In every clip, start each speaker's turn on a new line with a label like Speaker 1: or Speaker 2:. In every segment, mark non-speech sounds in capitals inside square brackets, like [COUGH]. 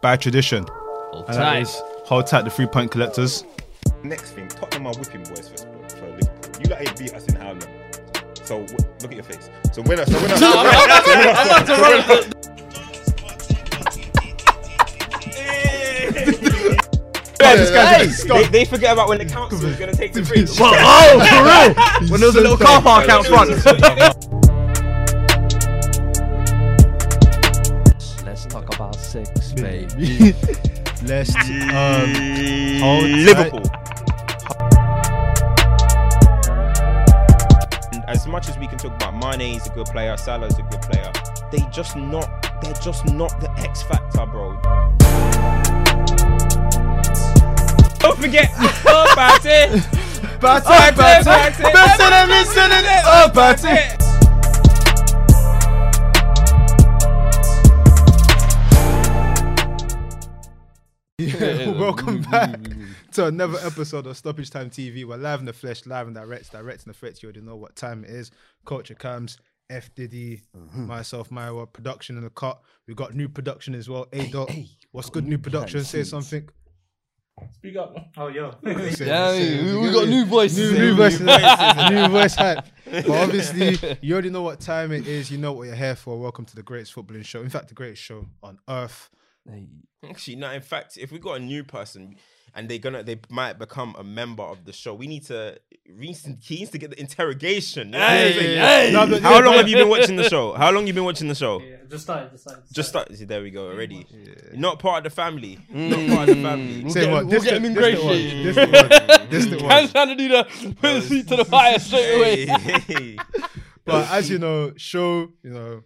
Speaker 1: by tradition.
Speaker 2: Hold
Speaker 1: And that
Speaker 2: tight.
Speaker 1: is Hold tight, the three point collectors.
Speaker 3: Next thing, Tottenham are whipping boys for, for Liverpool. You like ain't beat us in how long? So w- look at your face. So when I so when I so when I-
Speaker 2: I'm about to roll.
Speaker 1: Yeah, this guy's
Speaker 4: Hey,
Speaker 1: a scum.
Speaker 4: they, they forget about when the council's gonna take the bridge.
Speaker 5: oh, for
Speaker 3: [LAUGHS]
Speaker 5: real? When there was a little car park out front.
Speaker 2: Let's talk about sex, baby.
Speaker 1: [LAUGHS] Let's
Speaker 3: [LAUGHS]
Speaker 1: um, hold tight.
Speaker 3: Liverpool. As much as we can talk about Mane is a good player, Salah's a good player, they just not they're just not the X factor, bro.
Speaker 4: Don't
Speaker 3: [LAUGHS]
Speaker 4: forget about it.
Speaker 1: Batty,
Speaker 4: Batty,
Speaker 1: batty,
Speaker 4: batty,
Speaker 1: better than listening. Oh, batty. [LAUGHS] Welcome
Speaker 2: [LAUGHS]
Speaker 1: back to another episode of Stoppage Time TV. We're live in the flesh, live and direct, direct in the flesh. You already know what time it is. Culture comes. F Diddy,
Speaker 2: Mm-hmm.
Speaker 1: myself, Myra, production in the cut. We got new production as well. A dot. What's good? New production. Say something. [LAUGHS] Speak up. Oh yo.
Speaker 2: Yeah, we, we got new voices.
Speaker 1: New,
Speaker 2: in.
Speaker 1: new voice,
Speaker 2: [LAUGHS]
Speaker 1: new voice hype. But obviously, you already know what time it is. You know what you're here for. Welcome to the greatest footballing show. In fact, the greatest show on earth.
Speaker 3: Actually, no. In fact, if we got a new person and they're gonna, they might become a member of the show. We need to, we need to, he needs to get the interrogation. you know what I'm saying?
Speaker 2: hey.
Speaker 1: No, but-
Speaker 3: [LAUGHS] How
Speaker 1: yeah,
Speaker 3: long
Speaker 1: but-
Speaker 3: have you been watching the show? How long you been watching the show?
Speaker 6: Yeah, just started, just started.
Speaker 3: Just start. See, there we go already. Not part of the family.
Speaker 2: Mm.
Speaker 3: Not part of the family.
Speaker 1: Say
Speaker 2: get-
Speaker 1: what?
Speaker 2: we'll
Speaker 1: This
Speaker 2: get
Speaker 1: the-
Speaker 2: him
Speaker 1: this the one. This the one.
Speaker 2: ingratiated. [LAUGHS]
Speaker 1: This the
Speaker 2: I'm
Speaker 1: one.
Speaker 2: trying to do the put his feet to [LAUGHS] the fire straight away.
Speaker 3: Hey.
Speaker 1: But as you know, show you know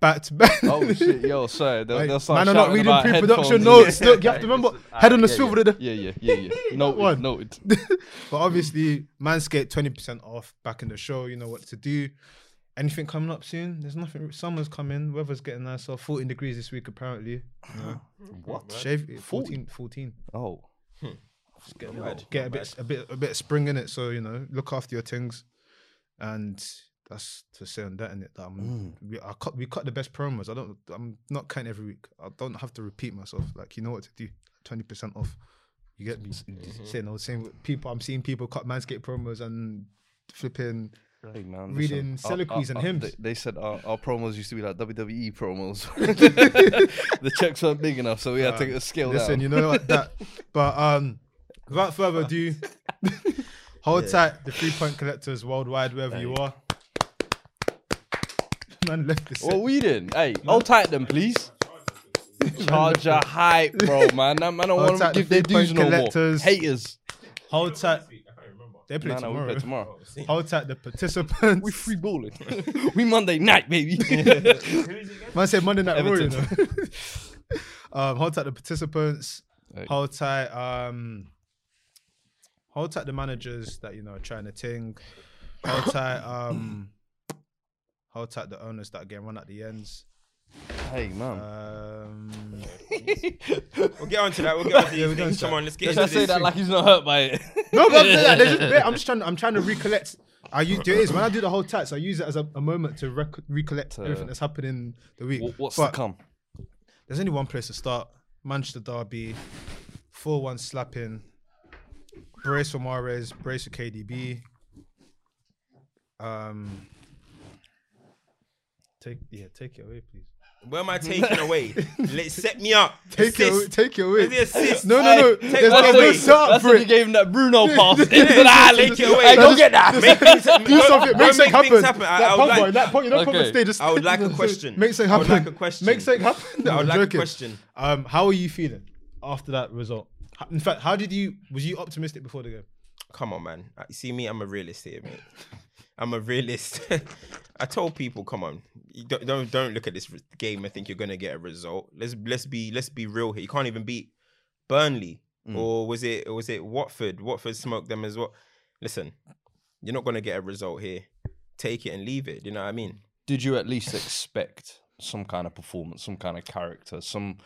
Speaker 1: back to back.
Speaker 2: Oh shit, yo, sorry.
Speaker 1: [LAUGHS]
Speaker 2: There,
Speaker 1: Like,
Speaker 2: there's some
Speaker 1: man, I'm not
Speaker 2: shouting
Speaker 1: reading
Speaker 2: about
Speaker 1: pre-production
Speaker 2: headphones.
Speaker 1: notes. Look, you have to remember head on the
Speaker 2: yeah,
Speaker 1: swivel.
Speaker 2: Yeah, yeah, yeah,
Speaker 1: [LAUGHS]
Speaker 2: yeah. Noted,
Speaker 1: one.
Speaker 2: noted.
Speaker 1: [LAUGHS] But obviously, Manscaped twenty percent off. Back in the show, you know what to do. Anything coming up soon? There's nothing. Summer's coming. Weather's getting nicer. 14 degrees this week apparently.
Speaker 2: What?
Speaker 1: Shave 14, 14.
Speaker 2: Oh.
Speaker 3: Bad,
Speaker 1: Get a
Speaker 3: not
Speaker 1: bit, a bit, a bit of spring in it. So you know, look after your things, and that's to say on that in it. That I'm, we, I cut, we cut the best promos. I don't. I'm not cutting every week. I don't have to repeat myself. Like you know what to do. Twenty percent off. You get me saying the same. People, I'm seeing people cut Manscaped promos and flipping.
Speaker 2: Hey, man,
Speaker 1: Reading
Speaker 2: listen, our-
Speaker 1: soliloquies
Speaker 2: our-
Speaker 1: and
Speaker 2: our-
Speaker 1: hymns.
Speaker 2: They, they said our, our promos used to be like WWE promos.
Speaker 1: [LAUGHS]
Speaker 2: the checks weren't big enough, so we had to scale
Speaker 1: Listen,
Speaker 2: down.
Speaker 1: you know what that. But um, without further ado, hold tight the three point collectors worldwide wherever you are. Man left the
Speaker 2: [LAUGHS] What
Speaker 1: set.
Speaker 2: we did? Hey, hold tight then, please. Charger hype,
Speaker 1: [LAUGHS]
Speaker 2: bro, man. That man don't
Speaker 1: Hold
Speaker 2: want to
Speaker 1: tight,
Speaker 2: give their
Speaker 1: three-point
Speaker 2: dues no more.
Speaker 1: collectors.
Speaker 2: Haters.
Speaker 1: Hold tight. They play
Speaker 2: Nah, nah,
Speaker 1: tomorrow.
Speaker 2: we
Speaker 1: [LAUGHS]
Speaker 2: play tomorrow.
Speaker 1: Hold tight the participants.
Speaker 2: We free balling. [LAUGHS] we Monday
Speaker 1: [LAUGHS]
Speaker 2: night, baby.
Speaker 1: Man said Monday Night Raw, you know.
Speaker 2: Everton.
Speaker 1: [LAUGHS] um, hold tight the participants.
Speaker 2: Hey.
Speaker 1: Hold tight. Um, hold tight the managers that you know are trying to ting. Hold tight. Um, hold tight the owners that are getting run at the ends.
Speaker 2: hey, man.
Speaker 1: Um,
Speaker 3: We'll get on to that. We'll get on to
Speaker 1: Yeah, we're going
Speaker 3: these things.
Speaker 1: to
Speaker 3: Come
Speaker 1: that.
Speaker 3: on, let's get
Speaker 2: Let's
Speaker 3: into
Speaker 2: not say
Speaker 3: this.
Speaker 2: that like he's not hurt by [LAUGHS] it.
Speaker 1: no, but I'm, saying that, they're just bare. I'm just trying. I'm trying to recollect. I use it is when I do the whole tats. I use it as a, a moment to rec- recollect everything that's happened in the week.
Speaker 2: Wh- What's
Speaker 1: But-
Speaker 2: to come?
Speaker 1: There's only one place to start. Manchester Derby, 4 1 slapping. Brace for Mares, brace for KDB. Um, take yeah, take it away, please.
Speaker 3: Where am I taking away? Let set me up.
Speaker 1: Take it, away-
Speaker 3: Assist.
Speaker 1: take it away.
Speaker 3: Where's the assist?
Speaker 1: No, no, no.
Speaker 3: Hey,
Speaker 1: There's
Speaker 3: that
Speaker 1: no,
Speaker 3: away.
Speaker 1: no
Speaker 3: That's
Speaker 1: start
Speaker 2: That's
Speaker 1: for
Speaker 2: when you
Speaker 1: it.
Speaker 2: gave him that
Speaker 1: [LAUGHS]
Speaker 2: Bruno pass into
Speaker 3: Take
Speaker 2: the alley.
Speaker 3: it away. No,
Speaker 2: Hey, go
Speaker 3: just-
Speaker 2: get that.
Speaker 3: Make things happen.
Speaker 1: Do something. Make something happen.
Speaker 3: things
Speaker 1: That
Speaker 3: happen. I- I would
Speaker 1: pump boy,
Speaker 3: like-
Speaker 1: that pump, you know, pump on
Speaker 2: Okay.
Speaker 1: stage. just-
Speaker 3: I would
Speaker 1: [LAUGHS]
Speaker 3: like a question.
Speaker 1: Make something
Speaker 3: I
Speaker 1: happen.
Speaker 3: would like a question.
Speaker 1: Make something happen. No,
Speaker 3: I would
Speaker 1: I'm
Speaker 3: like a
Speaker 1: joking.
Speaker 3: question.
Speaker 1: Um, how are you feeling after that result? H- In fact, how did you? Was you optimistic before the game?
Speaker 3: Come on, man. Uh, See me, I'm a realist here, mate. I'm a realist. [LAUGHS] I told people, come on, you don't, don't don't look at this re- game and think you're gonna get a result. Let's let's be let's be real here. You can't even beat Burnley, or was it or was it Watford? Watford smoked them as well. Listen, you're not gonna get a result here. Take it and leave it. You know what I mean?
Speaker 2: did you at least expect some kind of performance, some kind of character, some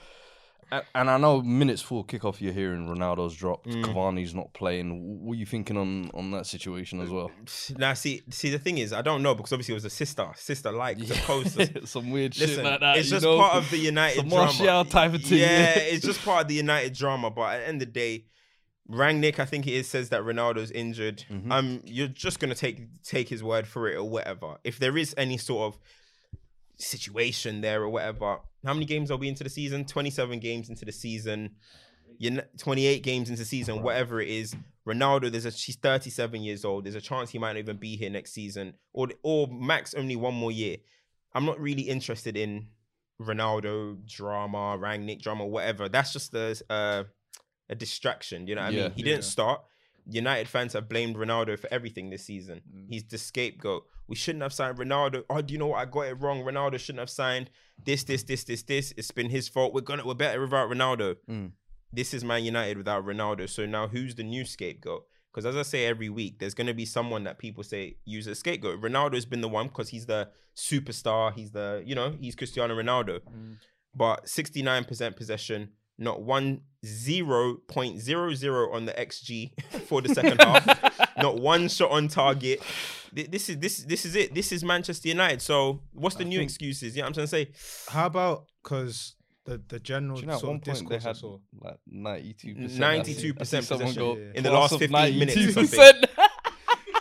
Speaker 2: A- And I know minutes before kickoff, you're hearing Ronaldo's dropped, Cavani's not playing. What are you thinking on, on that situation as [LAUGHS] well?
Speaker 3: Now, see, see, the thing is, I don't know because obviously it was a sister, sister like the poster.
Speaker 2: [LAUGHS] Some weird shit
Speaker 3: Listen,
Speaker 2: like that.
Speaker 3: it's
Speaker 2: you
Speaker 3: just
Speaker 2: know?
Speaker 3: part of the United
Speaker 2: some
Speaker 3: drama.
Speaker 2: Martial type of thing,
Speaker 3: Yeah,
Speaker 2: yeah.
Speaker 3: it's just part of the United drama. But at the end of the day, Rangnick, I think it is, says that Ronaldo's injured.
Speaker 2: Mm-hmm.
Speaker 3: Um, you're just gonna take take his word for it or whatever. If there is any sort of situation there or whatever, how many games are we into the season? Twenty seven games into the season. You're n- 28 games into the season, whatever it is. Ronaldo, there's a he's 37 years old. There's a chance he might not even be here next season, or or max only one more year. I'm not really interested in Ronaldo drama, Rangnick drama, whatever. That's just a uh, a distraction. You know what I
Speaker 2: Yeah.
Speaker 3: mean? He didn't start. United fans have blamed Ronaldo for everything this season.
Speaker 2: Mm.
Speaker 3: He's the scapegoat. We shouldn't have signed Ronaldo. Oh, do you know what? I got it wrong. Ronaldo shouldn't have signed this, this, this, this, this. It's been his fault. We're gonna we're better without Ronaldo.
Speaker 2: Mm.
Speaker 3: This is Man United without Ronaldo. So now who's the new scapegoat? Because as I say every week, there's gonna be someone that people say use as scapegoat. Ronaldo's been the one because he's the superstar. He's the, you know, he's Cristiano Ronaldo. But 69% possession, not one 0.00 on the XG [LAUGHS] for the second half, not one shot on target. Th- This is this this is it. This is Manchester United. So what's the new excuses? You know what I'm trying to say?
Speaker 1: How about because the the general
Speaker 2: [LAUGHS] Do you know, at
Speaker 1: sort
Speaker 2: one
Speaker 1: of
Speaker 2: point they
Speaker 1: discourse I
Speaker 2: had
Speaker 1: saw.
Speaker 2: like 92%. I see-
Speaker 3: 92%
Speaker 2: I see someone
Speaker 3: possession
Speaker 2: go,
Speaker 1: yeah, yeah.
Speaker 3: in the
Speaker 2: "Class
Speaker 3: last
Speaker 2: of
Speaker 3: 15 minutes. or
Speaker 2: 92%." [LAUGHS]
Speaker 3: something.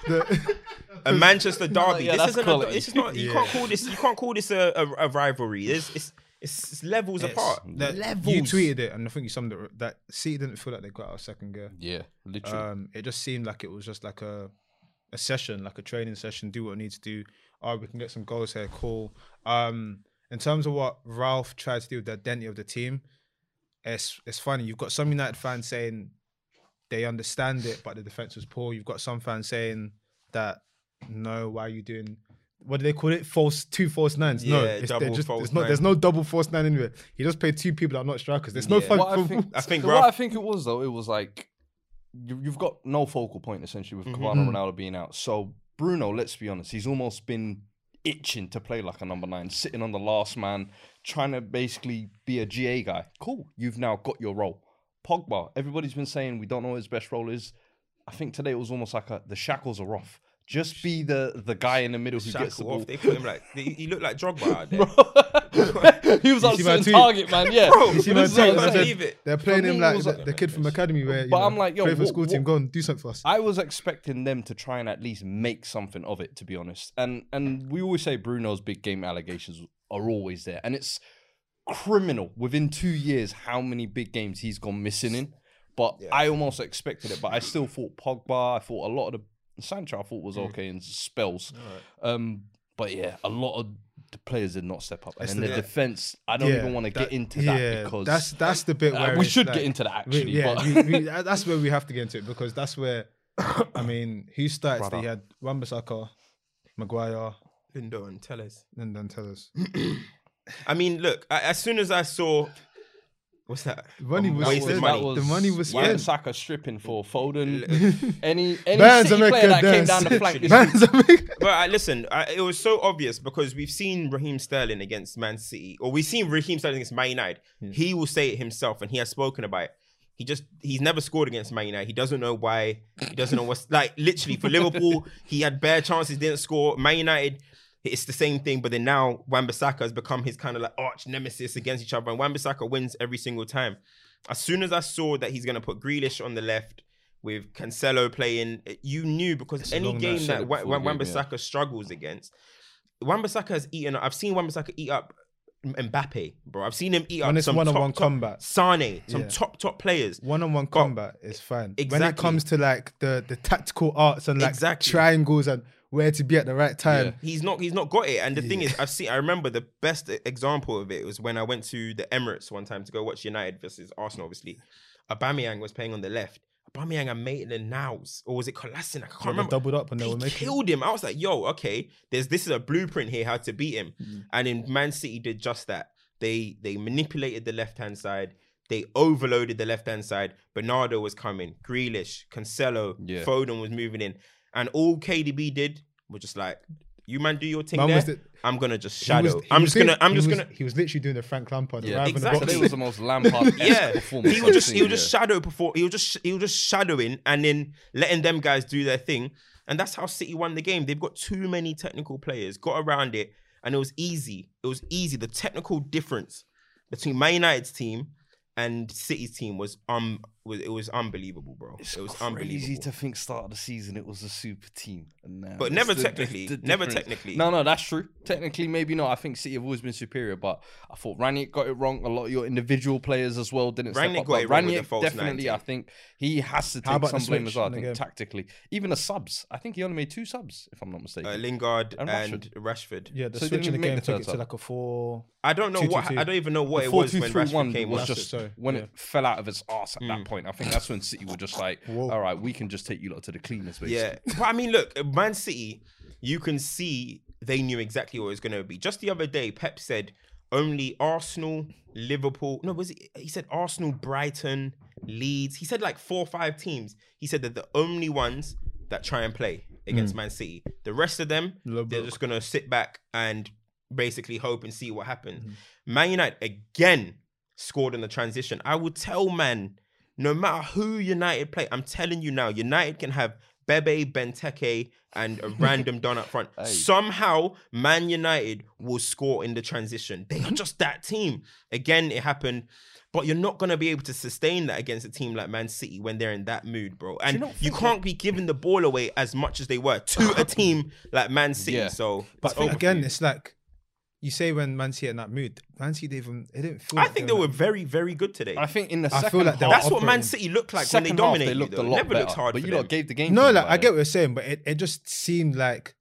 Speaker 1: The-
Speaker 3: A Manchester derby.
Speaker 2: Mm. yeah, that's
Speaker 3: this isn't. A,
Speaker 2: quality.
Speaker 3: this is not. You
Speaker 1: Yeah.
Speaker 3: can't call this. You can't call this a, a, a rivalry. It's, it's it's it's levels apart.
Speaker 1: that- You tweeted it, and I think you summed it that City didn't feel like they got out of second gear.
Speaker 2: Yeah, literally.
Speaker 1: Um, it just seemed like it was just like a a session, like a training session. Do what we need to do. Oh, we can get some goals here. Cool. Um, in terms of what Ralph tried to do with the identity of the team, it's it's funny. You've got some United fans saying they understand it, but the defense was poor. You've got some fans saying that no, why are you doing? What do they call it? False two false nines. no,
Speaker 3: Yeah,
Speaker 1: it's, they're
Speaker 3: double
Speaker 1: just,
Speaker 3: false
Speaker 1: it's not, there's no double false nine anywhere. He just played two people that are not strikers. There's no
Speaker 3: Yeah.
Speaker 1: fun.
Speaker 2: What I think,
Speaker 3: I think
Speaker 2: so what I
Speaker 3: Ralph-
Speaker 2: think it was though, it was like you, you've got no focal point essentially with
Speaker 3: Mhm.
Speaker 2: Cristiano
Speaker 1: Mm.
Speaker 2: Ronaldo being out. So Bruno, let's be honest, he's almost been itching to play like a number nine, sitting on the last man, trying to basically be a GA guy. Cool, you've now got your role. Pogba, everybody's been saying we don't know what his best role is. I think today it was almost like a, the shackles are off. Just be the the guy in the middle who gets the
Speaker 3: Shackle
Speaker 2: ball.
Speaker 3: off. They put him like they, he looked like Drogba out
Speaker 2: [LAUGHS]
Speaker 3: there.
Speaker 2: he was
Speaker 1: You
Speaker 2: on
Speaker 1: see my
Speaker 2: certain
Speaker 1: tweet?
Speaker 2: target,
Speaker 1: [LAUGHS]
Speaker 2: man. Yeah,
Speaker 3: Bro,
Speaker 2: [LAUGHS] But
Speaker 1: See my
Speaker 2: this is what
Speaker 1: tweet
Speaker 2: I'm
Speaker 1: that
Speaker 3: I
Speaker 2: saying.
Speaker 1: said,
Speaker 3: believe it.
Speaker 1: They're playing
Speaker 2: For me,
Speaker 1: him
Speaker 2: it
Speaker 1: like
Speaker 2: was
Speaker 1: the,
Speaker 2: like-
Speaker 1: the kid from academy. Where you
Speaker 2: But
Speaker 1: know,
Speaker 2: I'm like, yo,
Speaker 1: play for
Speaker 2: what-
Speaker 1: school team.
Speaker 2: what-
Speaker 1: Go and do something for us.
Speaker 2: I was expecting them to try and at least make something of it, to be honest. And and we always say Bruno's big game allegations are always there, and it's criminal within two years how many big games he's gone missing in. But I almost expected it, but I still thought Pogba. I thought a lot of the Sancho I thought was
Speaker 1: Mm.
Speaker 2: okay in spells. Um, but yeah, a lot of the players did not step up, and
Speaker 1: That's
Speaker 2: then
Speaker 1: the
Speaker 2: the
Speaker 1: bit.
Speaker 2: defense. I don't
Speaker 1: Yeah,
Speaker 2: even want to
Speaker 1: that-
Speaker 2: get into that
Speaker 1: yeah,
Speaker 2: because
Speaker 1: that's that's the bit
Speaker 2: uh,
Speaker 1: where
Speaker 2: we
Speaker 1: it's
Speaker 2: should
Speaker 1: like-
Speaker 2: get into that
Speaker 1: we-
Speaker 2: actually.
Speaker 1: yeah,
Speaker 2: but
Speaker 1: we- we- that- that's where we have to get into it because that's where,
Speaker 2: [COUGHS]
Speaker 1: I mean, who starts? They had Wan-Bissaka, Maguire,
Speaker 3: Lindo and tell us.
Speaker 1: and then tell us.
Speaker 3: I mean, look. I, as soon as I saw, what's that?
Speaker 1: The money was
Speaker 3: wasted
Speaker 1: spent.
Speaker 3: money.
Speaker 1: That was- The money spent.
Speaker 2: Saka stripping for Foden. [LAUGHS] any any
Speaker 1: Bands
Speaker 2: City
Speaker 1: are making
Speaker 2: player that came
Speaker 1: dance.
Speaker 2: down the flank. [LAUGHS] this
Speaker 1: Bands are making-
Speaker 3: But I, listen, I, it was so obvious because we've seen Raheem Sterling against Man City, or we've seen Raheem Sterling against Man United. He will say it himself, and he has spoken about it. He just he's never scored against Man United. He doesn't know why. He doesn't know what's like. Literally for
Speaker 1: [LAUGHS]
Speaker 3: Liverpool, he had bare chances, didn't score. Man United, it's the same thing. But then now Wan-Bissaka has become his kind of like arch nemesis against each other, and Wan-Bissaka wins every single time. As soon as I saw that he's going to put Grealish on the left with Cancelo playing, you knew because any
Speaker 1: long
Speaker 3: game
Speaker 1: night.
Speaker 3: that Wa-
Speaker 2: before
Speaker 3: Wa-
Speaker 2: the game,
Speaker 3: Wan-Bissaka struggles against, Wan-Bissaka has eaten. I've seen Wan-Bissaka eat up M- Mbappe, bro. I've seen him eat
Speaker 1: When
Speaker 3: up
Speaker 1: it's
Speaker 3: some
Speaker 1: one-on-one
Speaker 3: top,
Speaker 1: combat.
Speaker 3: top, Sane, some
Speaker 1: Yeah.
Speaker 3: top top players.
Speaker 1: One-on-one combat is fine. When it
Speaker 3: Exactly.
Speaker 1: comes to like the the tactical arts and like
Speaker 3: Exactly.
Speaker 1: triangles and where to be at the right time.
Speaker 3: He's not. He's not got it. And the thing is, I've seen. I remember the best e-, example of it was when I went to the Emirates one time to go watch United versus Arsenal. Obviously, Aubameyang was playing on the left. Aubameyang and Maitland Niles, or was it Kolasinac? I can't
Speaker 1: They
Speaker 3: remember.
Speaker 1: doubled up and they
Speaker 3: They
Speaker 1: were making.
Speaker 3: killed him. I was like, yo, okay, there's this is a blueprint here how to beat him.
Speaker 1: Mm-hmm.
Speaker 3: And in Man City did just that. They they manipulated the left hand side. They overloaded the left hand side. Bernardo was coming. Grealish, Cancelo,
Speaker 2: Yeah.
Speaker 3: Foden was moving in, and all KDB did was just like You man, do your thing
Speaker 1: Man
Speaker 3: there.
Speaker 1: was the-
Speaker 3: I'm gonna just
Speaker 1: He was-
Speaker 3: shadow.
Speaker 1: he
Speaker 3: I'm
Speaker 1: was
Speaker 3: just gonna.
Speaker 1: lit-
Speaker 3: I'm
Speaker 1: he
Speaker 3: just
Speaker 1: was-
Speaker 3: gonna.
Speaker 1: He was literally doing the Frank Lampard
Speaker 2: Yeah.
Speaker 1: arriving
Speaker 3: Exactly.
Speaker 1: in the
Speaker 2: Today
Speaker 1: box.
Speaker 2: was the most Lampard
Speaker 3: [LAUGHS] Yeah,
Speaker 2: performance.
Speaker 3: he
Speaker 2: I've
Speaker 3: would just he
Speaker 2: seen,
Speaker 3: would just
Speaker 2: yeah.
Speaker 3: shadow before he would just he would just shadowing and then letting them guys do their thing, and that's how City won the game. They've got too many technical players, got around it, and it was easy. It was easy. The technical difference between Man United's team and City's team was um was it was unbelievable, bro.
Speaker 2: It's
Speaker 3: it was
Speaker 2: crazy
Speaker 3: unbelievable.
Speaker 2: to think start of the season it was a super team, and now
Speaker 3: But
Speaker 2: it's
Speaker 3: never
Speaker 2: the-
Speaker 3: technically,
Speaker 2: the
Speaker 3: never
Speaker 2: difference.
Speaker 3: technically.
Speaker 2: No, no, that's true. Technically, maybe not. I think City have always been superior, but I thought Ranić got it wrong. A lot of your individual players as well didn't. step
Speaker 3: Ranić
Speaker 2: up,
Speaker 3: got
Speaker 2: but
Speaker 3: it wrong with the
Speaker 2: Ranić
Speaker 3: false
Speaker 2: definitely,
Speaker 3: 90.
Speaker 2: I think he has to
Speaker 1: How
Speaker 2: take
Speaker 1: about the
Speaker 2: some blame as
Speaker 1: switch
Speaker 2: well. I
Speaker 1: in the
Speaker 2: think
Speaker 1: game?
Speaker 2: tactically, even the subs. I think he only made two subs, if I'm not mistaken.
Speaker 3: Uh, Lingard
Speaker 2: And
Speaker 3: and
Speaker 2: Rashford.
Speaker 3: Rashford.
Speaker 1: Yeah, the
Speaker 2: So
Speaker 1: switch in the
Speaker 2: he didn't even make
Speaker 1: game
Speaker 2: the
Speaker 1: took
Speaker 2: third
Speaker 1: it to
Speaker 2: sub.
Speaker 1: like a four.
Speaker 3: I don't know what
Speaker 1: 2-2-2.
Speaker 3: I don't even know what
Speaker 2: The
Speaker 3: it was when Rashford
Speaker 2: 4-2-3-1
Speaker 3: came
Speaker 2: was
Speaker 3: on. Mm.
Speaker 2: just
Speaker 1: Sorry,
Speaker 2: when
Speaker 1: yeah.
Speaker 2: it fell out of its ass at that point. I think that's when City were just like,
Speaker 1: Whoa.
Speaker 2: all right, we can just take you lot to the cleaners, basically.
Speaker 3: Yeah, but I mean, look, Man City. You can see they knew exactly what it was going to be. Just the other day, Pep said only Arsenal, Liverpool. No, was it? He said Arsenal, Brighton, Leeds. He said like four or five teams. He said that the only ones that try and play against Man City. The rest of them,
Speaker 1: Low
Speaker 3: they're
Speaker 1: block.
Speaker 3: just going to sit back and basically hope and see what happens. Man United again scored in the transition. I will tell man, no matter who United play, I'm telling you now, United can have Bebe, Benteke, and a random don up front. Somehow, Man United will score in the transition. They are just that team. Again, it happened. But you're not going to be able to sustain that against a team like Man City when they're in that mood, bro. And you, can't be giving the ball away as much as they were to a team like Man City.
Speaker 2: Yeah.
Speaker 3: So,
Speaker 1: But
Speaker 3: it's over for
Speaker 1: again,
Speaker 3: you.
Speaker 1: it's like you say when Man City in that mood, Man City they even it didn't feel.
Speaker 3: I
Speaker 1: like
Speaker 3: think they
Speaker 1: they
Speaker 3: were very, very good today.
Speaker 2: I think in the
Speaker 1: I feel
Speaker 2: second
Speaker 1: like they were
Speaker 2: half,
Speaker 3: That's what Man
Speaker 1: operating.
Speaker 3: City looked like when
Speaker 2: second
Speaker 3: they
Speaker 2: half,
Speaker 3: dominated.
Speaker 2: looked
Speaker 3: you,
Speaker 2: a
Speaker 3: though.
Speaker 2: lot
Speaker 3: Never
Speaker 2: better,
Speaker 3: looked hard
Speaker 2: but
Speaker 3: for
Speaker 2: you lot
Speaker 3: them.
Speaker 2: gave the game. to
Speaker 1: No,
Speaker 2: them,
Speaker 1: like I
Speaker 2: man.
Speaker 1: get what you're saying, but it, it just seemed like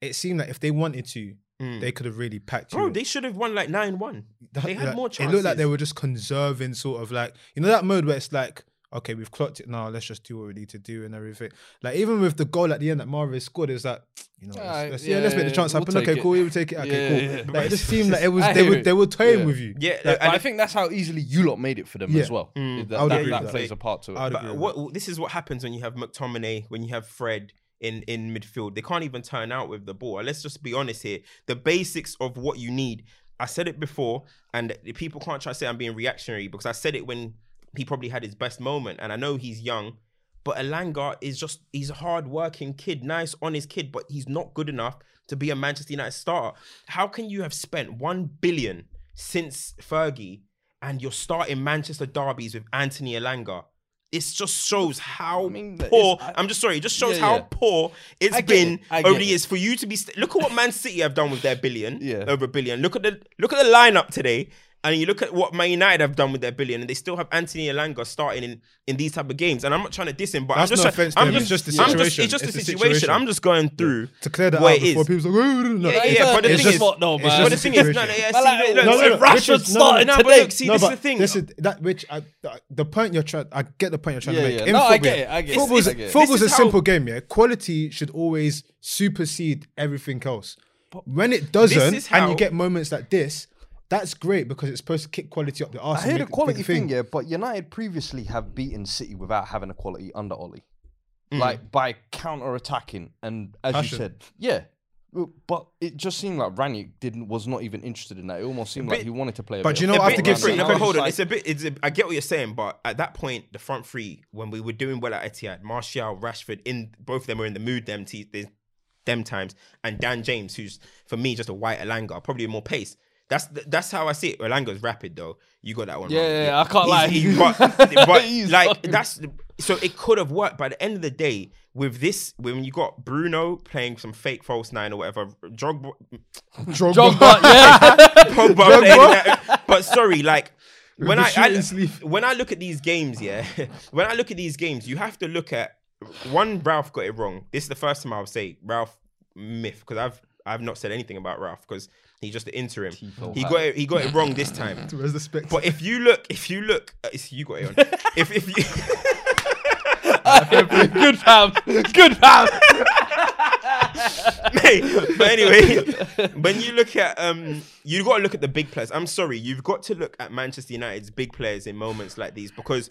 Speaker 1: it seemed like if they wanted to,
Speaker 3: Mm.
Speaker 1: they could have really packed you.
Speaker 3: Bro,
Speaker 1: in.
Speaker 3: they should have won like nine one.
Speaker 1: That-
Speaker 3: They had
Speaker 1: like,
Speaker 3: more chances.
Speaker 1: It looked like they were just conserving, sort of like you know that mode where it's like, okay, we've clocked it now. Let's just do what we need to do and everything. Like even with the goal at the end that Mario scored, it was like, you know,
Speaker 2: Alright,
Speaker 3: Uh,
Speaker 1: let's, let's- yeah, let's
Speaker 2: yeah,
Speaker 1: make the chance
Speaker 2: we'll
Speaker 1: happen.
Speaker 2: take
Speaker 1: Okay,
Speaker 2: it.
Speaker 1: cool, we will take it. Okay,
Speaker 2: Yeah,
Speaker 1: cool.
Speaker 2: yeah,
Speaker 1: Like, it
Speaker 3: [LAUGHS]
Speaker 1: just seemed like it was
Speaker 2: I
Speaker 1: they
Speaker 2: hear
Speaker 1: were
Speaker 2: it.
Speaker 1: they were toying
Speaker 2: Yeah.
Speaker 1: with you.
Speaker 3: Yeah,
Speaker 1: Like,
Speaker 2: But I think that's how easily you lot made it for them
Speaker 1: Yeah.
Speaker 2: as well.
Speaker 3: Mm.
Speaker 2: that
Speaker 1: I would
Speaker 2: that,
Speaker 1: agree
Speaker 2: that
Speaker 1: with
Speaker 2: plays
Speaker 3: that.
Speaker 2: a part to it.
Speaker 1: I'd agree
Speaker 3: But
Speaker 1: with
Speaker 3: what this is what happens when you have McTominay, when you have Fred in in midfield. They can't even turn out with the ball. And Let's just be honest here. The basics of what you need. I said it before, and the people can't try to say I'm being reactionary because I said it when he probably had his best moment. And I know he's young, but Elanga is just he's a hard-working kid, nice, honest kid, but he's not good enough to be a Manchester United starter. How can you have spent one billion since Fergie and you're starting Manchester derbies with Anthony Elanga? It just shows how
Speaker 2: I mean, that
Speaker 3: poor.
Speaker 2: is- I-
Speaker 3: I'm just sorry. It just shows
Speaker 2: Yeah,
Speaker 3: how
Speaker 2: yeah.
Speaker 3: poor it's
Speaker 2: I get
Speaker 3: been
Speaker 2: it, I get
Speaker 3: over the
Speaker 2: it.
Speaker 3: years. For you to be st- look at what Man City have done with their billion,
Speaker 2: Yeah.
Speaker 3: over a billion. Look at the look at the lineup today, and you look at what Man United have done with their billion, and they still have Anthony Elanga starting in, in these type of games. And I'm not trying to diss him, but
Speaker 1: That's
Speaker 3: I'm just
Speaker 1: no
Speaker 3: trying-
Speaker 1: offense to
Speaker 3: I'm
Speaker 1: him,
Speaker 3: just
Speaker 1: it's just the
Speaker 3: I'm just,
Speaker 1: situation,
Speaker 3: it's just the
Speaker 1: it's the
Speaker 3: situation.
Speaker 1: situation.
Speaker 3: I'm just going through
Speaker 1: to clear that
Speaker 3: where
Speaker 1: out
Speaker 3: it is.
Speaker 1: before people's like, "Oh, no, no, no."
Speaker 3: Yeah,
Speaker 1: It's-
Speaker 3: yeah, but the
Speaker 1: it's
Speaker 3: thing
Speaker 1: just-
Speaker 3: is-
Speaker 1: it's
Speaker 2: no, man.
Speaker 1: just
Speaker 3: But the thing is, no,
Speaker 1: situation.
Speaker 3: no, yeah,
Speaker 2: But like,
Speaker 3: see, look,
Speaker 2: no,
Speaker 3: look,
Speaker 2: no,
Speaker 3: if
Speaker 2: no,
Speaker 3: Rashford
Speaker 2: which is- no, no,
Speaker 3: started
Speaker 2: no,
Speaker 3: now,
Speaker 2: but
Speaker 3: but look,
Speaker 2: look,
Speaker 3: see,
Speaker 1: no,
Speaker 3: this is
Speaker 1: but
Speaker 3: the thing.
Speaker 1: This is that which I the point you're trying. I get the point you're trying
Speaker 2: Yeah,
Speaker 1: to make.
Speaker 2: yeah.
Speaker 1: In
Speaker 2: No, I
Speaker 1: football,
Speaker 2: get
Speaker 1: yeah,
Speaker 2: it, I get it,
Speaker 1: football's
Speaker 2: I get it.
Speaker 1: football's
Speaker 3: This
Speaker 1: a
Speaker 3: is
Speaker 1: simple
Speaker 3: how-
Speaker 1: game. Yeah, quality should always supersede everything else. When it doesn't, and
Speaker 3: how-
Speaker 1: you get moments like this, that's great because it's supposed to kick quality up the arse.
Speaker 2: I
Speaker 1: and
Speaker 2: hear the
Speaker 1: make it a big
Speaker 2: quality thing, yeah, but United previously have beaten City without having a quality under Ollie. Like by counter attacking and as
Speaker 1: Passion.
Speaker 2: you said, yeah. Well, But it just seemed like Ranić didn't was not even interested in that. It almost seemed like
Speaker 3: bit-
Speaker 2: he wanted to play a
Speaker 1: but
Speaker 2: bit
Speaker 1: you
Speaker 2: of
Speaker 1: know
Speaker 3: a
Speaker 1: what, I have
Speaker 3: bit
Speaker 1: to give
Speaker 3: different.
Speaker 1: City-
Speaker 3: No, but hold on.
Speaker 2: Like-
Speaker 3: It's a bit. It's a, I get what you're saying, but at that point, the front three, when we were doing well at Etihad, Martial, Rashford, in both of them were in the mood. Them t- they- them times, and Dan James, who's for me just a white Elanga, probably more pace. That's th- that's how I see it. Elanga's rapid though. You got that one.
Speaker 2: Yeah,
Speaker 3: wrong.
Speaker 2: yeah, yeah, I can't lie.
Speaker 3: He's- he-
Speaker 2: [LAUGHS]
Speaker 3: but but
Speaker 2: He's
Speaker 3: like
Speaker 2: fucking-
Speaker 3: that's so it could have worked. By the end of the day, with this, when you got Bruno playing some fake false nine or whatever, Drogba,
Speaker 1: [LAUGHS]
Speaker 2: [LAUGHS]
Speaker 1: Drogba.
Speaker 2: Drogba, yeah.
Speaker 3: [LAUGHS] Pogba, I'm saying that. But sorry, like when
Speaker 1: the
Speaker 3: I, I
Speaker 1: shooting sleeve.
Speaker 3: when I look at these games, yeah, [LAUGHS] when I look at these games, you have to look at one. Ralph got it wrong. This is the first time I would say Ralph myth because I've I've not said anything about Ralph because he's just the interim. He got it, he got it wrong this time.
Speaker 1: [LAUGHS] Where's the specs?
Speaker 3: But if you look, if you look, uh, it's, you got it on. if if you. [LAUGHS]
Speaker 2: [LAUGHS] Good fam. Good fam.
Speaker 3: Hey, but anyway, when you look at um, you got to look at the big players. I'm sorry, you've got to look at Manchester United's big players in moments like these because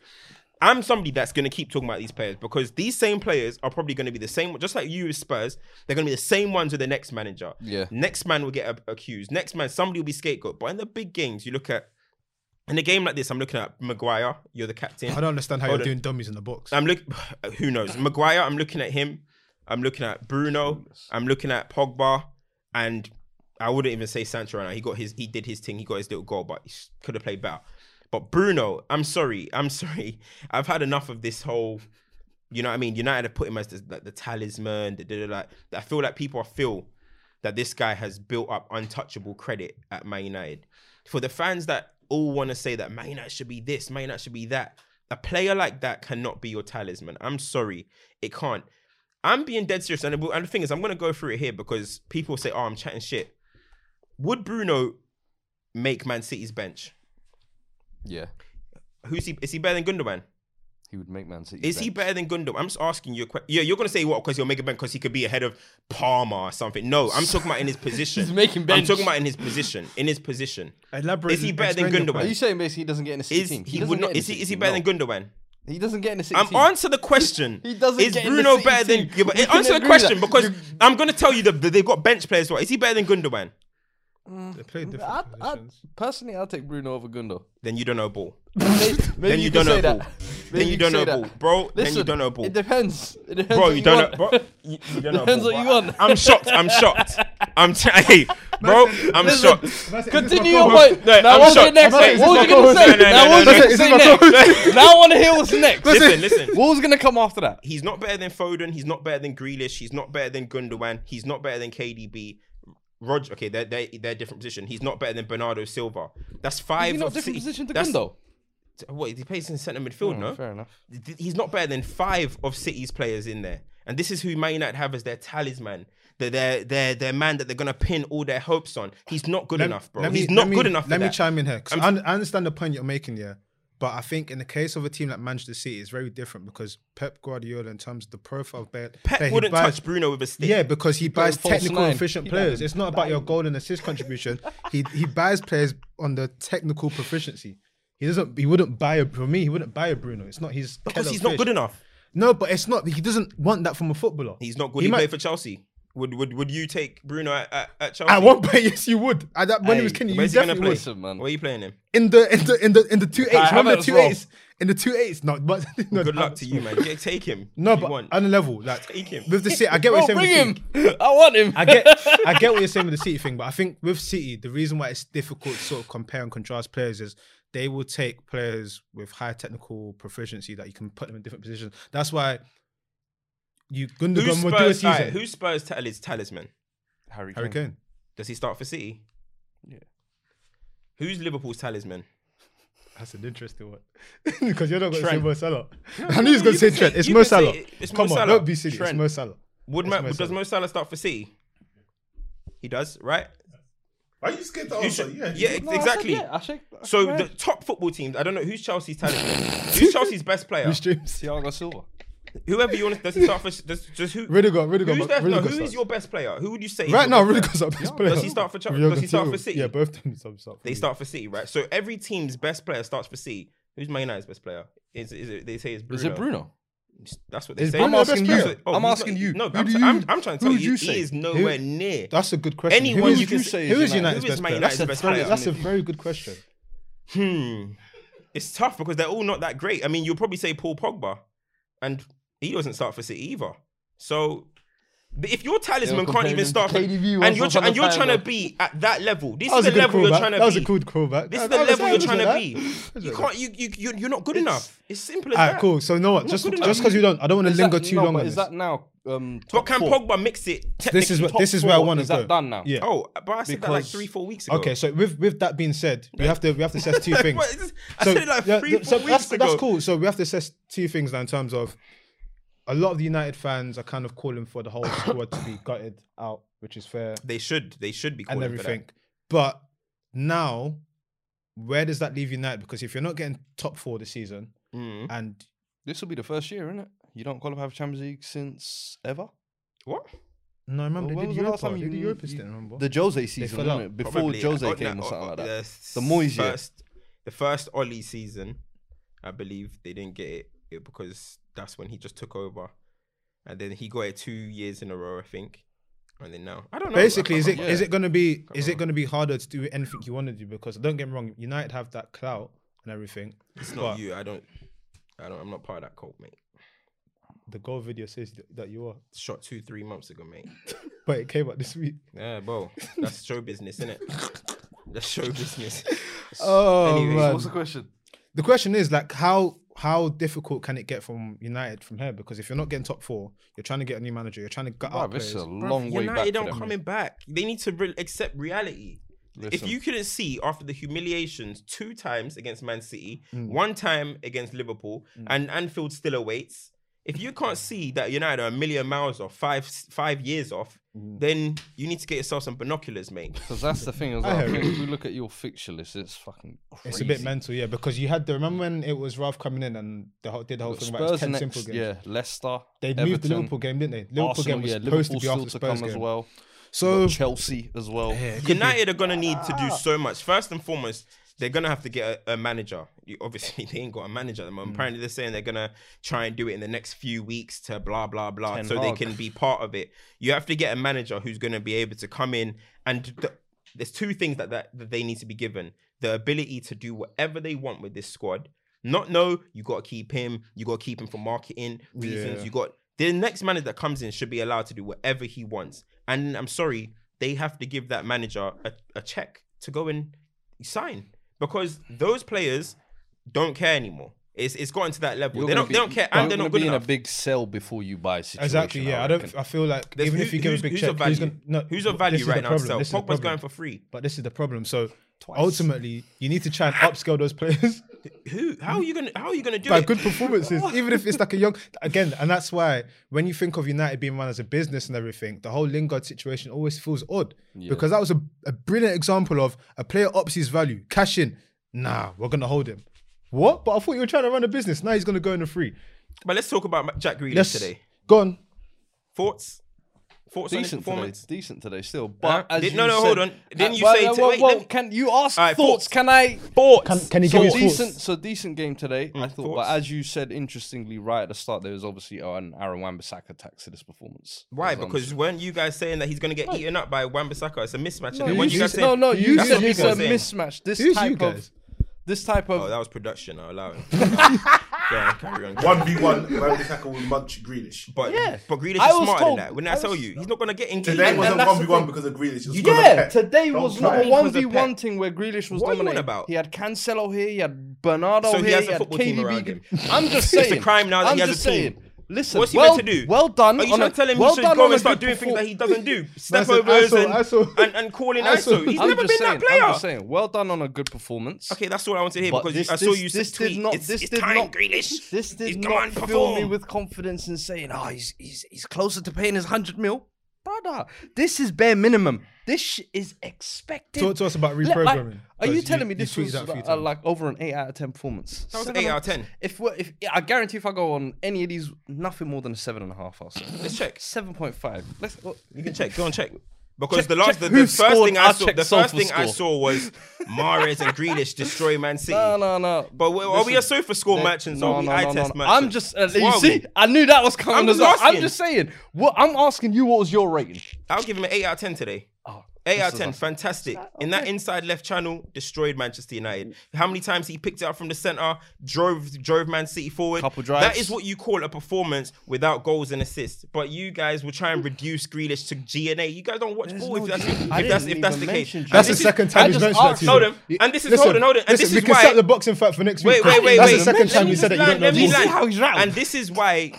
Speaker 3: I'm somebody that's going to keep talking about these players because these same players are probably going to be the same, just like you with Spurs, they're going to be the same ones with the next manager.
Speaker 2: Yeah.
Speaker 3: Next man will get ab- accused. Next man, somebody will be scapegoat. But in the big games, you look at, in a game like this, I'm looking at Maguire, you're the captain.
Speaker 1: I don't understand how
Speaker 3: Hold
Speaker 1: you're
Speaker 3: on.
Speaker 1: doing dummies in the box.
Speaker 3: I'm looking, [SIGHS] who knows? Maguire, I'm looking at him. I'm looking at Bruno. I'm looking at Pogba. And I wouldn't even say Sancho right now. He got his, he did his thing. He got his little goal, but he could have played better. But Bruno, I'm sorry. I'm [LAUGHS] sorry. I've had enough of this whole you know what I mean? United have put him as the, like, the talisman. The, the, the, like, I feel like people feel that this guy has built up untouchable credit at Man United. For the fans that all want to say that Man United should be this, Man United should be that, a player like that cannot be your talisman. I'm sorry, it can't. I'm being dead serious. And the, and the thing is, I'm going to go through it here because people say, oh, I'm chatting shit. Would Bruno make Man City's bench?
Speaker 2: Yeah.
Speaker 3: Who's he? Is he better than Gundogan?
Speaker 2: He would make Man City.
Speaker 3: Is he better
Speaker 2: better?
Speaker 3: than Gundam? I'm just asking you a question. Yeah, you're gonna say what? Because he'll make a bench because he could be ahead of Palmer or something. No, I'm talking about in
Speaker 2: [LAUGHS]
Speaker 3: his position.
Speaker 2: He's making
Speaker 3: I'm
Speaker 2: bench.
Speaker 3: talking about in his position. In his position,
Speaker 1: Elaborate.
Speaker 3: Is he better than
Speaker 1: explain your
Speaker 3: Gundogan?
Speaker 1: point.
Speaker 2: Are you saying basically he doesn't get in a City
Speaker 3: is he,
Speaker 2: team? doesn't
Speaker 3: would
Speaker 2: get
Speaker 3: not?
Speaker 2: in a
Speaker 3: Is he
Speaker 2: City
Speaker 3: is he
Speaker 2: team,
Speaker 3: better
Speaker 2: no.
Speaker 3: than Gundogan?
Speaker 2: He doesn't get in a City
Speaker 3: I'm
Speaker 2: team.
Speaker 3: answer the question.
Speaker 2: He doesn't
Speaker 3: Is
Speaker 2: get in the
Speaker 3: Bruno
Speaker 2: City
Speaker 3: better than?
Speaker 2: team.
Speaker 3: Yeah, but
Speaker 2: We can
Speaker 3: answer the
Speaker 2: agree
Speaker 3: question
Speaker 2: that.
Speaker 3: because
Speaker 2: You-
Speaker 3: I'm gonna tell you that that they've got bench players. What is he better than Gundogan?
Speaker 1: They play different
Speaker 2: I, I,
Speaker 1: positions.
Speaker 2: personally, I'll take Bruno over Gundo.
Speaker 3: Then you don't know ball.
Speaker 2: Maybe,
Speaker 3: Then you don't
Speaker 2: can
Speaker 3: know
Speaker 2: say that.
Speaker 3: ball.
Speaker 2: Maybe
Speaker 3: Then you
Speaker 2: can
Speaker 3: don't know
Speaker 2: say
Speaker 3: ball,
Speaker 2: that.
Speaker 3: bro. Then
Speaker 2: Listen,
Speaker 3: you don't know ball.
Speaker 2: It depends. It depends
Speaker 3: Bro,
Speaker 2: what
Speaker 3: you don't
Speaker 2: want.
Speaker 3: know. Bro, you, you don't know.
Speaker 2: Depends
Speaker 3: bro.
Speaker 2: what you want.
Speaker 3: I'm shocked. I'm shocked. I'm t- [LAUGHS] hey, bro. I'm
Speaker 2: Listen,
Speaker 3: shocked.
Speaker 2: Continue your point.
Speaker 3: No,
Speaker 2: now
Speaker 3: I'm
Speaker 2: what's
Speaker 3: shocked.
Speaker 2: your next?
Speaker 3: I'm
Speaker 2: What
Speaker 3: shocked.
Speaker 2: was you
Speaker 3: No,
Speaker 2: gonna say?
Speaker 3: no, no,
Speaker 2: Now
Speaker 3: no,
Speaker 2: what was
Speaker 3: no,
Speaker 2: you gonna say next? Now I wanna hear what's next.
Speaker 3: Listen, listen.
Speaker 2: What was gonna come after that?
Speaker 3: He's not better than Foden. He's not better than Grealish. He's not better than Gundogan. He's not better than KDB. Roger, okay, they're, they're, they're different position. He's not better than Bernardo Silva. that's five.
Speaker 2: He's not
Speaker 3: of
Speaker 2: different
Speaker 3: City-
Speaker 2: position to
Speaker 3: that's-
Speaker 2: Gundo.
Speaker 3: What he plays in centre midfield? no,
Speaker 2: Hmm, Fair enough.
Speaker 3: th- he's not better than five of City's players in there. And this is who Man United have as their talisman. They're their their their man that they're gonna pin all their hopes on. He's not good
Speaker 1: Lem-
Speaker 3: enough, bro.
Speaker 1: let
Speaker 3: he's
Speaker 1: me-
Speaker 3: not
Speaker 1: let me-
Speaker 3: good enough. for
Speaker 1: Let me
Speaker 3: that.
Speaker 1: chime in here. 'cause I, un- I understand the point you're making, yeah. But I think in the case of a team like Manchester City, it's very different because Pep Guardiola, in terms of the profile of player, player
Speaker 3: Pep
Speaker 1: he
Speaker 3: wouldn't
Speaker 1: buys-
Speaker 3: touch Bruno with a stick.
Speaker 1: Yeah, because he buys
Speaker 2: a false
Speaker 1: technical
Speaker 2: nine.
Speaker 1: efficient
Speaker 2: He
Speaker 1: players.
Speaker 2: doesn't.
Speaker 1: It's not about your goal and assist contribution. he he buys players on the technical proficiency. He doesn't. He wouldn't buy a for me. He wouldn't buy a Bruno. It's not his
Speaker 3: because he's not good enough.
Speaker 1: No, but it's not. He doesn't want that from a footballer.
Speaker 3: He's not good.
Speaker 1: He
Speaker 3: He,
Speaker 1: might-
Speaker 3: played for Chelsea. Would would would you take Bruno at, at, at Chelsea?
Speaker 1: [LAUGHS] At one point, yes, you would. At that, when he was
Speaker 2: Hey,
Speaker 1: Kenny, you
Speaker 3: Where's he gonna
Speaker 1: definitely
Speaker 3: play?
Speaker 1: would.
Speaker 2: Listen, man.
Speaker 3: Where are you playing him?
Speaker 1: in the in the in the in the two eights. Remember the
Speaker 2: Havertz
Speaker 1: two
Speaker 2: wrong.
Speaker 1: eights in the two eights. No, but [LAUGHS] no,
Speaker 3: Good
Speaker 1: no.
Speaker 3: luck to you, man. Get, take him.
Speaker 1: No,
Speaker 3: if you
Speaker 1: but
Speaker 3: want.
Speaker 1: on the level, like
Speaker 3: Take him.
Speaker 1: with the city, I get what
Speaker 2: Bro,
Speaker 1: you're
Speaker 2: bring
Speaker 1: saying. With
Speaker 2: him.
Speaker 1: City.
Speaker 2: I want him.
Speaker 1: I get I get what you're saying with the city thing, but I think with City, the reason why it's difficult to sort of compare and contrast players is they will take players with high technical proficiency that you can put them in different positions. That's why you
Speaker 3: who's
Speaker 1: Gundogan will do a
Speaker 3: Spurs,
Speaker 1: season.
Speaker 3: alright, who's Spurs tal- is talisman?
Speaker 2: Harry
Speaker 1: Harry Kane.
Speaker 3: Does he start for City?
Speaker 2: Yeah.
Speaker 3: Who's Liverpool's talisman?
Speaker 1: That's an interesting one [LAUGHS] because you're not going to say
Speaker 3: Trent.
Speaker 1: Mo Salah. [LAUGHS] I knew he was going to say Trent. It's
Speaker 3: you
Speaker 1: Mo
Speaker 3: can say
Speaker 1: Salah.
Speaker 3: it- it's Mo
Speaker 1: Come on,
Speaker 3: Salah.
Speaker 1: don't be silly. It's
Speaker 2: Trent.
Speaker 1: Mo Salah.
Speaker 3: Would
Speaker 1: It's
Speaker 3: Mo,
Speaker 1: Mo
Speaker 3: does
Speaker 1: Salah.
Speaker 3: Mo Salah start for City? He does, right?
Speaker 6: Are you scared to
Speaker 3: You
Speaker 6: answer?
Speaker 3: should-
Speaker 6: Yeah.
Speaker 3: yeah,
Speaker 6: you-
Speaker 3: ex- exactly.
Speaker 2: I said, yeah, I should-
Speaker 3: So
Speaker 2: I
Speaker 3: the
Speaker 2: should-
Speaker 3: top football teams, I don't know who's Chelsea's talisman. who's Chelsea's best player?
Speaker 1: Who's James?
Speaker 2: Thiago Silva.
Speaker 3: Whoever you want. to Does he start for? Does, does who?
Speaker 1: Rudiger, Rudiger, but
Speaker 3: Who's there? No,
Speaker 1: Rudiger
Speaker 3: who
Speaker 1: starts.
Speaker 3: is your best player? Who would you say?
Speaker 1: [LAUGHS]
Speaker 3: is
Speaker 1: Right
Speaker 3: your
Speaker 1: now,
Speaker 3: best player?
Speaker 1: Rudiger's our best player.
Speaker 3: Does he start for Chel-
Speaker 1: Thiago
Speaker 3: does he start
Speaker 1: Silva.
Speaker 3: for City?
Speaker 1: Yeah, both of them start for
Speaker 3: They
Speaker 1: City.
Speaker 3: start for City, right? So every team's best player starts for City. Who's Man United's best player? Is, is it? They say it's Bruno.
Speaker 2: Is it Bruno?
Speaker 3: That's what they
Speaker 1: Is
Speaker 3: say.
Speaker 1: Bruno
Speaker 2: I'm
Speaker 1: the best
Speaker 2: asking you.
Speaker 1: player?
Speaker 3: Oh,
Speaker 2: I'm
Speaker 3: he's
Speaker 2: asking
Speaker 3: not-
Speaker 2: you.
Speaker 3: No,
Speaker 2: Who
Speaker 3: I'm,
Speaker 2: do
Speaker 3: t-
Speaker 2: you-
Speaker 3: I'm, I'm trying to
Speaker 2: who
Speaker 3: tell
Speaker 2: would
Speaker 3: you,
Speaker 2: you
Speaker 3: he
Speaker 2: say?
Speaker 3: is nowhere near.
Speaker 1: That's a good question.
Speaker 3: Anyone
Speaker 1: who
Speaker 3: you
Speaker 1: is,
Speaker 3: can
Speaker 2: say
Speaker 1: who
Speaker 2: is
Speaker 1: is United's
Speaker 3: Who
Speaker 1: best
Speaker 3: is Man
Speaker 1: player?
Speaker 3: United's
Speaker 1: that's a,
Speaker 3: best
Speaker 1: very-
Speaker 3: player?
Speaker 1: that's a very good question.
Speaker 3: Hmm. It's tough because they're all not that great. I mean, you'll probably say Paul Pogba, and he doesn't start for City either. So but if your talisman can't even
Speaker 2: complaining
Speaker 3: start, for,
Speaker 2: to KDB
Speaker 3: and
Speaker 2: once
Speaker 3: you're
Speaker 2: off
Speaker 3: tr-
Speaker 2: on the
Speaker 3: and you're
Speaker 2: time,
Speaker 3: trying to
Speaker 2: bro.
Speaker 3: be at that level, this
Speaker 1: That
Speaker 3: is
Speaker 1: was a
Speaker 3: the
Speaker 1: good
Speaker 3: level you're
Speaker 1: callback.
Speaker 3: trying to
Speaker 1: That was
Speaker 3: be.
Speaker 1: a good callback.
Speaker 3: This is
Speaker 1: That-
Speaker 3: the
Speaker 1: that was-
Speaker 3: level you're
Speaker 1: that
Speaker 3: trying
Speaker 1: was
Speaker 3: to
Speaker 1: that.
Speaker 3: be.
Speaker 1: That
Speaker 3: You
Speaker 1: was
Speaker 3: can't. You you you- you're not good enough. It's simple as
Speaker 1: All right,
Speaker 3: that.
Speaker 1: cool. So you know what?
Speaker 3: Not
Speaker 1: Just
Speaker 3: good enough.
Speaker 1: just because you don't, I don't want to
Speaker 2: Is
Speaker 1: linger
Speaker 2: that-
Speaker 1: too
Speaker 2: no,
Speaker 1: long
Speaker 2: but
Speaker 1: on
Speaker 2: Is
Speaker 1: this.
Speaker 2: that now? Um,
Speaker 3: But
Speaker 2: top
Speaker 3: can
Speaker 2: four?
Speaker 3: Pogba mix it?
Speaker 1: This is
Speaker 3: technically
Speaker 1: what
Speaker 3: top
Speaker 1: this is where I
Speaker 3: four?
Speaker 1: want to
Speaker 2: Is
Speaker 1: go.
Speaker 2: that done now?
Speaker 1: Yeah.
Speaker 3: Oh, but I said that like
Speaker 2: Because-
Speaker 3: three, four weeks ago.
Speaker 1: Okay. So with with that being said, we have to we have to
Speaker 3: [LAUGHS]
Speaker 1: assess two things.
Speaker 3: What is this? I said it like three,
Speaker 1: th- so
Speaker 3: four
Speaker 1: that's,
Speaker 3: weeks
Speaker 1: that's
Speaker 3: ago.
Speaker 1: cool. So we have to assess two things now in terms of a lot of the United fans are kind of calling for the
Speaker 3: [COUGHS]
Speaker 1: whole squad to be gutted out, which is fair
Speaker 3: They should. They should be.
Speaker 1: and
Speaker 3: calling for that.
Speaker 1: everything. But now, where does that leave United? Because if you're not getting top four this season,
Speaker 3: Mm.
Speaker 1: and
Speaker 2: This will be the first year, isn't it? You don't qualify for Champions League since ever.
Speaker 3: What?
Speaker 1: no, I remember
Speaker 2: Well,
Speaker 1: they
Speaker 2: when
Speaker 1: did
Speaker 2: was the last
Speaker 1: Europa.
Speaker 2: time
Speaker 1: They
Speaker 2: you-
Speaker 1: did Europa,
Speaker 2: you-
Speaker 1: didn't remember?
Speaker 2: The Jose season,
Speaker 1: fell
Speaker 2: wasn't
Speaker 1: out.
Speaker 2: it? Before
Speaker 3: Probably.
Speaker 2: Jose
Speaker 3: Oh, no,
Speaker 2: came or
Speaker 3: oh,
Speaker 2: something
Speaker 3: oh,
Speaker 2: like that.
Speaker 3: The,
Speaker 2: The Moyes year.
Speaker 3: first, the first Oli season, I believe they didn't get it. it because that's when he just took over, and then he got it two years in a row, I think, and then now I don't know. I
Speaker 1: Basically,
Speaker 3: can't
Speaker 1: is it
Speaker 3: remember.
Speaker 1: is it gonna be is it
Speaker 3: on.
Speaker 1: gonna be harder to do anything you want to do? Because don't get me wrong, United have that clout and everything.
Speaker 3: It's not you. I don't. I don't. I'm not part of that cult, mate.
Speaker 1: The goal video says th- that you are,
Speaker 3: Shot two, three months ago, mate.
Speaker 1: but it came out this week.
Speaker 3: Yeah, bro. That's show business, isn't it? That's show business.
Speaker 1: [LAUGHS] Oh
Speaker 3: Anyways,
Speaker 1: man.
Speaker 3: man.
Speaker 7: What's the question?
Speaker 1: the question is like how how difficult can it get from United from here? Because if you're not getting top four, you're trying to get a new manager, you're trying to gut
Speaker 2: Wow,
Speaker 1: out
Speaker 2: this
Speaker 1: players.
Speaker 2: is Ah, a long way back.
Speaker 3: United
Speaker 2: for
Speaker 3: don't
Speaker 2: them.
Speaker 3: coming back. They need to re- accept reality.
Speaker 2: Listen.
Speaker 3: If you couldn't see after the humiliations two times against Man City,
Speaker 2: Mm.
Speaker 3: one time against Liverpool, and Anfield still awaits, if you can't see that United are a million miles off, five five years off,
Speaker 2: Mm.
Speaker 3: then you need to get yourself some binoculars,
Speaker 2: [LAUGHS]
Speaker 3: mate.
Speaker 2: Because that's the thing as well. I
Speaker 1: heard
Speaker 2: think if we look at your fixture list, it's fucking crazy.
Speaker 1: It's a bit mental, yeah, because you had the remember when it was Ralph coming in and the whole, did the whole
Speaker 2: But
Speaker 1: thing about his
Speaker 2: Spurs
Speaker 1: ten
Speaker 2: next,
Speaker 1: simple games.
Speaker 2: yeah, Leicester.
Speaker 1: They
Speaker 2: Everton,
Speaker 1: moved the Liverpool game, didn't they? Liverpool
Speaker 2: Arsenal,
Speaker 1: game was
Speaker 2: yeah,
Speaker 1: supposed to be
Speaker 2: Liverpool
Speaker 1: after Spurs
Speaker 2: still to come
Speaker 1: game.
Speaker 2: as well.
Speaker 1: So
Speaker 2: Chelsea as well.
Speaker 3: United are gonna need to do so much. First and foremost, they're gonna have to get a, a manager. You, obviously, [LAUGHS] they ain't got a manager at the
Speaker 2: Mm.
Speaker 3: moment. Apparently, they're saying they're gonna try and do it in the next few weeks to blah blah blah,
Speaker 2: Ten
Speaker 3: so they
Speaker 2: Hag.
Speaker 3: can be part of it. You have to get a manager who's gonna be able to come in and. Th- there's two things that, that that they need to be given: the ability to do whatever they want with this squad. Not know you got to keep him. You got to keep him for marketing reasons.
Speaker 1: Yeah.
Speaker 3: You got the next manager that comes in should be allowed to do whatever he wants. And I'm sorry, they have to give that manager a, a check to go and sign because those players don't care anymore. It's it's gotten to that level.
Speaker 2: You're
Speaker 3: they
Speaker 2: gonna
Speaker 3: don't
Speaker 2: be-
Speaker 3: they don't care
Speaker 2: you're
Speaker 3: and they're
Speaker 2: gonna
Speaker 3: not good
Speaker 2: be in
Speaker 3: enough.
Speaker 2: a big sell before you buy situation.
Speaker 1: exactly, yeah. I
Speaker 2: reckon.
Speaker 1: don't. I feel like
Speaker 3: There's
Speaker 1: even
Speaker 3: who-
Speaker 1: if you give
Speaker 3: who's-
Speaker 1: a big
Speaker 3: who's
Speaker 1: check,
Speaker 3: of
Speaker 1: who's
Speaker 3: value?
Speaker 1: gonna no,
Speaker 3: Who's of
Speaker 1: this
Speaker 3: value
Speaker 1: is the
Speaker 3: right now?
Speaker 1: problem,
Speaker 3: Sell.
Speaker 1: this is the
Speaker 3: Pogba's
Speaker 1: problem.
Speaker 3: going for free.
Speaker 1: But this is the problem. So ultimately, you need to try and upscale those players. [LAUGHS]
Speaker 3: Who? How are you gonna? How are you gonna do
Speaker 1: by
Speaker 3: [LAUGHS] it?
Speaker 1: good performances, even if it's like a young again, and that's why when you think of United being run as a business and everything, the whole Lingard situation always feels odd because that was a, a brilliant example of a player ups his value, cash in. Nah, we're gonna hold him. What? But I thought you were trying to run a business. Now he's gonna go in a free.
Speaker 3: But let's talk about Jack Grealish
Speaker 1: Yes,
Speaker 3: today.
Speaker 1: gone.
Speaker 3: Thoughts? Thoughts on his
Speaker 2: Decent today,
Speaker 3: performance?
Speaker 2: decent today still. But
Speaker 3: Huh?
Speaker 2: as
Speaker 3: Did-
Speaker 2: you
Speaker 3: no, no,
Speaker 2: said- Uh,
Speaker 3: hold on. Didn't you say to-
Speaker 2: well,
Speaker 3: wait,
Speaker 2: well,
Speaker 3: let me-
Speaker 2: can you ask
Speaker 3: Alright, thoughts.
Speaker 2: thoughts?
Speaker 3: Mm,
Speaker 2: Can I?
Speaker 1: Can, can he
Speaker 2: So
Speaker 1: give his
Speaker 2: decent,
Speaker 1: thoughts?
Speaker 2: so decent game today. I thought,
Speaker 3: thoughts?
Speaker 2: but as you said, interestingly, right at the start, there was obviously oh, an Aaron Wan-Bissaka tax to this performance.
Speaker 3: Why?
Speaker 2: As I'm-
Speaker 3: Because weren't you guys saying that he's gonna get eaten up by Wan-Bissaka? It's a mismatch. No,
Speaker 1: you-
Speaker 3: weren't you
Speaker 1: you
Speaker 3: guys
Speaker 1: said-
Speaker 3: saying?
Speaker 2: no, no, you
Speaker 3: That's
Speaker 2: said
Speaker 3: what
Speaker 2: it's
Speaker 3: you
Speaker 2: a
Speaker 3: guys saying.
Speaker 2: mismatch. This
Speaker 1: Who's you
Speaker 2: type of,
Speaker 1: guys?
Speaker 2: this type of
Speaker 3: Oh, that was production. I allow it. yeah, carry on.
Speaker 6: One v one, Van Bissaka will munch Grealish.
Speaker 3: But
Speaker 2: Yeah.
Speaker 3: but Grealish
Speaker 2: I
Speaker 3: is
Speaker 2: was
Speaker 3: smarter
Speaker 2: told-
Speaker 3: than that. When I,
Speaker 2: I
Speaker 3: tell
Speaker 2: was-
Speaker 3: you, he's not gonna get engaged.
Speaker 6: Today
Speaker 2: And-
Speaker 6: wasn't
Speaker 2: and that's
Speaker 6: one
Speaker 2: the
Speaker 6: v one because of Grealish. It was because of
Speaker 2: Yeah,
Speaker 6: Pep.
Speaker 2: today
Speaker 6: Don't
Speaker 2: was
Speaker 6: try
Speaker 2: not
Speaker 6: it.
Speaker 2: a one
Speaker 3: because
Speaker 2: v
Speaker 3: of Pep.
Speaker 2: one thing where Grealish was
Speaker 3: What are you on
Speaker 2: dominating.
Speaker 3: about?
Speaker 2: He had Cancelo here, he had Bernardo
Speaker 3: So he
Speaker 2: here,
Speaker 3: has
Speaker 2: he
Speaker 3: a
Speaker 2: had
Speaker 3: football team around
Speaker 2: KDB.
Speaker 3: him.
Speaker 2: I'm
Speaker 3: It's
Speaker 2: just
Speaker 3: a
Speaker 2: saying.
Speaker 3: crime now that
Speaker 2: I'm
Speaker 3: he has
Speaker 2: just
Speaker 3: a team.
Speaker 2: saying. Listen,
Speaker 3: What's he
Speaker 2: well,
Speaker 3: meant to do?
Speaker 2: Well done.
Speaker 3: Are you
Speaker 2: on
Speaker 3: trying
Speaker 2: a-
Speaker 3: to tell him
Speaker 2: well
Speaker 3: he should
Speaker 2: done
Speaker 3: go
Speaker 2: on a
Speaker 3: and start
Speaker 2: good
Speaker 3: doing things that
Speaker 2: perform-
Speaker 3: he doesn't do? Step
Speaker 1: said
Speaker 3: overs
Speaker 1: ISO,
Speaker 3: and,
Speaker 1: ISO.
Speaker 3: and and calling
Speaker 1: ISO.
Speaker 3: ISO. He's
Speaker 2: I'm
Speaker 3: never been
Speaker 2: just saying,
Speaker 3: that player.
Speaker 2: I'm just saying. Well done on a good performance.
Speaker 3: Okay, that's all I want to hear
Speaker 2: But
Speaker 3: because
Speaker 2: this-
Speaker 3: I saw
Speaker 2: this-
Speaker 3: you
Speaker 2: this
Speaker 3: tweet.
Speaker 2: did not.
Speaker 3: it's,
Speaker 2: this
Speaker 3: it's
Speaker 2: did
Speaker 3: time,
Speaker 2: not.
Speaker 3: Grealish.
Speaker 2: This did
Speaker 3: He's- come
Speaker 2: not
Speaker 3: on,
Speaker 2: fill
Speaker 3: perform.
Speaker 2: me with confidence in saying, "Oh, he's he's he's closer to paying his hundred mil." Brother, this is bare minimum. This sh- is expected.
Speaker 1: Talk to us about
Speaker 2: Like,
Speaker 1: reprogramming.
Speaker 2: are you
Speaker 1: because
Speaker 2: telling me this
Speaker 1: tweeted
Speaker 2: was
Speaker 1: that a few
Speaker 2: like,
Speaker 1: times.
Speaker 2: like over an eight out of ten performance?
Speaker 3: That was
Speaker 2: Seven
Speaker 3: eight
Speaker 2: and-
Speaker 3: out of 10.
Speaker 2: If we're, if I guarantee, if I go on any of these, nothing more than a seven and a half. I'll say.
Speaker 3: Let's check.
Speaker 2: Seven point five. Let's. oh. well,
Speaker 3: You can check. Go and check. Because
Speaker 2: Check-
Speaker 3: the last,
Speaker 2: check
Speaker 3: the,
Speaker 2: who
Speaker 3: the first
Speaker 2: scored.
Speaker 3: thing I
Speaker 2: I'll
Speaker 3: saw,
Speaker 2: check
Speaker 3: the
Speaker 2: Salford
Speaker 3: first thing I
Speaker 2: score.
Speaker 3: saw was Mares and Grealish destroy Man City.
Speaker 2: [LAUGHS] No, no, no.
Speaker 3: But we- are we a sofa score
Speaker 2: They-
Speaker 3: match and are we eye test match?
Speaker 2: I'm just. Uh, you
Speaker 3: What are
Speaker 2: see,
Speaker 3: we?
Speaker 2: I knew that was coming.
Speaker 3: I'm
Speaker 2: as
Speaker 3: just
Speaker 2: well. I'm
Speaker 3: asking.
Speaker 2: just saying. What I'm asking you, what was your rating?
Speaker 3: I'll give him an 8 out of 10 today.
Speaker 2: Oh,
Speaker 3: 8
Speaker 2: this
Speaker 3: out of
Speaker 2: is
Speaker 3: 10.
Speaker 2: a-
Speaker 3: Fantastic. In that inside left channel, destroyed Manchester United. How many times he picked it up from the centre, drove drove Man City forward.
Speaker 2: Couple
Speaker 3: That
Speaker 2: drives.
Speaker 3: is what you call a performance without goals and assists. But you guys will try and reduce Grealish to GNA. You guys don't watch
Speaker 2: There's
Speaker 3: ball
Speaker 2: no
Speaker 3: if that's
Speaker 2: G-
Speaker 3: if
Speaker 2: I
Speaker 3: that's
Speaker 2: didn't
Speaker 3: if that's
Speaker 2: even
Speaker 3: the case.
Speaker 2: mention
Speaker 3: And
Speaker 1: That's the
Speaker 3: this is-
Speaker 1: second
Speaker 2: I
Speaker 1: time he's
Speaker 2: just
Speaker 1: mentioned that
Speaker 2: asked-
Speaker 1: to you.
Speaker 3: Hold on. And this is-
Speaker 1: Listen,
Speaker 3: hold on, hold on. And
Speaker 1: listen,
Speaker 3: this
Speaker 1: we
Speaker 3: is
Speaker 1: can
Speaker 3: why-
Speaker 1: set the boxing fight for next week.
Speaker 3: Wait, wait,
Speaker 1: 'cause
Speaker 3: wait,
Speaker 1: That's
Speaker 3: wait.
Speaker 1: the second time you said it. You don't know
Speaker 3: Let me
Speaker 1: the rules.
Speaker 3: land.
Speaker 2: how he's round.
Speaker 3: And this is why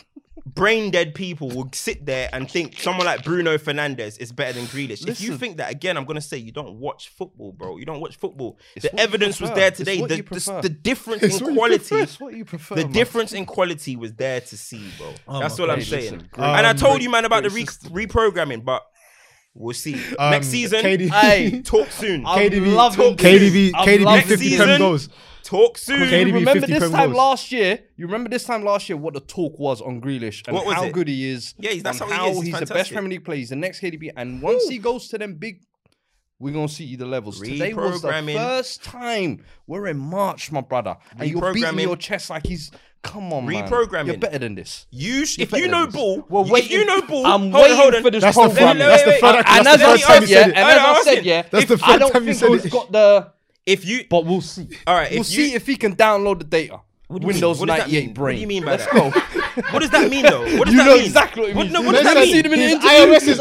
Speaker 3: brain dead people will sit there and think someone like Bruno Fernandez is better than Grealish. If you
Speaker 2: Listen.
Speaker 3: think that again, I'm gonna say you don't watch football, bro. You don't watch football. the
Speaker 2: what you
Speaker 3: evidence was
Speaker 2: prefer.
Speaker 3: there
Speaker 2: It's
Speaker 3: today.
Speaker 2: what
Speaker 3: The,
Speaker 2: you
Speaker 3: the,
Speaker 2: prefer.
Speaker 3: the difference
Speaker 1: It's what
Speaker 3: in
Speaker 1: you [LAUGHS]
Speaker 3: quality.
Speaker 1: prefer. Oh
Speaker 2: That's what you prefer.
Speaker 3: The
Speaker 2: man.
Speaker 3: difference in quality was there to see, bro. That's all I'm
Speaker 2: Hey,
Speaker 3: saying.
Speaker 2: listen, great-
Speaker 3: and I
Speaker 1: um,
Speaker 3: told you, man, about the re-
Speaker 2: great
Speaker 3: reprogramming, but we'll see.
Speaker 1: Um,
Speaker 3: Next season,
Speaker 1: KD
Speaker 2: Hey.
Speaker 3: talk soon.
Speaker 2: I'm
Speaker 1: KDB
Speaker 2: loving
Speaker 1: KDB, KDB,
Speaker 2: this. I'm
Speaker 1: KDB
Speaker 2: loving
Speaker 1: 50
Speaker 3: season.
Speaker 1: prem goals.
Speaker 3: Talk soon.
Speaker 2: You
Speaker 1: KDB
Speaker 2: remember
Speaker 1: 50
Speaker 2: this
Speaker 1: prem
Speaker 2: time
Speaker 1: goals.
Speaker 2: last year? You remember this time last year? What the talk was on Grealish and
Speaker 3: What was
Speaker 2: how
Speaker 3: it?
Speaker 2: good he is.
Speaker 3: Yeah, he's- that's
Speaker 2: and
Speaker 3: how he is. He's
Speaker 2: he's the best
Speaker 3: fantastic.
Speaker 2: Premier League player. He's the next KDB, and once he goes to them big We're gonna see you the levels. Today was the
Speaker 3: Reprogramming.
Speaker 2: first time we're in March, my brother, and you're beating
Speaker 3: Reprogramming.
Speaker 2: your chest like he's. Come on, man. You're
Speaker 3: Reprogramming.
Speaker 2: better than this.
Speaker 3: You, sh- if
Speaker 2: better
Speaker 3: you
Speaker 2: than
Speaker 3: know
Speaker 2: this.
Speaker 3: ball,
Speaker 2: We're
Speaker 3: if you
Speaker 2: waiting-
Speaker 3: know ball,
Speaker 2: I'm
Speaker 3: hold on,
Speaker 2: waiting
Speaker 3: hold on.
Speaker 2: for this
Speaker 1: That's the
Speaker 2: program.
Speaker 1: front.
Speaker 3: Wait,
Speaker 1: That's the
Speaker 3: wait,
Speaker 1: front.
Speaker 3: wait.
Speaker 1: That's
Speaker 2: And
Speaker 1: the
Speaker 2: as I
Speaker 1: first time
Speaker 2: said,
Speaker 1: you
Speaker 2: yeah,
Speaker 1: said
Speaker 2: and
Speaker 1: it.
Speaker 3: I
Speaker 2: as
Speaker 3: know,
Speaker 2: I
Speaker 3: I
Speaker 2: said,
Speaker 3: said-
Speaker 2: yeah,
Speaker 1: That's the
Speaker 2: I
Speaker 1: first
Speaker 2: don't
Speaker 1: time you
Speaker 2: think
Speaker 1: said
Speaker 2: he's
Speaker 1: it.
Speaker 2: got the.
Speaker 3: If you,
Speaker 2: But we'll see.
Speaker 3: all right, if
Speaker 2: We'll see
Speaker 3: you,
Speaker 2: if he can download the data.
Speaker 3: you
Speaker 2: Windows
Speaker 3: mean? What does that
Speaker 2: 98
Speaker 3: mean? What
Speaker 2: brain.
Speaker 3: do you mean by
Speaker 2: Let's
Speaker 3: that?
Speaker 2: go.
Speaker 3: what does that mean though? What does
Speaker 2: you
Speaker 3: that
Speaker 2: know
Speaker 3: mean?
Speaker 2: exactly what it means.
Speaker 3: What, no, what does
Speaker 1: Let's
Speaker 3: that
Speaker 1: say
Speaker 2: I've
Speaker 3: mean?
Speaker 2: seen him in
Speaker 1: His
Speaker 2: the interview.
Speaker 1: iOS is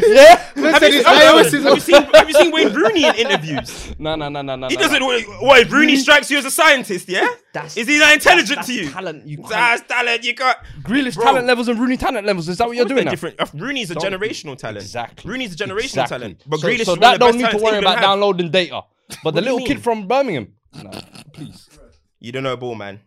Speaker 1: old.
Speaker 2: yeah.
Speaker 1: Let's say his
Speaker 3: Oh, no,
Speaker 1: iOS is
Speaker 3: have, you
Speaker 1: old.
Speaker 3: seen, have you seen Wayne Rooney in interviews?
Speaker 2: No, no, no, no, no.
Speaker 3: He doesn't. Why Rooney strikes you as a scientist? Yeah,
Speaker 2: That's-
Speaker 3: is he that intelligent
Speaker 2: that's
Speaker 3: to you?
Speaker 2: talent you can't-
Speaker 3: That's talent you can't.
Speaker 2: Grealish
Speaker 3: Bro.
Speaker 2: talent levels and Rooney talent levels. Is that what you're
Speaker 3: Of course
Speaker 2: doing?
Speaker 3: they're
Speaker 2: now?
Speaker 3: Different. Uh, Rooney's a generational talent.
Speaker 2: Exactly.
Speaker 3: Rooney's a generational
Speaker 2: Exactly.
Speaker 3: talent. But
Speaker 2: so,
Speaker 3: Grealish
Speaker 2: so
Speaker 3: is
Speaker 2: that
Speaker 3: one of the
Speaker 2: don't
Speaker 3: best
Speaker 2: need to
Speaker 3: talents
Speaker 2: worry
Speaker 3: England
Speaker 2: about
Speaker 3: have.
Speaker 2: downloading data. But the
Speaker 3: do you
Speaker 2: little kid
Speaker 3: mean?
Speaker 2: from Birmingham. No, please.
Speaker 3: You don't know ball, man.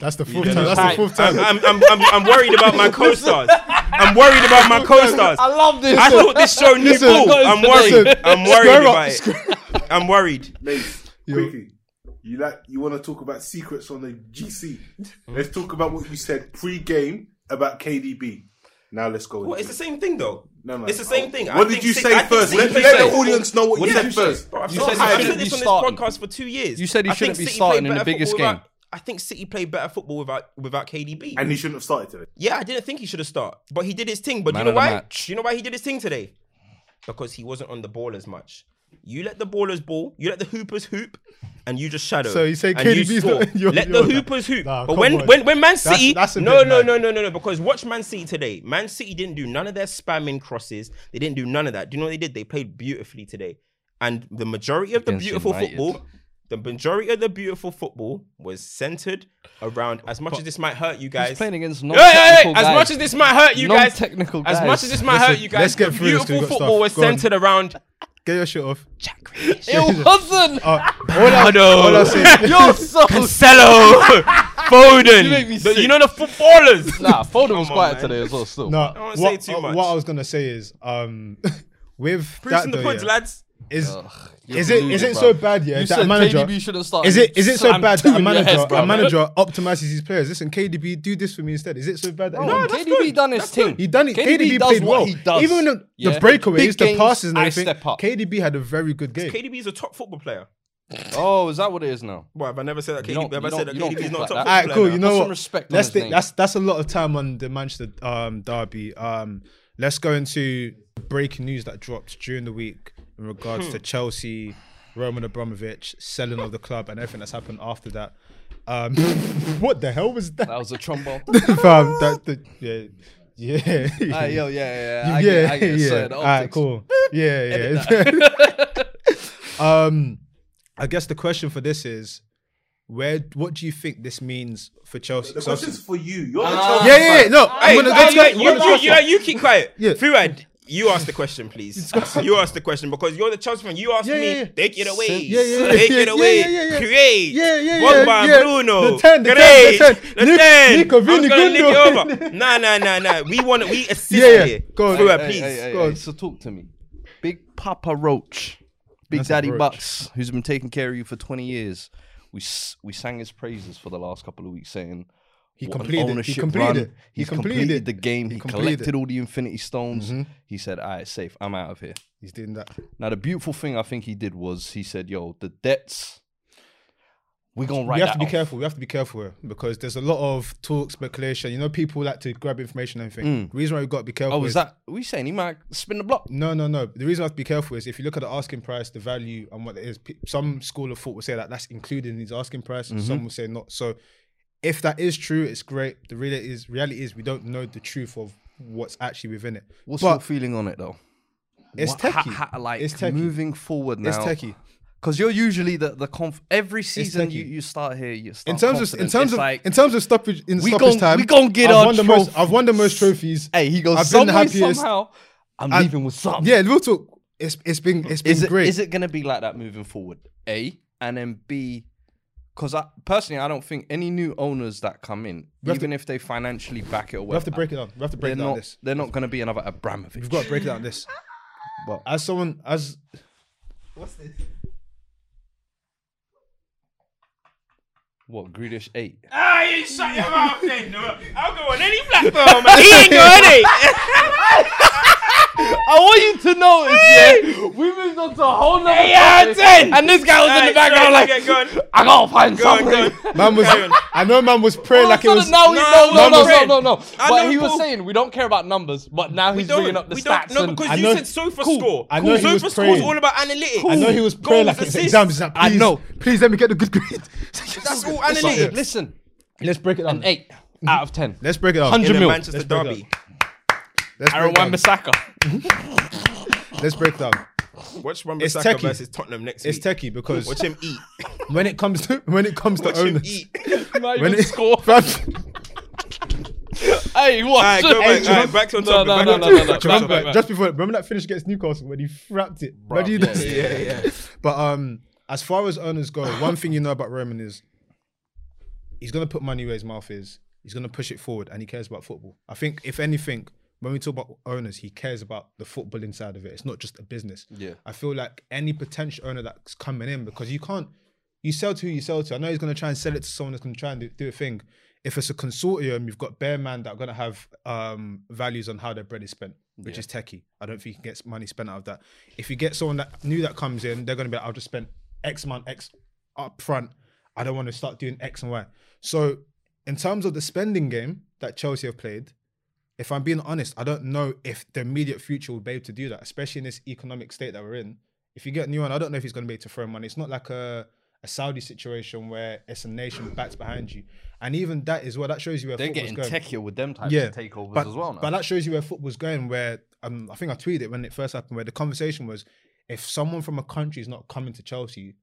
Speaker 1: That's the fourth time. That's the
Speaker 2: Right.
Speaker 1: fourth
Speaker 3: I'm,
Speaker 1: time.
Speaker 3: I'm, I'm, I'm, I'm worried about my co-stars. I'm worried about my co-stars.
Speaker 2: I love this.
Speaker 3: I thought this show knew
Speaker 1: Listen,
Speaker 3: ball.
Speaker 2: listen,
Speaker 3: I'm worried.
Speaker 1: listen.
Speaker 3: I'm worried
Speaker 1: Square up,
Speaker 3: about it. I'm worried.
Speaker 6: Mace, quickly. You like you want to talk about secrets on the GC? Let's talk about what you said pre-game about KDB. Now let's go.
Speaker 3: Well, it's the same thing though.
Speaker 6: No, no.
Speaker 3: It's the same thing. I
Speaker 6: What did
Speaker 3: think
Speaker 6: you
Speaker 3: six-
Speaker 6: say
Speaker 3: I think
Speaker 6: first?
Speaker 3: six
Speaker 6: Let,
Speaker 3: players-
Speaker 6: let the audience know what,
Speaker 3: What
Speaker 6: you
Speaker 3: did
Speaker 6: said
Speaker 3: you
Speaker 6: first.
Speaker 3: Bro, I've
Speaker 6: You
Speaker 3: said-
Speaker 6: said
Speaker 3: I've
Speaker 6: you
Speaker 3: said
Speaker 2: shouldn't
Speaker 6: said
Speaker 2: be
Speaker 3: this on this
Speaker 2: starting.
Speaker 3: podcast for two years.
Speaker 2: You said he
Speaker 3: I think
Speaker 2: shouldn't be
Speaker 3: City played
Speaker 2: starting in the
Speaker 3: better
Speaker 2: biggest
Speaker 3: football without-
Speaker 2: game.
Speaker 3: I think City played better football without without KDB.
Speaker 6: and he shouldn't have started today.
Speaker 3: Yeah, I didn't think he should have started, but he did his thing. But do
Speaker 2: Man
Speaker 3: you know
Speaker 2: of the
Speaker 3: why?
Speaker 2: match.
Speaker 3: Do you know why he did his thing today? Because he wasn't on the ball as much. You let the ballers ball, you let the hoopers hoop, and you just shadow.
Speaker 1: So you say
Speaker 3: and
Speaker 1: KDB 's
Speaker 3: score.
Speaker 2: [LAUGHS]
Speaker 1: not- you're-
Speaker 3: let
Speaker 1: you're-
Speaker 3: the hoopers hoop.
Speaker 1: Nah,
Speaker 3: but
Speaker 1: come
Speaker 3: when,
Speaker 1: on.
Speaker 3: when when Man
Speaker 1: That's-
Speaker 3: City,
Speaker 1: that's a
Speaker 3: no
Speaker 1: bit
Speaker 3: no
Speaker 1: mad.
Speaker 3: no no no no, because watch Man City today. Man City didn't do none of their spamming crosses. They didn't do none of that. Do you know what they did? They played beautifully today, and the majority of the
Speaker 2: Against
Speaker 3: beautiful
Speaker 2: United.
Speaker 3: football. The majority of the beautiful football was centered around. As much as this might hurt you guys,
Speaker 2: He's playing against
Speaker 3: Hey, hey, hey,
Speaker 2: non-technical
Speaker 3: As
Speaker 2: guys.
Speaker 3: much as this might hurt you guys,
Speaker 2: Non-technical
Speaker 3: as
Speaker 2: guys.
Speaker 3: much as this might hurt you guys,
Speaker 1: let's get
Speaker 3: the
Speaker 1: through this 'cause
Speaker 3: beautiful
Speaker 1: we've got
Speaker 3: football
Speaker 1: stuff.
Speaker 3: was
Speaker 1: Go on.
Speaker 3: centered around.
Speaker 1: Get your shit off.
Speaker 2: it wasn't.
Speaker 1: Uh, all I, all I say,
Speaker 2: [LAUGHS] You're so.
Speaker 3: Cancelo,
Speaker 1: [LAUGHS]
Speaker 3: Foden.
Speaker 2: You make me
Speaker 3: the-
Speaker 2: sick.
Speaker 3: you know the footballers.
Speaker 2: Nah, Foden was
Speaker 3: on,
Speaker 2: quiet
Speaker 3: man.
Speaker 2: today as well. Still.
Speaker 1: no,
Speaker 3: won't say
Speaker 1: what,
Speaker 3: too
Speaker 1: uh,
Speaker 3: much.
Speaker 1: what I was gonna say is, um, [LAUGHS] with
Speaker 3: Proofs
Speaker 1: that
Speaker 3: in the
Speaker 1: though,
Speaker 3: puds,
Speaker 1: yeah,
Speaker 3: lads.
Speaker 1: is
Speaker 2: You're
Speaker 1: Is it-
Speaker 2: deluded,
Speaker 1: is it
Speaker 2: bruv.
Speaker 1: so bad, yeah,
Speaker 2: You
Speaker 1: that
Speaker 2: said
Speaker 1: manager-
Speaker 2: KDB shouldn't start.
Speaker 1: Is it is it so
Speaker 2: Slam
Speaker 1: bad
Speaker 2: two
Speaker 1: that a
Speaker 2: in your
Speaker 1: manager
Speaker 2: heads, bruv.
Speaker 1: a manager optimizes his players? Listen, KDB, do this for me instead. Is it so bad that
Speaker 2: Bro,
Speaker 1: he done it?
Speaker 2: KDB done his thing.
Speaker 1: he done it?
Speaker 2: KDB,
Speaker 1: KDB,
Speaker 2: does
Speaker 1: played
Speaker 2: what
Speaker 1: well.
Speaker 2: he does.
Speaker 1: Even the,
Speaker 2: Yeah.
Speaker 1: the breakaways,
Speaker 2: Big
Speaker 1: the
Speaker 2: games,
Speaker 1: passes, and
Speaker 2: I
Speaker 1: everything.
Speaker 2: step up.
Speaker 1: KDB had a very good game.
Speaker 3: KDB is a top football player.
Speaker 2: Oh, is that what it is now?
Speaker 3: Well, have I never said that?
Speaker 2: You
Speaker 3: KDB,
Speaker 2: don't-
Speaker 3: have
Speaker 2: you
Speaker 3: I
Speaker 2: don't-
Speaker 3: said that
Speaker 2: you don't
Speaker 3: KDB is
Speaker 2: talk
Speaker 3: not a
Speaker 2: like
Speaker 3: top
Speaker 1: All
Speaker 3: football
Speaker 2: that.
Speaker 1: right,
Speaker 3: player?
Speaker 1: cool.
Speaker 3: now?
Speaker 1: You know
Speaker 2: Put some
Speaker 1: what?
Speaker 2: respect on
Speaker 1: let's
Speaker 2: his
Speaker 1: thi-
Speaker 2: name.
Speaker 1: that's that's a lot of time on the Manchester um, derby. Um, let's go into breaking news that dropped during the week in regards
Speaker 2: Hmm.
Speaker 1: to Chelsea, Roman Abramovich selling of the club, and everything that's happened after that. Um, [LAUGHS] what the hell was that?
Speaker 2: That was a
Speaker 1: [LAUGHS]
Speaker 2: trombone. [LAUGHS]
Speaker 1: Fam, that, that- yeah, [LAUGHS] yeah,
Speaker 2: Ah, yo, yeah, yeah, yeah.
Speaker 1: yeah,
Speaker 2: I get, I get.
Speaker 1: yeah.
Speaker 2: So the
Speaker 1: All right,
Speaker 2: optics- uh,
Speaker 1: cool.
Speaker 2: [LAUGHS]
Speaker 1: Yeah, yeah. um, I guess the question for this is, where? What do you think this means for Chelsea?
Speaker 6: The
Speaker 1: So-
Speaker 6: question's for you.
Speaker 3: Ah.
Speaker 6: You're the
Speaker 1: yeah,
Speaker 6: Chelsea
Speaker 1: yeah, yeah. No,
Speaker 3: Hey,
Speaker 1: I'm gonna
Speaker 3: hey,
Speaker 1: go to that.
Speaker 3: you, you, you, you keep quiet.
Speaker 1: [LAUGHS] Yeah.
Speaker 3: Fuad, you ask the question, please. you ask the question because you're the Chelsea fan. You ask
Speaker 1: Yeah,
Speaker 3: me,
Speaker 1: yeah, yeah.
Speaker 3: take it away.
Speaker 1: Yeah, yeah, yeah.
Speaker 3: Take
Speaker 1: Yeah,
Speaker 3: it
Speaker 1: yeah,
Speaker 3: away.
Speaker 1: yeah, yeah, yeah.
Speaker 3: Create.
Speaker 1: Yeah, yeah, yeah,
Speaker 3: Bogba,
Speaker 1: yeah.
Speaker 3: Bruno.
Speaker 1: The 10, the 10,
Speaker 3: Great.
Speaker 1: the 10.
Speaker 3: The
Speaker 1: Nick-
Speaker 3: 10.
Speaker 1: Nico,
Speaker 3: I'm
Speaker 1: Vini,
Speaker 3: gonna nick
Speaker 1: Gundo.
Speaker 3: it over. Nah, nah, nah, nah. We want we assist
Speaker 1: Yeah, yeah.
Speaker 3: here.
Speaker 1: Go on.
Speaker 3: Fuad,
Speaker 2: Hey,
Speaker 3: please.
Speaker 2: hey, hey,
Speaker 1: go on.
Speaker 2: hey, so talk to me. Big Papa Roach, Big
Speaker 1: That's a
Speaker 2: Daddy
Speaker 1: roach.
Speaker 2: Bucks, who's been taking care of you for 20 years. We s- we sang his praises for the last couple of weeks, saying
Speaker 1: He
Speaker 2: what an
Speaker 1: completed it. He
Speaker 2: ownership
Speaker 1: completed
Speaker 2: run.
Speaker 1: it. He
Speaker 2: He's
Speaker 1: completed
Speaker 2: completed,
Speaker 1: it.
Speaker 2: the game.
Speaker 1: He
Speaker 2: He,
Speaker 1: completed
Speaker 2: collected
Speaker 1: it. Mm-hmm.
Speaker 2: all the Infinity Stones. He said, "All right, safe. I'm out of here."
Speaker 1: He's doing that.
Speaker 2: Now the beautiful thing I think he did was he said, "Yo, the debts." We're gonna write
Speaker 1: We have
Speaker 2: that
Speaker 1: to be
Speaker 2: off."
Speaker 1: careful. We have to be careful here because there's a lot of talk, speculation. You know, people like to grab information and everything. The reason why we've got to be careful
Speaker 2: Oh,
Speaker 1: is
Speaker 2: is that? What are you saying? He might spin the block.
Speaker 1: No, no, no. The reason I have to be careful is if you look at the asking price, the value, and what it is, pe- some school of thought will say that that's included in his asking price, and
Speaker 2: Mm-hmm.
Speaker 1: some will say not. So, if that is true, it's great. The reality is, reality is we don't know the truth of what's actually within it.
Speaker 2: What's
Speaker 1: But-
Speaker 2: your feeling on it though?
Speaker 1: It's
Speaker 2: What- ha-
Speaker 1: techie.
Speaker 2: ha- like
Speaker 1: It's techie.
Speaker 2: moving forward now.
Speaker 1: It's techie.
Speaker 2: Because you're usually the the conf- every season you,
Speaker 1: techie.
Speaker 2: you start here. You start
Speaker 1: In terms of in
Speaker 2: confident.
Speaker 1: terms
Speaker 2: It's
Speaker 1: of
Speaker 2: like,
Speaker 1: in terms of stoppage in
Speaker 2: we
Speaker 1: stoppage
Speaker 2: gon-
Speaker 1: time,
Speaker 2: we gon' get
Speaker 1: I've
Speaker 2: our
Speaker 1: won the most.
Speaker 2: troph-
Speaker 1: I've won the most trophies.
Speaker 2: hey, he goes.
Speaker 1: I've
Speaker 2: some
Speaker 1: been the
Speaker 2: way,
Speaker 1: happiest.
Speaker 2: somehow. I'm leaving with some.
Speaker 1: Yeah, real talk. It's it's been it's been
Speaker 2: Is it
Speaker 1: great.
Speaker 2: is it gonna be like that moving forward? A and then B. Because I personally, I don't think any new owners that come in,
Speaker 1: have to-
Speaker 2: even if they financially back it away,
Speaker 1: we have to break it down. We have to break
Speaker 2: they're
Speaker 1: it down
Speaker 2: not.
Speaker 1: this.
Speaker 2: They're not going to be another Abramovich.
Speaker 1: We've got to break it down this.
Speaker 2: What?
Speaker 1: as someone as
Speaker 2: what Greedish
Speaker 3: [LAUGHS]
Speaker 2: eight.
Speaker 4: Ah, you shut your
Speaker 1: [LAUGHS]
Speaker 4: mouth then. I'll go on any platform.
Speaker 3: He ain't got it.
Speaker 2: [LAUGHS] I want you to notice, yeah, we moved on to a whole nother
Speaker 4: yeah,
Speaker 2: topic,
Speaker 4: ten.
Speaker 2: and this guy was in the background like,
Speaker 3: go on,
Speaker 2: I gotta find
Speaker 3: go on,
Speaker 2: something.
Speaker 3: go on.
Speaker 1: Man
Speaker 2: [LAUGHS]
Speaker 1: was, I know man was praying like it
Speaker 2: All of
Speaker 1: was.
Speaker 2: a sudden Oh, now he,
Speaker 1: no,
Speaker 2: no, no, no, no,
Speaker 1: no,
Speaker 2: no, no,
Speaker 3: I
Speaker 2: But
Speaker 3: know
Speaker 2: he was
Speaker 3: Paul-
Speaker 2: saying we don't care about numbers, but now he's bringing up the
Speaker 3: we
Speaker 2: stats.
Speaker 3: don't, no,
Speaker 2: and-
Speaker 3: because
Speaker 1: I
Speaker 3: you
Speaker 1: know-
Speaker 3: said sofa
Speaker 1: cool.
Speaker 3: score.
Speaker 1: I know he
Speaker 3: sofa
Speaker 1: was
Speaker 3: score is
Speaker 1: praying.
Speaker 3: all about analytics.
Speaker 1: I know he was praying like it's
Speaker 3: assists.
Speaker 1: exams. He's like,
Speaker 2: I
Speaker 1: please,
Speaker 2: know.
Speaker 1: Please let me get the good grade. [LAUGHS]
Speaker 3: That's all
Speaker 2: Listen,
Speaker 3: analytics.
Speaker 2: Listen,
Speaker 1: Let's break it
Speaker 2: an
Speaker 1: down.
Speaker 2: eight out of ten.
Speaker 1: Let's break it down.
Speaker 3: In
Speaker 2: 100
Speaker 3: the
Speaker 2: mil.
Speaker 3: Manchester
Speaker 1: break
Speaker 3: derby.
Speaker 1: Let's
Speaker 2: Aaron
Speaker 1: break down.
Speaker 2: Wan-Bissaka.
Speaker 1: Let's break down.
Speaker 3: Watch Wan
Speaker 1: It's
Speaker 3: Bissaka
Speaker 1: techie.
Speaker 3: versus Tottenham next
Speaker 1: It's
Speaker 3: week.
Speaker 1: techie because
Speaker 3: Watch him
Speaker 1: [LAUGHS]
Speaker 3: eat.
Speaker 1: when it comes to [LAUGHS] when it comes to
Speaker 3: Watch him
Speaker 1: owners,
Speaker 3: eat.
Speaker 2: Not
Speaker 1: when
Speaker 3: [LAUGHS]
Speaker 2: even
Speaker 1: it [LAUGHS]
Speaker 2: score.
Speaker 1: Fam,
Speaker 2: Hey, what?
Speaker 3: Alright, go back. Alright, back to on
Speaker 2: No,
Speaker 3: topic.
Speaker 2: no,
Speaker 3: back
Speaker 2: no,
Speaker 3: on topic, back
Speaker 2: no, no, no.
Speaker 3: on
Speaker 2: Back, back,
Speaker 3: topic.
Speaker 2: back.
Speaker 1: just before remember that finish against Newcastle when he frapped it. Bloody
Speaker 2: yeah,
Speaker 1: that's-
Speaker 3: Yeah, yeah.
Speaker 1: But um, as far as owners go, one thing you know about Roman is he's gonna put money where his mouth is. He's gonna push it forward, and he cares about football. I think if anything, when we talk about owners, he cares about the football inside of it. It's not just a business.
Speaker 2: Yeah.
Speaker 1: I feel like any potential owner that's coming in because you can't. You sell to who you sell to. I know he's gonna try and sell it to someone that's gonna try and do, do a thing. If it's a consortium, you've got bear man that are gonna have um, values on how their bread is spent, which is techie. I don't think you can get money spent out of that. If you get someone that new that comes in, they're gonna be like, I'll just spend X amount X up front. I don't want to start doing X and Y. So in terms of the spending game that Chelsea have played, if I'm being honest, I don't know if the immediate future will be able to do that, especially in this economic state that we're in. If you get new one, I don't know if he's going to be able to throw money. It's not like a, a Saudi situation where it's a nation backed behind you, and even that is well. That shows you where
Speaker 2: They're
Speaker 1: football's
Speaker 2: getting
Speaker 1: going.
Speaker 2: techier with them types
Speaker 1: Yeah,
Speaker 2: of takeovers
Speaker 1: but,
Speaker 2: as well now.
Speaker 1: but that shows you where football's going. Where um, I think I tweeted it when it first happened, where the conversation was, if someone from a country is not coming to Chelsea,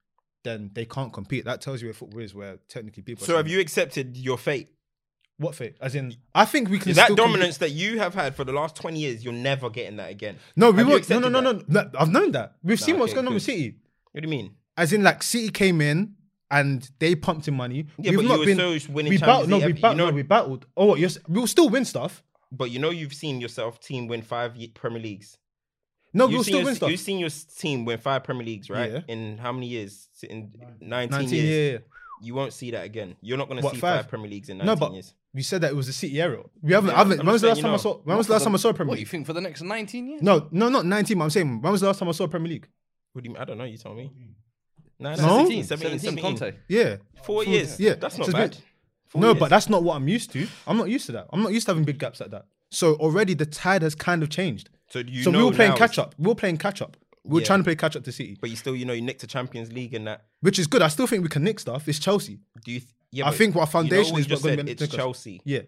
Speaker 1: then they can't compete. That tells you where football is, where technically people. are
Speaker 3: So have
Speaker 1: saying,
Speaker 3: you accepted your fate?
Speaker 1: what fate? As in, I think we can
Speaker 3: That
Speaker 1: still compete.
Speaker 3: dominance that you have had for the last 20 years, you're never getting that again.
Speaker 1: No, we
Speaker 3: Have you
Speaker 1: won't. No, no,
Speaker 3: accepted
Speaker 1: no,
Speaker 3: that?
Speaker 1: no, no. I've known that. We've seen what's
Speaker 3: okay,
Speaker 1: going on
Speaker 3: good.
Speaker 1: with City.
Speaker 3: What do you mean?
Speaker 1: As in, like City came in and they pumped in money.
Speaker 3: Yeah,
Speaker 1: We've
Speaker 3: but you
Speaker 1: not
Speaker 3: were
Speaker 1: been.
Speaker 3: still winning
Speaker 1: we
Speaker 3: Champions
Speaker 1: battled. No,
Speaker 3: League
Speaker 1: we
Speaker 3: every- you
Speaker 1: battled.
Speaker 3: know-
Speaker 1: No, we battled. Oh, what, you're, s- we'll still win stuff.
Speaker 3: But you know you've seen yourself team win five ye- Premier Leagues.
Speaker 1: No,
Speaker 3: You've
Speaker 1: we'll
Speaker 3: seen
Speaker 1: still win
Speaker 3: your,
Speaker 1: stuff.
Speaker 3: you've seen your s- team win five Premier Leagues, right?
Speaker 1: Yeah.
Speaker 3: In how many years? In 19,
Speaker 1: 19
Speaker 3: years.
Speaker 1: years.
Speaker 3: You won't see that again. You're not going to
Speaker 1: What,
Speaker 3: see five?
Speaker 1: five?
Speaker 3: Premier Leagues in 19
Speaker 1: No, but
Speaker 3: years.
Speaker 1: you said that it was the City era. We haven't.
Speaker 3: Yeah,
Speaker 1: I haven't
Speaker 3: I'm
Speaker 1: when was the
Speaker 3: just
Speaker 1: last
Speaker 3: saying,
Speaker 1: time I
Speaker 3: you know.
Speaker 1: saw? When was the last time I saw Premier
Speaker 2: What do you
Speaker 1: League?
Speaker 2: think for the next 19 years?
Speaker 1: No, no, not 19. But I'm saying when was the last time I saw Premier League?
Speaker 3: What do you mean? I don't know. You tell me. No, 17,
Speaker 2: 17,
Speaker 3: 17,
Speaker 2: 17, Conte.
Speaker 1: Yeah.
Speaker 3: Four years.
Speaker 1: Yeah,
Speaker 3: that's
Speaker 1: so
Speaker 3: not
Speaker 1: it's
Speaker 3: bad.
Speaker 1: been-
Speaker 3: Four
Speaker 1: no,
Speaker 3: years.
Speaker 1: but that's not what I'm used to. I'm not used to that. I'm not used to having big gaps like that. So already the tide has kind of changed.
Speaker 3: So do you
Speaker 1: So we
Speaker 3: know
Speaker 1: were playing
Speaker 3: now
Speaker 1: catch
Speaker 3: it's-
Speaker 1: up. We were playing catch up. We were
Speaker 3: Yeah.
Speaker 1: trying to play catch up to City,
Speaker 3: But you still, you know, you nicked a Champions League and that.
Speaker 1: which is good. I still think we can nick stuff. It's Chelsea.
Speaker 3: Do you? Th- yeah,
Speaker 1: I
Speaker 3: but
Speaker 1: think our
Speaker 3: you
Speaker 1: foundation
Speaker 3: know what
Speaker 1: is
Speaker 3: you just
Speaker 1: not gonna
Speaker 3: said,
Speaker 1: be-
Speaker 3: It's
Speaker 1: take us.
Speaker 3: Chelsea.
Speaker 1: Yeah.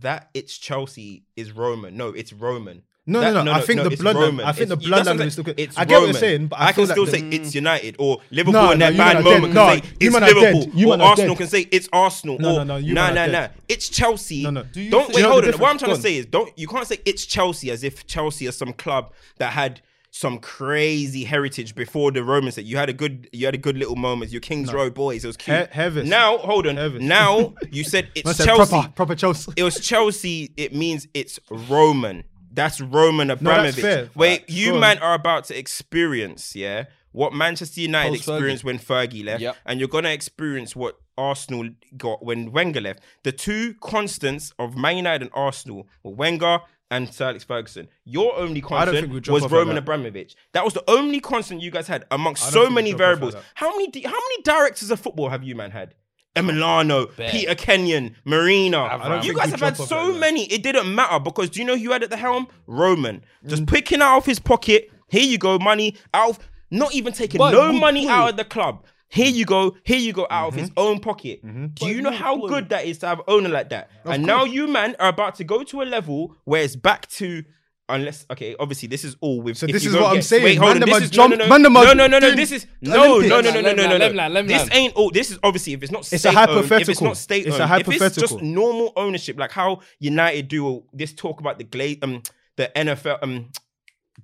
Speaker 3: That it's Chelsea is Roman. No, it's Roman.
Speaker 1: No,
Speaker 3: That-
Speaker 1: no, no, I think the
Speaker 3: it's
Speaker 1: bloodline-
Speaker 3: Roman.
Speaker 1: I think
Speaker 3: It's-
Speaker 1: the
Speaker 3: that's what
Speaker 1: bloodline
Speaker 3: I'm saying.
Speaker 1: is still good.
Speaker 3: It's
Speaker 1: I get what you're
Speaker 3: Roman.
Speaker 1: saying, but I
Speaker 3: I can
Speaker 1: feel like
Speaker 3: still
Speaker 1: the-
Speaker 3: say it's United or Liverpool
Speaker 1: No,
Speaker 3: in
Speaker 1: no,
Speaker 3: that
Speaker 1: you man
Speaker 3: bad
Speaker 1: are
Speaker 3: moment
Speaker 1: dead. No,
Speaker 3: can say
Speaker 1: you
Speaker 3: it's
Speaker 1: man are
Speaker 3: Liverpool
Speaker 1: dead. You
Speaker 3: or
Speaker 1: man are
Speaker 3: Arsenal
Speaker 1: dead.
Speaker 3: can say it's Arsenal
Speaker 1: No,
Speaker 3: or
Speaker 1: no, no, you
Speaker 3: nah,
Speaker 1: man
Speaker 3: nah,
Speaker 1: are
Speaker 3: nah.
Speaker 1: dead.
Speaker 3: It's Chelsea.
Speaker 1: No, no. Do
Speaker 3: Do
Speaker 1: you
Speaker 3: not
Speaker 1: think-
Speaker 3: wait.
Speaker 1: You know
Speaker 3: Hold
Speaker 1: the
Speaker 3: on. What I'm
Speaker 1: difference?
Speaker 3: trying to
Speaker 1: Go on.
Speaker 3: say is don't. You can't say it's Chelsea as if Chelsea is some club that had. Some crazy heritage before the Romans. That you had a good, you had a good little moments. Your Kings Row boys, it was cute.
Speaker 1: He- Heavis.
Speaker 3: now, hold on.
Speaker 1: Heavis. [LAUGHS]
Speaker 3: Now you said it's
Speaker 1: I said
Speaker 3: Chelsea
Speaker 1: proper, proper Chelsea.
Speaker 3: it was Chelsea, it means it's Roman. That's Roman Abramovich.
Speaker 1: fair.
Speaker 3: Wait,
Speaker 1: Alright,
Speaker 3: you
Speaker 1: go on.
Speaker 3: man are about to experience, yeah, what Manchester United
Speaker 2: Post-Fergie.
Speaker 3: experienced when Fergie left,
Speaker 2: Yep.
Speaker 3: and you're gonna experience what Arsenal got when Wenger left. The two constants of Man United and Arsenal were Wenger and Sir Alex Ferguson. Your only constant
Speaker 1: think we'd drop
Speaker 3: was
Speaker 1: off like
Speaker 3: Roman
Speaker 1: that.
Speaker 3: Abramovich. That was the only constant you guys had amongst
Speaker 1: don't
Speaker 3: so
Speaker 1: think we'd
Speaker 3: many
Speaker 1: drop off like
Speaker 3: variables.
Speaker 1: that.
Speaker 3: How many di- how many directors of football have you man had? Emiliano, Peter Kenyon, Marina.
Speaker 1: don't
Speaker 3: You
Speaker 1: think
Speaker 3: guys
Speaker 1: we
Speaker 3: have had
Speaker 1: drop off
Speaker 3: so
Speaker 1: like that.
Speaker 3: many. It didn't matter because do you know who had at the helm? Roman. Just
Speaker 1: Mm.
Speaker 3: picking out of his pocket. Here you go, money out. Of, not even taking
Speaker 2: But
Speaker 3: no
Speaker 2: would
Speaker 3: money
Speaker 2: Paul-
Speaker 3: out of the club. Here you go. Here you go out of his
Speaker 1: Mm-hmm.
Speaker 3: own pocket. Do you know how good that is to have an owner like that? and now you man are about to go to a level where it's back to. Unless okay, obviously this is all with.
Speaker 1: So
Speaker 3: if
Speaker 1: this
Speaker 3: you
Speaker 1: is
Speaker 3: go
Speaker 1: what I'm
Speaker 3: get-
Speaker 1: saying.
Speaker 3: Wait,
Speaker 1: Man,
Speaker 3: hold on.
Speaker 1: them
Speaker 3: This
Speaker 1: are
Speaker 3: is
Speaker 1: jump-
Speaker 3: no, no, no,
Speaker 1: man, them are
Speaker 3: no, no, no, no.
Speaker 1: doing
Speaker 3: This is no,
Speaker 1: Olympics.
Speaker 3: no, no, no, no, no,
Speaker 2: Let me
Speaker 3: no,
Speaker 2: lie,
Speaker 3: no.
Speaker 2: let me
Speaker 3: This
Speaker 2: lie.
Speaker 3: ain't all. This is obviously if it's not.
Speaker 1: It's a
Speaker 3: state-owned, If it's
Speaker 1: hypothetical.
Speaker 3: not state
Speaker 1: It's a
Speaker 3: owned, if it's just
Speaker 1: hypothetical.
Speaker 3: normal ownership, like how United do this talk about the gla- um the NFL um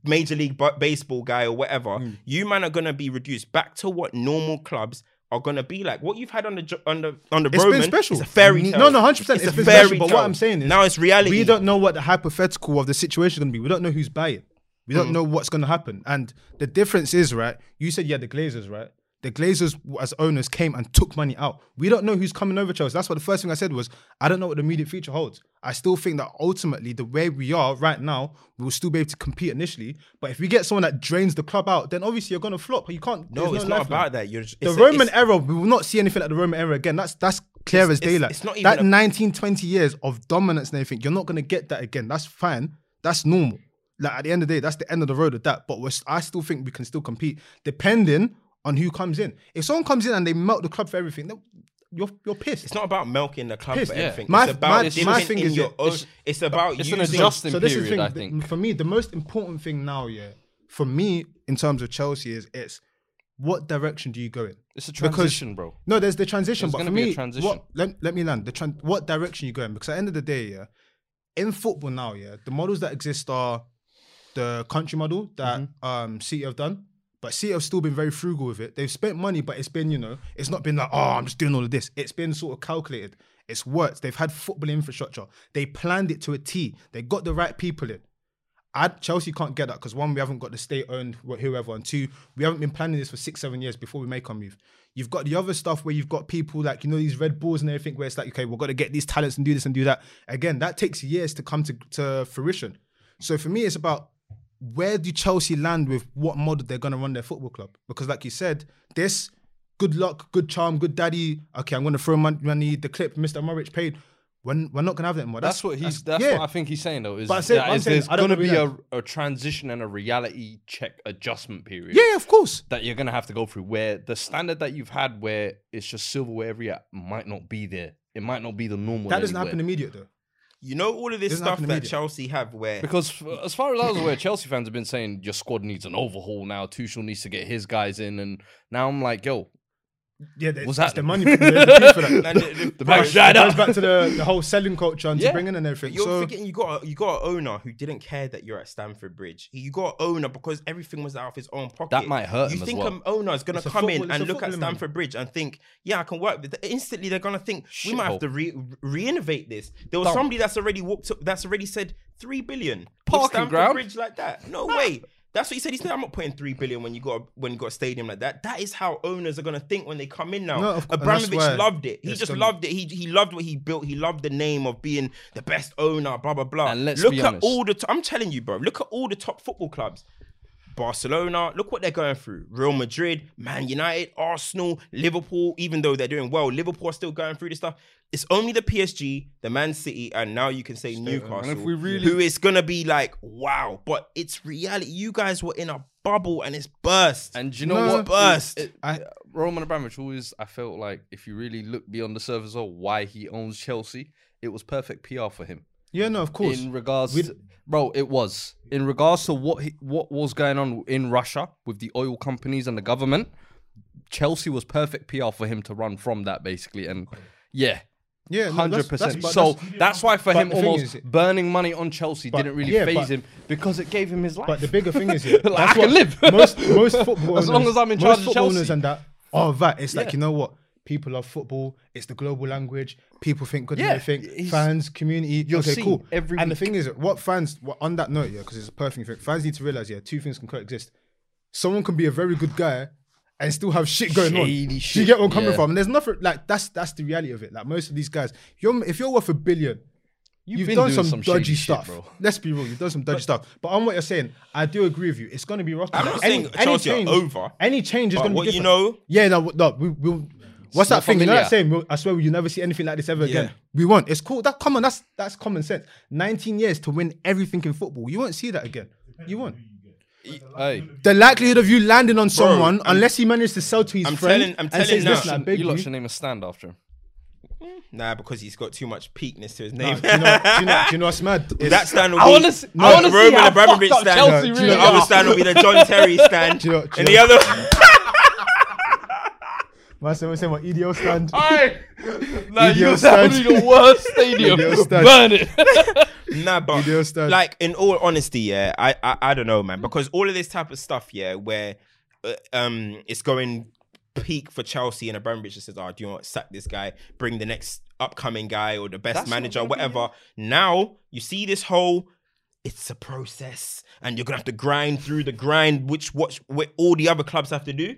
Speaker 3: Major League Bu- Baseball guy or whatever,
Speaker 1: Hmm.
Speaker 3: you man are gonna be reduced back to what normal clubs are gonna be like. What you've had on the jo- on the on the
Speaker 1: It's
Speaker 3: Roman,
Speaker 1: been special.
Speaker 3: It's a fairy tale.
Speaker 1: No, no, hundred percent. It's
Speaker 3: a
Speaker 1: been
Speaker 3: fairy
Speaker 1: special. But what
Speaker 3: tale.
Speaker 1: I'm saying is
Speaker 3: now it's reality.
Speaker 1: We don't know what the hypothetical of the situation is going to be. We don't know
Speaker 3: Mm.
Speaker 1: who's buying. We don't know what's going to happen. And the difference is, right? You said you had the Glazers, right? The Glazers, as owners, came and took money out. We don't know who's coming over, Chelsea. That's what the first thing I said was, I don't know what the immediate future holds. I still think that ultimately, the way we are right now, we will still be able to compete initially. But if we get someone that drains the club out, then obviously you're going to flop. You can't.
Speaker 3: No,
Speaker 1: there's
Speaker 3: it's not
Speaker 1: lifeline.
Speaker 3: about that. You're just,
Speaker 1: The
Speaker 3: it's a-
Speaker 1: Roman
Speaker 3: it's-
Speaker 1: era, we will not see anything like the Roman era again. That's that's clear as
Speaker 3: it's-
Speaker 1: daylight.
Speaker 3: it's not even
Speaker 1: that
Speaker 3: a-
Speaker 1: 19, 20 years of dominance and everything, you're not going to get that again. That's fine. That's normal. Like at the end of the day, that's the end of the road with that. But we're, I still think we can still compete depending on who comes in. If someone comes in and they melt the club for everything, then you're you're pissed.
Speaker 3: It's not about milking the club
Speaker 1: Pissed,
Speaker 3: for
Speaker 1: yeah.
Speaker 3: everything.
Speaker 1: My-
Speaker 3: it's about
Speaker 1: my-
Speaker 3: dipping
Speaker 1: my thing
Speaker 3: in
Speaker 1: is
Speaker 3: your
Speaker 1: it-
Speaker 3: own. It's,
Speaker 1: it's-
Speaker 3: about
Speaker 2: it's an
Speaker 3: using
Speaker 2: adjustment.
Speaker 1: so
Speaker 2: Justin
Speaker 1: this is the
Speaker 2: period,
Speaker 1: thing.
Speaker 2: I
Speaker 1: th-
Speaker 2: think.
Speaker 1: for me, the most important thing now, yeah, for me in terms of Chelsea is it's what direction do you go in?
Speaker 2: It's a
Speaker 1: Because-
Speaker 2: transition, bro.
Speaker 1: No, there's the transition,
Speaker 2: There's
Speaker 1: but
Speaker 2: gonna
Speaker 1: for
Speaker 2: be a
Speaker 1: me,
Speaker 2: transition.
Speaker 1: What, let, let me land. The tran- what direction you going? Because at the end of the day, yeah, in football now, yeah, the models that exist are the country model that
Speaker 2: Mm-hmm.
Speaker 1: um City have done, but City have still been very frugal with it. They've spent money, but it's been you know, it's not been like oh, I'm just doing all of this. It's been sort of calculated. It's worked. They've had football infrastructure. They planned it to a T. They got the right people in. I, Chelsea can't get that because one, we haven't got the state owned wh- whoever, and two, we haven't been planning this for six, seven years before we make our move. You've got the other stuff where you've got people like you know these Red Bulls and everything, where it's like okay, we're gonna get these talents and do this and do that. Again, that takes years to come to, to fruition. So for me, it's about where do Chelsea land with what model they're gonna run their football club? Because like you said, this good luck, good charm, good daddy. Okay, I'm gonna throw mon- money. The clip Mr. Murrich paid. When we're not gonna have that anymore.
Speaker 2: That's what he's. That's what I think he's saying though. Is,
Speaker 1: But I said-
Speaker 2: that
Speaker 1: I'm
Speaker 2: is
Speaker 1: saying
Speaker 2: there's
Speaker 1: I don't
Speaker 2: going to be
Speaker 1: agree
Speaker 2: a, a transition and a reality check adjustment period.
Speaker 1: yeah, of course.
Speaker 2: That you're gonna have to go through, where the standard that you've had, where it's just silverware every year, might not be there. It might not be the normal.
Speaker 1: That doesn't
Speaker 2: anywhere.
Speaker 1: happen immediate though.
Speaker 3: You know all of this
Speaker 1: Doesn't
Speaker 3: stuff
Speaker 1: happen
Speaker 3: that
Speaker 1: immediately.
Speaker 3: Chelsea have where
Speaker 2: Because
Speaker 1: [LAUGHS]
Speaker 2: f- as far as I was aware, Chelsea fans have been saying your squad needs an overhaul now. Tuchel needs to get his guys in, and now I'm like, yo,
Speaker 1: Yeah, there's,
Speaker 2: What's
Speaker 1: it's
Speaker 2: that?
Speaker 1: the money for,
Speaker 2: [LAUGHS]
Speaker 1: there's a fee for that.
Speaker 3: And the- the-
Speaker 1: [LAUGHS]
Speaker 2: the
Speaker 1: Right,
Speaker 2: back dried
Speaker 1: it goes
Speaker 2: up.
Speaker 1: back to the, the whole selling culture and
Speaker 2: Yeah.
Speaker 1: to bring in and everything.
Speaker 3: You're
Speaker 1: so
Speaker 3: forgetting you got a, you got an owner who didn't care that you're at Stamford Bridge. You got an owner because everything was out of his own pocket.
Speaker 2: That might hurt
Speaker 3: You
Speaker 2: him as
Speaker 3: think
Speaker 2: well.
Speaker 3: an owner is going
Speaker 1: It's
Speaker 3: to
Speaker 1: a
Speaker 3: come in
Speaker 1: football- it's
Speaker 3: and
Speaker 1: a
Speaker 3: look at
Speaker 1: footballer, man.
Speaker 3: Stamford Bridge and think, yeah, I can work with it. Instantly, they're going to think we might have
Speaker 2: Shithole.
Speaker 3: to re- reinnovate this. There was
Speaker 2: Dumb.
Speaker 3: somebody that's already walked up, that's already said three billion with
Speaker 2: Parking
Speaker 3: Stamford
Speaker 2: ground?
Speaker 3: Bridge like that. No way. That's what he said. He said, "I'm not putting three billion when you got a, when you got a stadium like that." That is how owners are gonna think when they come in now.
Speaker 1: No, of cou- and that's
Speaker 3: Abramovich
Speaker 1: why
Speaker 3: loved it. He
Speaker 1: it's
Speaker 3: just
Speaker 1: gonna-
Speaker 3: loved loved it. He he loved what he built. He loved the name of being the best owner. Blah blah blah.
Speaker 2: And let's
Speaker 3: look
Speaker 2: be
Speaker 3: at
Speaker 2: honest.
Speaker 3: all the. T- I'm telling you, bro. Look at all the top football clubs. Barcelona, look what they're going through. Real Madrid, Man United, Arsenal, Liverpool, even though they're doing well, Liverpool are still going through this stuff. It's only the PSG, the Man City, and now you can say Newcastle,
Speaker 2: And if we really-
Speaker 3: who is going to be like, wow, but it's reality. You guys were in a bubble and it's burst.
Speaker 2: [LAUGHS] And do you know
Speaker 1: No.
Speaker 2: what?
Speaker 3: Burst.
Speaker 2: It-
Speaker 1: I-
Speaker 2: Roman Abramovich always, I felt like if you really look beyond the surface of why he owns Chelsea, it was perfect PR for him.
Speaker 1: yeah, no, of course.
Speaker 2: In regards,
Speaker 1: We-
Speaker 2: to, bro, it was in regards to what he, what was going on in Russia with the oil companies and the government. Chelsea was perfect PR for him to run from that, basically, and yeah,
Speaker 1: yeah, no, that's-
Speaker 2: hundred percent.
Speaker 1: that's-
Speaker 2: So
Speaker 1: that's-
Speaker 2: that's why for
Speaker 1: but
Speaker 2: him,
Speaker 1: the thing
Speaker 2: almost
Speaker 1: is-
Speaker 2: burning money on Chelsea
Speaker 1: But-
Speaker 2: didn't really
Speaker 1: yeah,
Speaker 2: phase
Speaker 1: but-
Speaker 2: him because it gave him his life.
Speaker 1: but the bigger thing
Speaker 2: [LAUGHS]
Speaker 1: is, yeah,
Speaker 2: Like,
Speaker 1: that's
Speaker 2: I can
Speaker 1: what [LAUGHS]
Speaker 2: live.
Speaker 1: most most
Speaker 2: [LAUGHS]
Speaker 1: football
Speaker 2: As long
Speaker 1: owners-
Speaker 2: as I'm in
Speaker 1: most
Speaker 2: charge of
Speaker 1: football
Speaker 2: Chelsea.
Speaker 1: owners and that. Oh, that it's
Speaker 2: Yeah.
Speaker 1: like you know what. People love football. It's the global language. People think good.
Speaker 2: Yeah,
Speaker 1: Yeah, think
Speaker 2: he's-
Speaker 1: fans, community.
Speaker 2: You'll
Speaker 1: okay,
Speaker 2: see
Speaker 1: cool.
Speaker 2: every
Speaker 1: and
Speaker 2: week.
Speaker 1: the thing is, what fans what, on that note, yeah, because it's a perfect thing. Fans need to realize, yeah, two things can coexist. Someone can be a very good guy and still have shit going on.
Speaker 2: Shady
Speaker 1: Do
Speaker 2: shit,
Speaker 1: you get where I'm coming
Speaker 2: yeah.
Speaker 1: from? And there's nothing like that's that's the reality of it. Like most of these guys, you're, if you're worth a billion,
Speaker 2: You've
Speaker 1: you've,
Speaker 2: been
Speaker 1: done
Speaker 2: doing
Speaker 1: some,
Speaker 2: some shady
Speaker 1: dodgy
Speaker 2: shit,
Speaker 1: stuff.
Speaker 2: bro.
Speaker 1: Let's be real, you've done some dodgy stuff. But on what you're saying, I do agree with you. It's going to be rough.
Speaker 3: I'm not saying Chelsea are over,
Speaker 1: Any change is
Speaker 3: but
Speaker 1: going to
Speaker 3: what
Speaker 1: be
Speaker 3: you
Speaker 1: different.
Speaker 3: know-
Speaker 1: Yeah, no, no. We, we'll, what's
Speaker 2: not
Speaker 1: that thing? You know
Speaker 2: familiar.
Speaker 1: that saying? We'll, I swear, you'll never see anything like this ever
Speaker 3: Yeah.
Speaker 1: again. We won't. It's cool. That come on. That's that's common sense. 19 years to win everything in football. You won't see that again. You won't.
Speaker 2: hey.
Speaker 1: The likelihood of you landing on someone, unless he manages to sell to his
Speaker 3: I'm
Speaker 1: friend,
Speaker 3: telling- I'm
Speaker 1: and
Speaker 3: telling
Speaker 1: says,
Speaker 3: now.
Speaker 1: "Listen, I beg
Speaker 2: you
Speaker 1: you."
Speaker 2: lot should name a stand after him.
Speaker 3: nah, because he's got too much peakness to his
Speaker 1: Nah,
Speaker 3: name.
Speaker 1: do, you know, do, you know, do you know what's
Speaker 3: [LAUGHS]
Speaker 1: mad? It's-
Speaker 3: That stand will
Speaker 2: I
Speaker 3: be-
Speaker 2: wanna s- I
Speaker 3: uh,
Speaker 2: wanna see
Speaker 3: Roman
Speaker 2: how
Speaker 3: Abramovich
Speaker 2: fucked up
Speaker 3: stand.
Speaker 2: Chelsea
Speaker 1: No, do
Speaker 3: the
Speaker 1: you really know-
Speaker 3: other stand will be the John [LAUGHS] Terry stand,
Speaker 1: Do you know- do
Speaker 3: and
Speaker 1: you
Speaker 3: the other.
Speaker 1: Man, someone said, "What EDO stand?" [LAUGHS]
Speaker 2: Hey, like
Speaker 1: Idiot
Speaker 2: you're sounding
Speaker 1: stud.
Speaker 2: the worst stadium. [LAUGHS]
Speaker 1: Idiot stud.
Speaker 2: Burn it.
Speaker 3: [LAUGHS] nah, but
Speaker 1: do stand.
Speaker 3: like in all honesty, yeah, I, I I don't know, man, because all of this type of stuff, yeah, where uh, um it's going peak for Chelsea and Abramovich just says, "Oh, do you want to sack this guy? Bring the next upcoming guy or the best
Speaker 2: That's what
Speaker 3: manager,
Speaker 2: they'll be,
Speaker 3: whatever." Now you see this whole it's a process and you're gonna have to grind through the grind which what, what all the other clubs have to do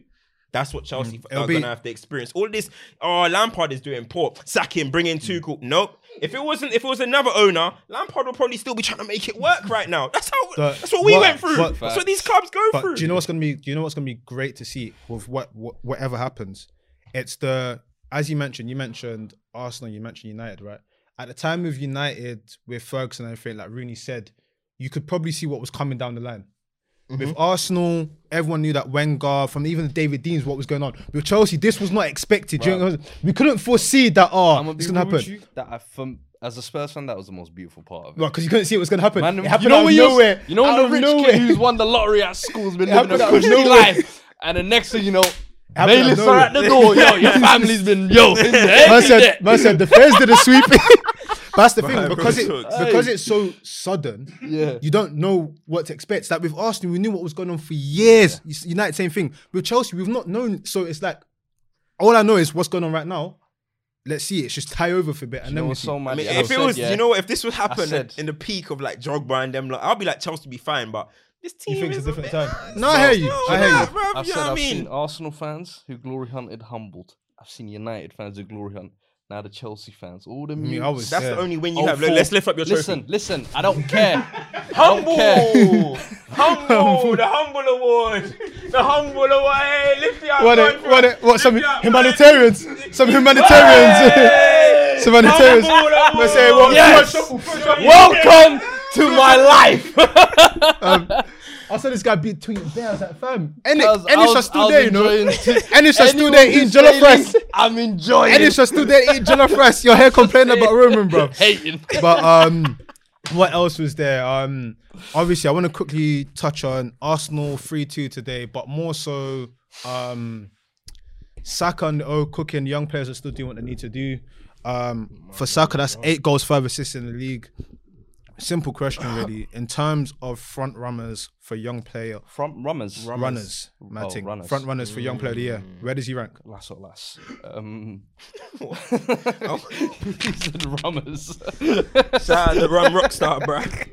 Speaker 3: That's what Chelsea
Speaker 1: Mm,
Speaker 3: are
Speaker 1: LB.
Speaker 3: going to have to experience. All this, oh, Lampard is doing poor. Sack him, bring in
Speaker 1: Mm.
Speaker 3: Tuchel. Nope. If it wasn't, if it was another owner, Lampard would probably still be trying to make it work right now. That's how.
Speaker 1: But-
Speaker 3: that's what we
Speaker 1: but-
Speaker 3: went through.
Speaker 1: but-
Speaker 3: that's what these clubs go
Speaker 1: But
Speaker 3: through.
Speaker 1: do you know what's gonna be? Do you know what's gonna be great to see with what, what whatever happens? It's the as you mentioned. You mentioned Arsenal. You mentioned United, right? At the time of United with Ferguson and everything, like Rooney said, you could probably see what was coming down the line. With Arsenal, everyone knew that Wenger, from even David Deans, what was going on. With Chelsea, this was not expected. Do you know what I'm saying? we couldn't foresee that. Oh,
Speaker 2: I'm gonna be
Speaker 1: it's gonna
Speaker 2: real with
Speaker 1: happen.
Speaker 2: you, That I, from, as a Spurs fan, that was the most beautiful part of it.
Speaker 1: Well, because you couldn't see it was gonna happen.
Speaker 2: Man,
Speaker 1: it happened
Speaker 2: you know
Speaker 1: out of
Speaker 2: when you're-
Speaker 1: nowhere.
Speaker 2: You know
Speaker 1: out
Speaker 2: when
Speaker 1: of
Speaker 2: the rich
Speaker 1: nowhere.
Speaker 2: kid who's won the lottery at
Speaker 1: [LAUGHS]
Speaker 2: school's been living
Speaker 1: happened
Speaker 2: a
Speaker 1: out of
Speaker 2: cushy
Speaker 1: nowhere.
Speaker 2: life, and the next thing you know,
Speaker 1: happened out of
Speaker 2: bailiffs are at the
Speaker 1: nowhere.
Speaker 2: door. Yo, [LAUGHS] your family's been [LAUGHS] yo. in there,
Speaker 1: Man
Speaker 2: in there.
Speaker 1: said, man said the feds did a sweep. [LAUGHS] That's the thing because it
Speaker 3: Brooks.
Speaker 1: because it's so sudden.
Speaker 2: Yeah.
Speaker 1: you don't know what to expect. It's Like with Arsenal, we knew what was going on for years. You s- United, same thing. With Chelsea, we've not known. So it's like all I know is what's going on right now. Let's see. It's just tie over for a bit, and
Speaker 2: You know
Speaker 1: then we
Speaker 2: what's
Speaker 1: see.
Speaker 2: so mad?
Speaker 3: I mean,
Speaker 2: I
Speaker 3: if it
Speaker 2: said,
Speaker 3: was,
Speaker 2: yeah.
Speaker 3: you know, what, if this would happen
Speaker 2: said-
Speaker 3: in the peak of like Drogba and them, like, I'll be like Chelsea be fine, but this team
Speaker 1: you think it's
Speaker 3: is
Speaker 1: a different
Speaker 3: bit-
Speaker 2: [LAUGHS]
Speaker 1: time. No, I hear you. I hear you.
Speaker 3: Bruv, you know
Speaker 2: I've
Speaker 3: what
Speaker 2: said
Speaker 3: I
Speaker 2: I've
Speaker 3: mean?
Speaker 2: seen Arsenal fans who glory hunted humbled. I've seen United fans who glory hunt. Now the Chelsea fans, all the
Speaker 1: mean,
Speaker 2: mutes.
Speaker 1: I was-
Speaker 3: That's
Speaker 1: Yeah.
Speaker 3: the only win you
Speaker 2: Mm, Oh,
Speaker 3: have.
Speaker 2: four.
Speaker 3: Let's lift up your trophy.
Speaker 2: Listen, listen. I [LAUGHS] don't care.
Speaker 4: Humble,
Speaker 2: care.
Speaker 4: [LAUGHS] humble, the humble award, the humble award. Hey, lift it up,
Speaker 1: What?
Speaker 4: man,
Speaker 1: it-
Speaker 4: bro.
Speaker 1: What? it- What? Some
Speaker 4: Lift it up,
Speaker 1: humanitarians. Some
Speaker 4: Hey!
Speaker 1: humanitarians. Some humanitarians.
Speaker 4: Humble award.
Speaker 1: Let's say what?
Speaker 2: Yes! Welcome [LAUGHS] to my life.
Speaker 1: Um, I saw this guy be tweeting there. I was like, fam. And
Speaker 2: I was- I
Speaker 1: it's
Speaker 2: was-
Speaker 1: just
Speaker 2: I
Speaker 1: still
Speaker 2: was
Speaker 1: there, you know. [LAUGHS]
Speaker 2: enjoying t-
Speaker 1: And it's just still
Speaker 2: Anyone
Speaker 1: there eating
Speaker 2: who's
Speaker 1: jollof
Speaker 2: failing, [LAUGHS]
Speaker 1: rice.
Speaker 2: I'm enjoying
Speaker 1: And it's just still there eating
Speaker 2: [LAUGHS]
Speaker 1: jollof rice. You're here complaining about Roman, bro.
Speaker 2: hating.
Speaker 1: But um, what else was there? Um, obviously, I want to quickly touch on Arsenal three two today, but more so, um, Saka and O cooking young players are still doing what they need to do. Um, for Saka, that's eight goals, five assists in the league. Simple question, really, in terms of front runners for young player
Speaker 2: From runners.
Speaker 1: runners,
Speaker 3: Oh,
Speaker 1: Matting,
Speaker 2: runners.
Speaker 1: front runners for young player of the year.
Speaker 3: Mm.
Speaker 1: Where does he rank?
Speaker 2: Lass or lass. Um, [LAUGHS] he said rummers.
Speaker 3: Shout out to the Rum Rockstar, bruh.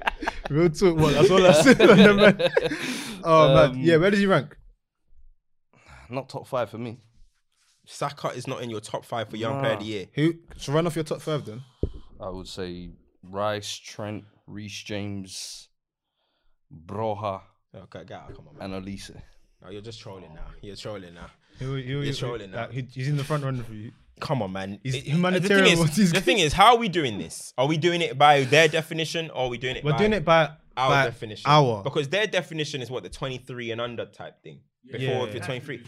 Speaker 1: [LAUGHS] Real talk, what? That's [LAUGHS] all I said. on the man. Oh
Speaker 3: Um,
Speaker 1: man, yeah. Where does he rank?
Speaker 2: [LAUGHS] Not top five for me.
Speaker 3: [LAUGHS] Saka is not in your top five for young player of the year.
Speaker 1: Who? So run off your top five then.
Speaker 2: I would say Rice, Trent, Reese James, Broha,
Speaker 3: Okay, come on, man.
Speaker 2: and Elise.
Speaker 3: No, you're just trolling now. You're trolling now.
Speaker 1: Who, who, who,
Speaker 3: trolling now.
Speaker 1: like, who- he's in the front runner for you.
Speaker 3: Come on, man.
Speaker 1: He's
Speaker 3: It- it-
Speaker 1: humanitarian,
Speaker 3: The
Speaker 1: what
Speaker 3: thing,
Speaker 1: he's-
Speaker 3: is, the thing is, how are we doing this? Are we doing it by their definition, or are we doing it?
Speaker 1: We're
Speaker 3: by
Speaker 1: doing it by
Speaker 3: our
Speaker 1: by
Speaker 3: definition.
Speaker 1: Our.
Speaker 3: because their definition is what the 23 and under type thing. Before,
Speaker 1: Yeah.
Speaker 3: if you're 23,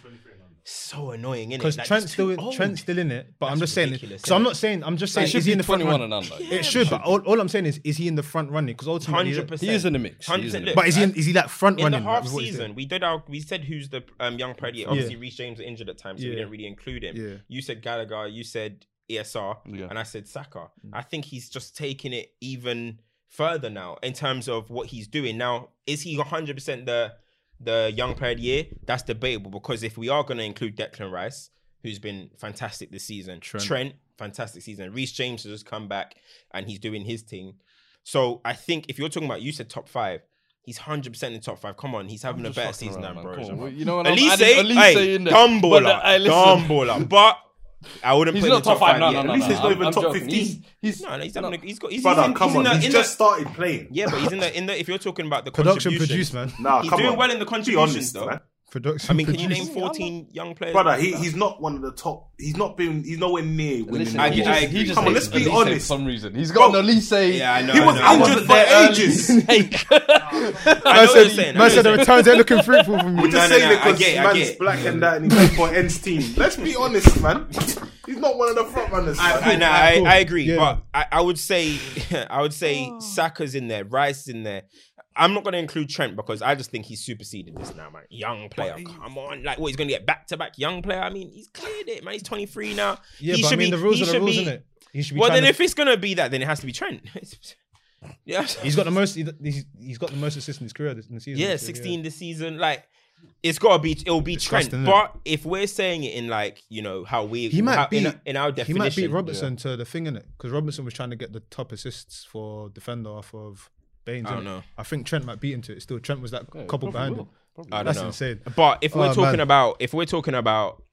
Speaker 3: so annoying, innit?
Speaker 1: Because
Speaker 3: Like,
Speaker 1: Trent's
Speaker 3: it's
Speaker 1: still
Speaker 3: too
Speaker 1: in,
Speaker 3: old.
Speaker 1: Trent's still in it, but I'm
Speaker 3: Oh. That's
Speaker 1: just saying.
Speaker 3: ridiculous,
Speaker 1: So I'm
Speaker 3: innit?
Speaker 1: not saying. I'm just saying.
Speaker 2: It should
Speaker 1: Is he
Speaker 2: be
Speaker 1: in the front
Speaker 2: 21
Speaker 1: runner?
Speaker 2: and under.
Speaker 1: It should, but all, all I'm saying is, is he in the front running? Because ultimately,
Speaker 3: 100%.
Speaker 2: He is in the mix. He is in the
Speaker 3: 100%
Speaker 2: mix.
Speaker 1: But is he? In, is he like front
Speaker 3: in
Speaker 1: running?
Speaker 3: the half
Speaker 1: Like, what is it?
Speaker 3: season, we did our we said who's the um, young player. of the year. Obviously, Reece James was injured at times, so
Speaker 1: Yeah.
Speaker 3: we didn't really include him.
Speaker 1: Yeah.
Speaker 3: You said Gallagher, you said ESR,
Speaker 2: Yeah.
Speaker 3: and I said Saka.
Speaker 1: Mm.
Speaker 3: I think he's just taking it even further now in terms of what he's doing. Now, is he 100 percent the the young player of the year? That's debatable because if we are going to include Declan Rice, who's been fantastic this season, Trent, fantastic season, Reece James has just come back and he's doing his thing. So I think if you're talking about you said top five, he's hundred percent in top five. Come on, he's having a better season than bro.
Speaker 2: You know what I'm
Speaker 3: Elise,
Speaker 2: saying?
Speaker 3: hey, dumb baller, dumb
Speaker 2: [LAUGHS]
Speaker 3: baller. But I wouldn't
Speaker 2: uh,
Speaker 3: put
Speaker 2: He's
Speaker 3: him
Speaker 2: not
Speaker 3: in
Speaker 2: top five. No,
Speaker 3: yet.
Speaker 2: no, no.
Speaker 6: least
Speaker 2: no,
Speaker 6: he's not
Speaker 2: I'm-
Speaker 6: even
Speaker 2: I'm
Speaker 6: top
Speaker 2: joking.
Speaker 6: 15.
Speaker 2: He's- He's
Speaker 3: No, no, he's having. A, he's got. He's, he's,
Speaker 6: Brother,
Speaker 3: in-
Speaker 6: come
Speaker 3: he's in
Speaker 6: on.
Speaker 3: the-
Speaker 6: He's
Speaker 3: in
Speaker 6: just
Speaker 3: the,
Speaker 6: started playing.
Speaker 3: Yeah, but he's in the in the. If you're talking about the
Speaker 1: Production
Speaker 3: contributions,
Speaker 1: produced, man.
Speaker 6: Nah,
Speaker 3: He's
Speaker 6: come
Speaker 3: doing
Speaker 6: on.
Speaker 3: well in the
Speaker 6: Be
Speaker 3: contributions
Speaker 6: honest,
Speaker 3: though.
Speaker 6: man.
Speaker 1: Production.
Speaker 3: I mean, can you
Speaker 1: produced.
Speaker 3: name 14 young players?
Speaker 6: Brother, he, he's not one of the top. He's not been. He's nowhere near winning.
Speaker 2: Listen,
Speaker 6: the
Speaker 3: I-
Speaker 2: he
Speaker 6: award.
Speaker 3: I
Speaker 2: just-
Speaker 3: agree.
Speaker 2: he just
Speaker 6: Come on,
Speaker 2: hates
Speaker 6: let's be
Speaker 2: Elise for
Speaker 6: honest.
Speaker 2: some reason. He's got
Speaker 6: Bro,
Speaker 2: an Elise.
Speaker 3: Yeah, I know.
Speaker 6: He
Speaker 3: I
Speaker 6: was
Speaker 3: know. I wasn't
Speaker 6: injured for
Speaker 3: there early. [LAUGHS]
Speaker 6: ages.
Speaker 3: I
Speaker 1: Man
Speaker 3: know what you're
Speaker 1: said,
Speaker 3: saying.
Speaker 1: man said the returns ain't looking fruitful for
Speaker 6: We're
Speaker 1: me.
Speaker 3: No,
Speaker 6: just
Speaker 3: no,
Speaker 6: saying
Speaker 3: no,
Speaker 6: it
Speaker 3: I
Speaker 6: because
Speaker 3: get it, I
Speaker 6: man's
Speaker 3: get it.
Speaker 6: black and that, and he played for N's team. Let's be honest, man. He's not one of the front runners.
Speaker 3: [LAUGHS]
Speaker 6: man.
Speaker 3: I, I, know, I,
Speaker 1: cool.
Speaker 3: I agree,
Speaker 1: Yeah. Oh.
Speaker 3: but I, I would say [LAUGHS] I would say Saka's in there, Rice in there. I'm not going to include Trent because I just think he's superseded this now, man. Young player, come on, like what he's going to get back to back young player. I mean, he's cleared it, man. He's 23 now.
Speaker 1: Yeah,
Speaker 3: he
Speaker 1: but I
Speaker 3: should
Speaker 1: mean,
Speaker 3: be-
Speaker 1: the rules
Speaker 3: he
Speaker 1: are the
Speaker 3: should
Speaker 1: rules,
Speaker 3: be-
Speaker 1: isn't it? He should be.
Speaker 3: Well,
Speaker 1: trying
Speaker 3: then
Speaker 1: to-
Speaker 3: if it's going to be that, then it has to be Trent. [LAUGHS] yeah,
Speaker 1: he's got the most. He's, he's got the most assists in his career this, in the season.
Speaker 3: yeah,
Speaker 1: this year,
Speaker 3: 16 this season, like. It's gotta be it'll be Trent,
Speaker 1: Disgusting,
Speaker 3: but if we're saying it in like you know how we
Speaker 1: He might
Speaker 3: how-
Speaker 1: beat-
Speaker 3: in, in our
Speaker 1: He
Speaker 3: definition,
Speaker 1: might beat Robertson to the thing in it because Robertson was trying to get the top assists for defender off of Baines.
Speaker 3: I don't
Speaker 1: innit?
Speaker 3: know.
Speaker 1: I think Trent might beat him to it. Still, Trent was that couple behind him.
Speaker 3: I don't
Speaker 1: That's
Speaker 3: know.
Speaker 1: insane.
Speaker 3: But if we're
Speaker 1: Oh,
Speaker 3: talking
Speaker 1: man.
Speaker 3: about if we're talking about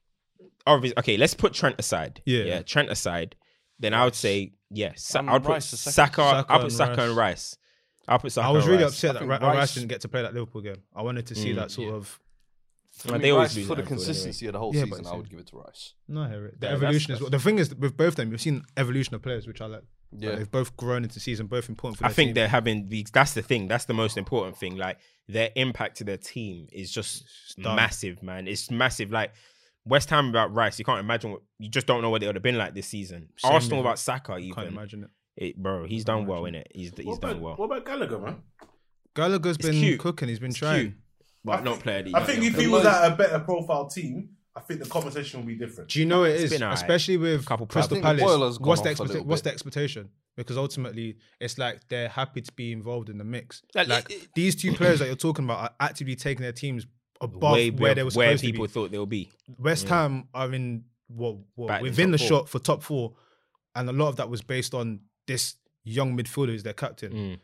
Speaker 3: obviously okay, let's put Trent aside.
Speaker 1: Yeah.
Speaker 3: yeah, Trent aside. Then I would say yes. Sa-
Speaker 2: And
Speaker 3: I would put
Speaker 2: Rice the second.
Speaker 3: Saka.
Speaker 1: Saka
Speaker 3: I'll put
Speaker 1: and
Speaker 3: Saka
Speaker 1: Rice.
Speaker 3: and Rice. I'll put Saka.
Speaker 1: I was
Speaker 3: and
Speaker 1: really
Speaker 3: Rice.
Speaker 1: upset that
Speaker 2: think
Speaker 1: Rice,
Speaker 2: Rice-
Speaker 1: Rice didn't get to play that Liverpool game. I wanted to see
Speaker 3: Mm.
Speaker 1: that sort
Speaker 2: Yeah.
Speaker 1: of
Speaker 3: And they always lose
Speaker 2: for the
Speaker 3: that field anyway.
Speaker 2: consistency of the whole
Speaker 1: Yeah, but
Speaker 2: season, I
Speaker 1: it's-
Speaker 2: would give it to Rice.
Speaker 1: no, I hear it. The
Speaker 3: Yeah, that's-
Speaker 1: evolution
Speaker 3: that's-
Speaker 1: is what the thing is with both of them. You've seen evolution of players, which I like. Like,
Speaker 2: Yeah.
Speaker 1: they've both grown into season, both important for.
Speaker 3: I
Speaker 1: their
Speaker 3: think
Speaker 1: team.
Speaker 3: they're having the- that's the thing. That's the most important thing. Like their impact to their team is just
Speaker 1: done.
Speaker 3: massive, man. It's massive. Like West Ham about Rice, you can't imagine what you just don't know what they would have been like this season.
Speaker 1: Same
Speaker 3: Arsenal
Speaker 1: with-
Speaker 3: about Saka,
Speaker 1: can't
Speaker 3: even
Speaker 1: imagine it.
Speaker 3: It- bro, he's done well in it. He's he's
Speaker 6: What
Speaker 3: done
Speaker 6: about,
Speaker 3: well.
Speaker 6: what about Gallagher, man?
Speaker 1: Gallagher's been
Speaker 3: cute.
Speaker 1: cooking. He's been
Speaker 3: It's
Speaker 1: trying.
Speaker 3: cute, but not player. of the
Speaker 6: I
Speaker 3: year.
Speaker 6: think if he was at a better profile team, I think the conversation would be different.
Speaker 1: Do you know what it
Speaker 3: It's
Speaker 1: is?
Speaker 3: been alright.
Speaker 1: Especially with
Speaker 3: Couple
Speaker 1: Crystal
Speaker 2: players. I think the
Speaker 1: Palace.
Speaker 2: boiler's gone
Speaker 1: What's the
Speaker 2: off a
Speaker 1: expectation?
Speaker 2: little
Speaker 1: What's
Speaker 2: bit.
Speaker 1: the expectation? Because ultimately, it's like they're happy to be involved in the mix.
Speaker 3: Like,
Speaker 1: Like,
Speaker 3: it-
Speaker 1: these two players that you're talking about are actively taking their teams above
Speaker 3: Way
Speaker 1: where
Speaker 3: where,
Speaker 1: they were
Speaker 3: where
Speaker 1: supposed
Speaker 3: people
Speaker 1: to
Speaker 3: thought they'll be.
Speaker 1: be. West Ham are in well, well,
Speaker 3: Back in
Speaker 1: within
Speaker 3: top
Speaker 1: the
Speaker 3: four.
Speaker 1: shot for top four, and a lot of that was based on this young midfielder who's their captain.
Speaker 3: Mm.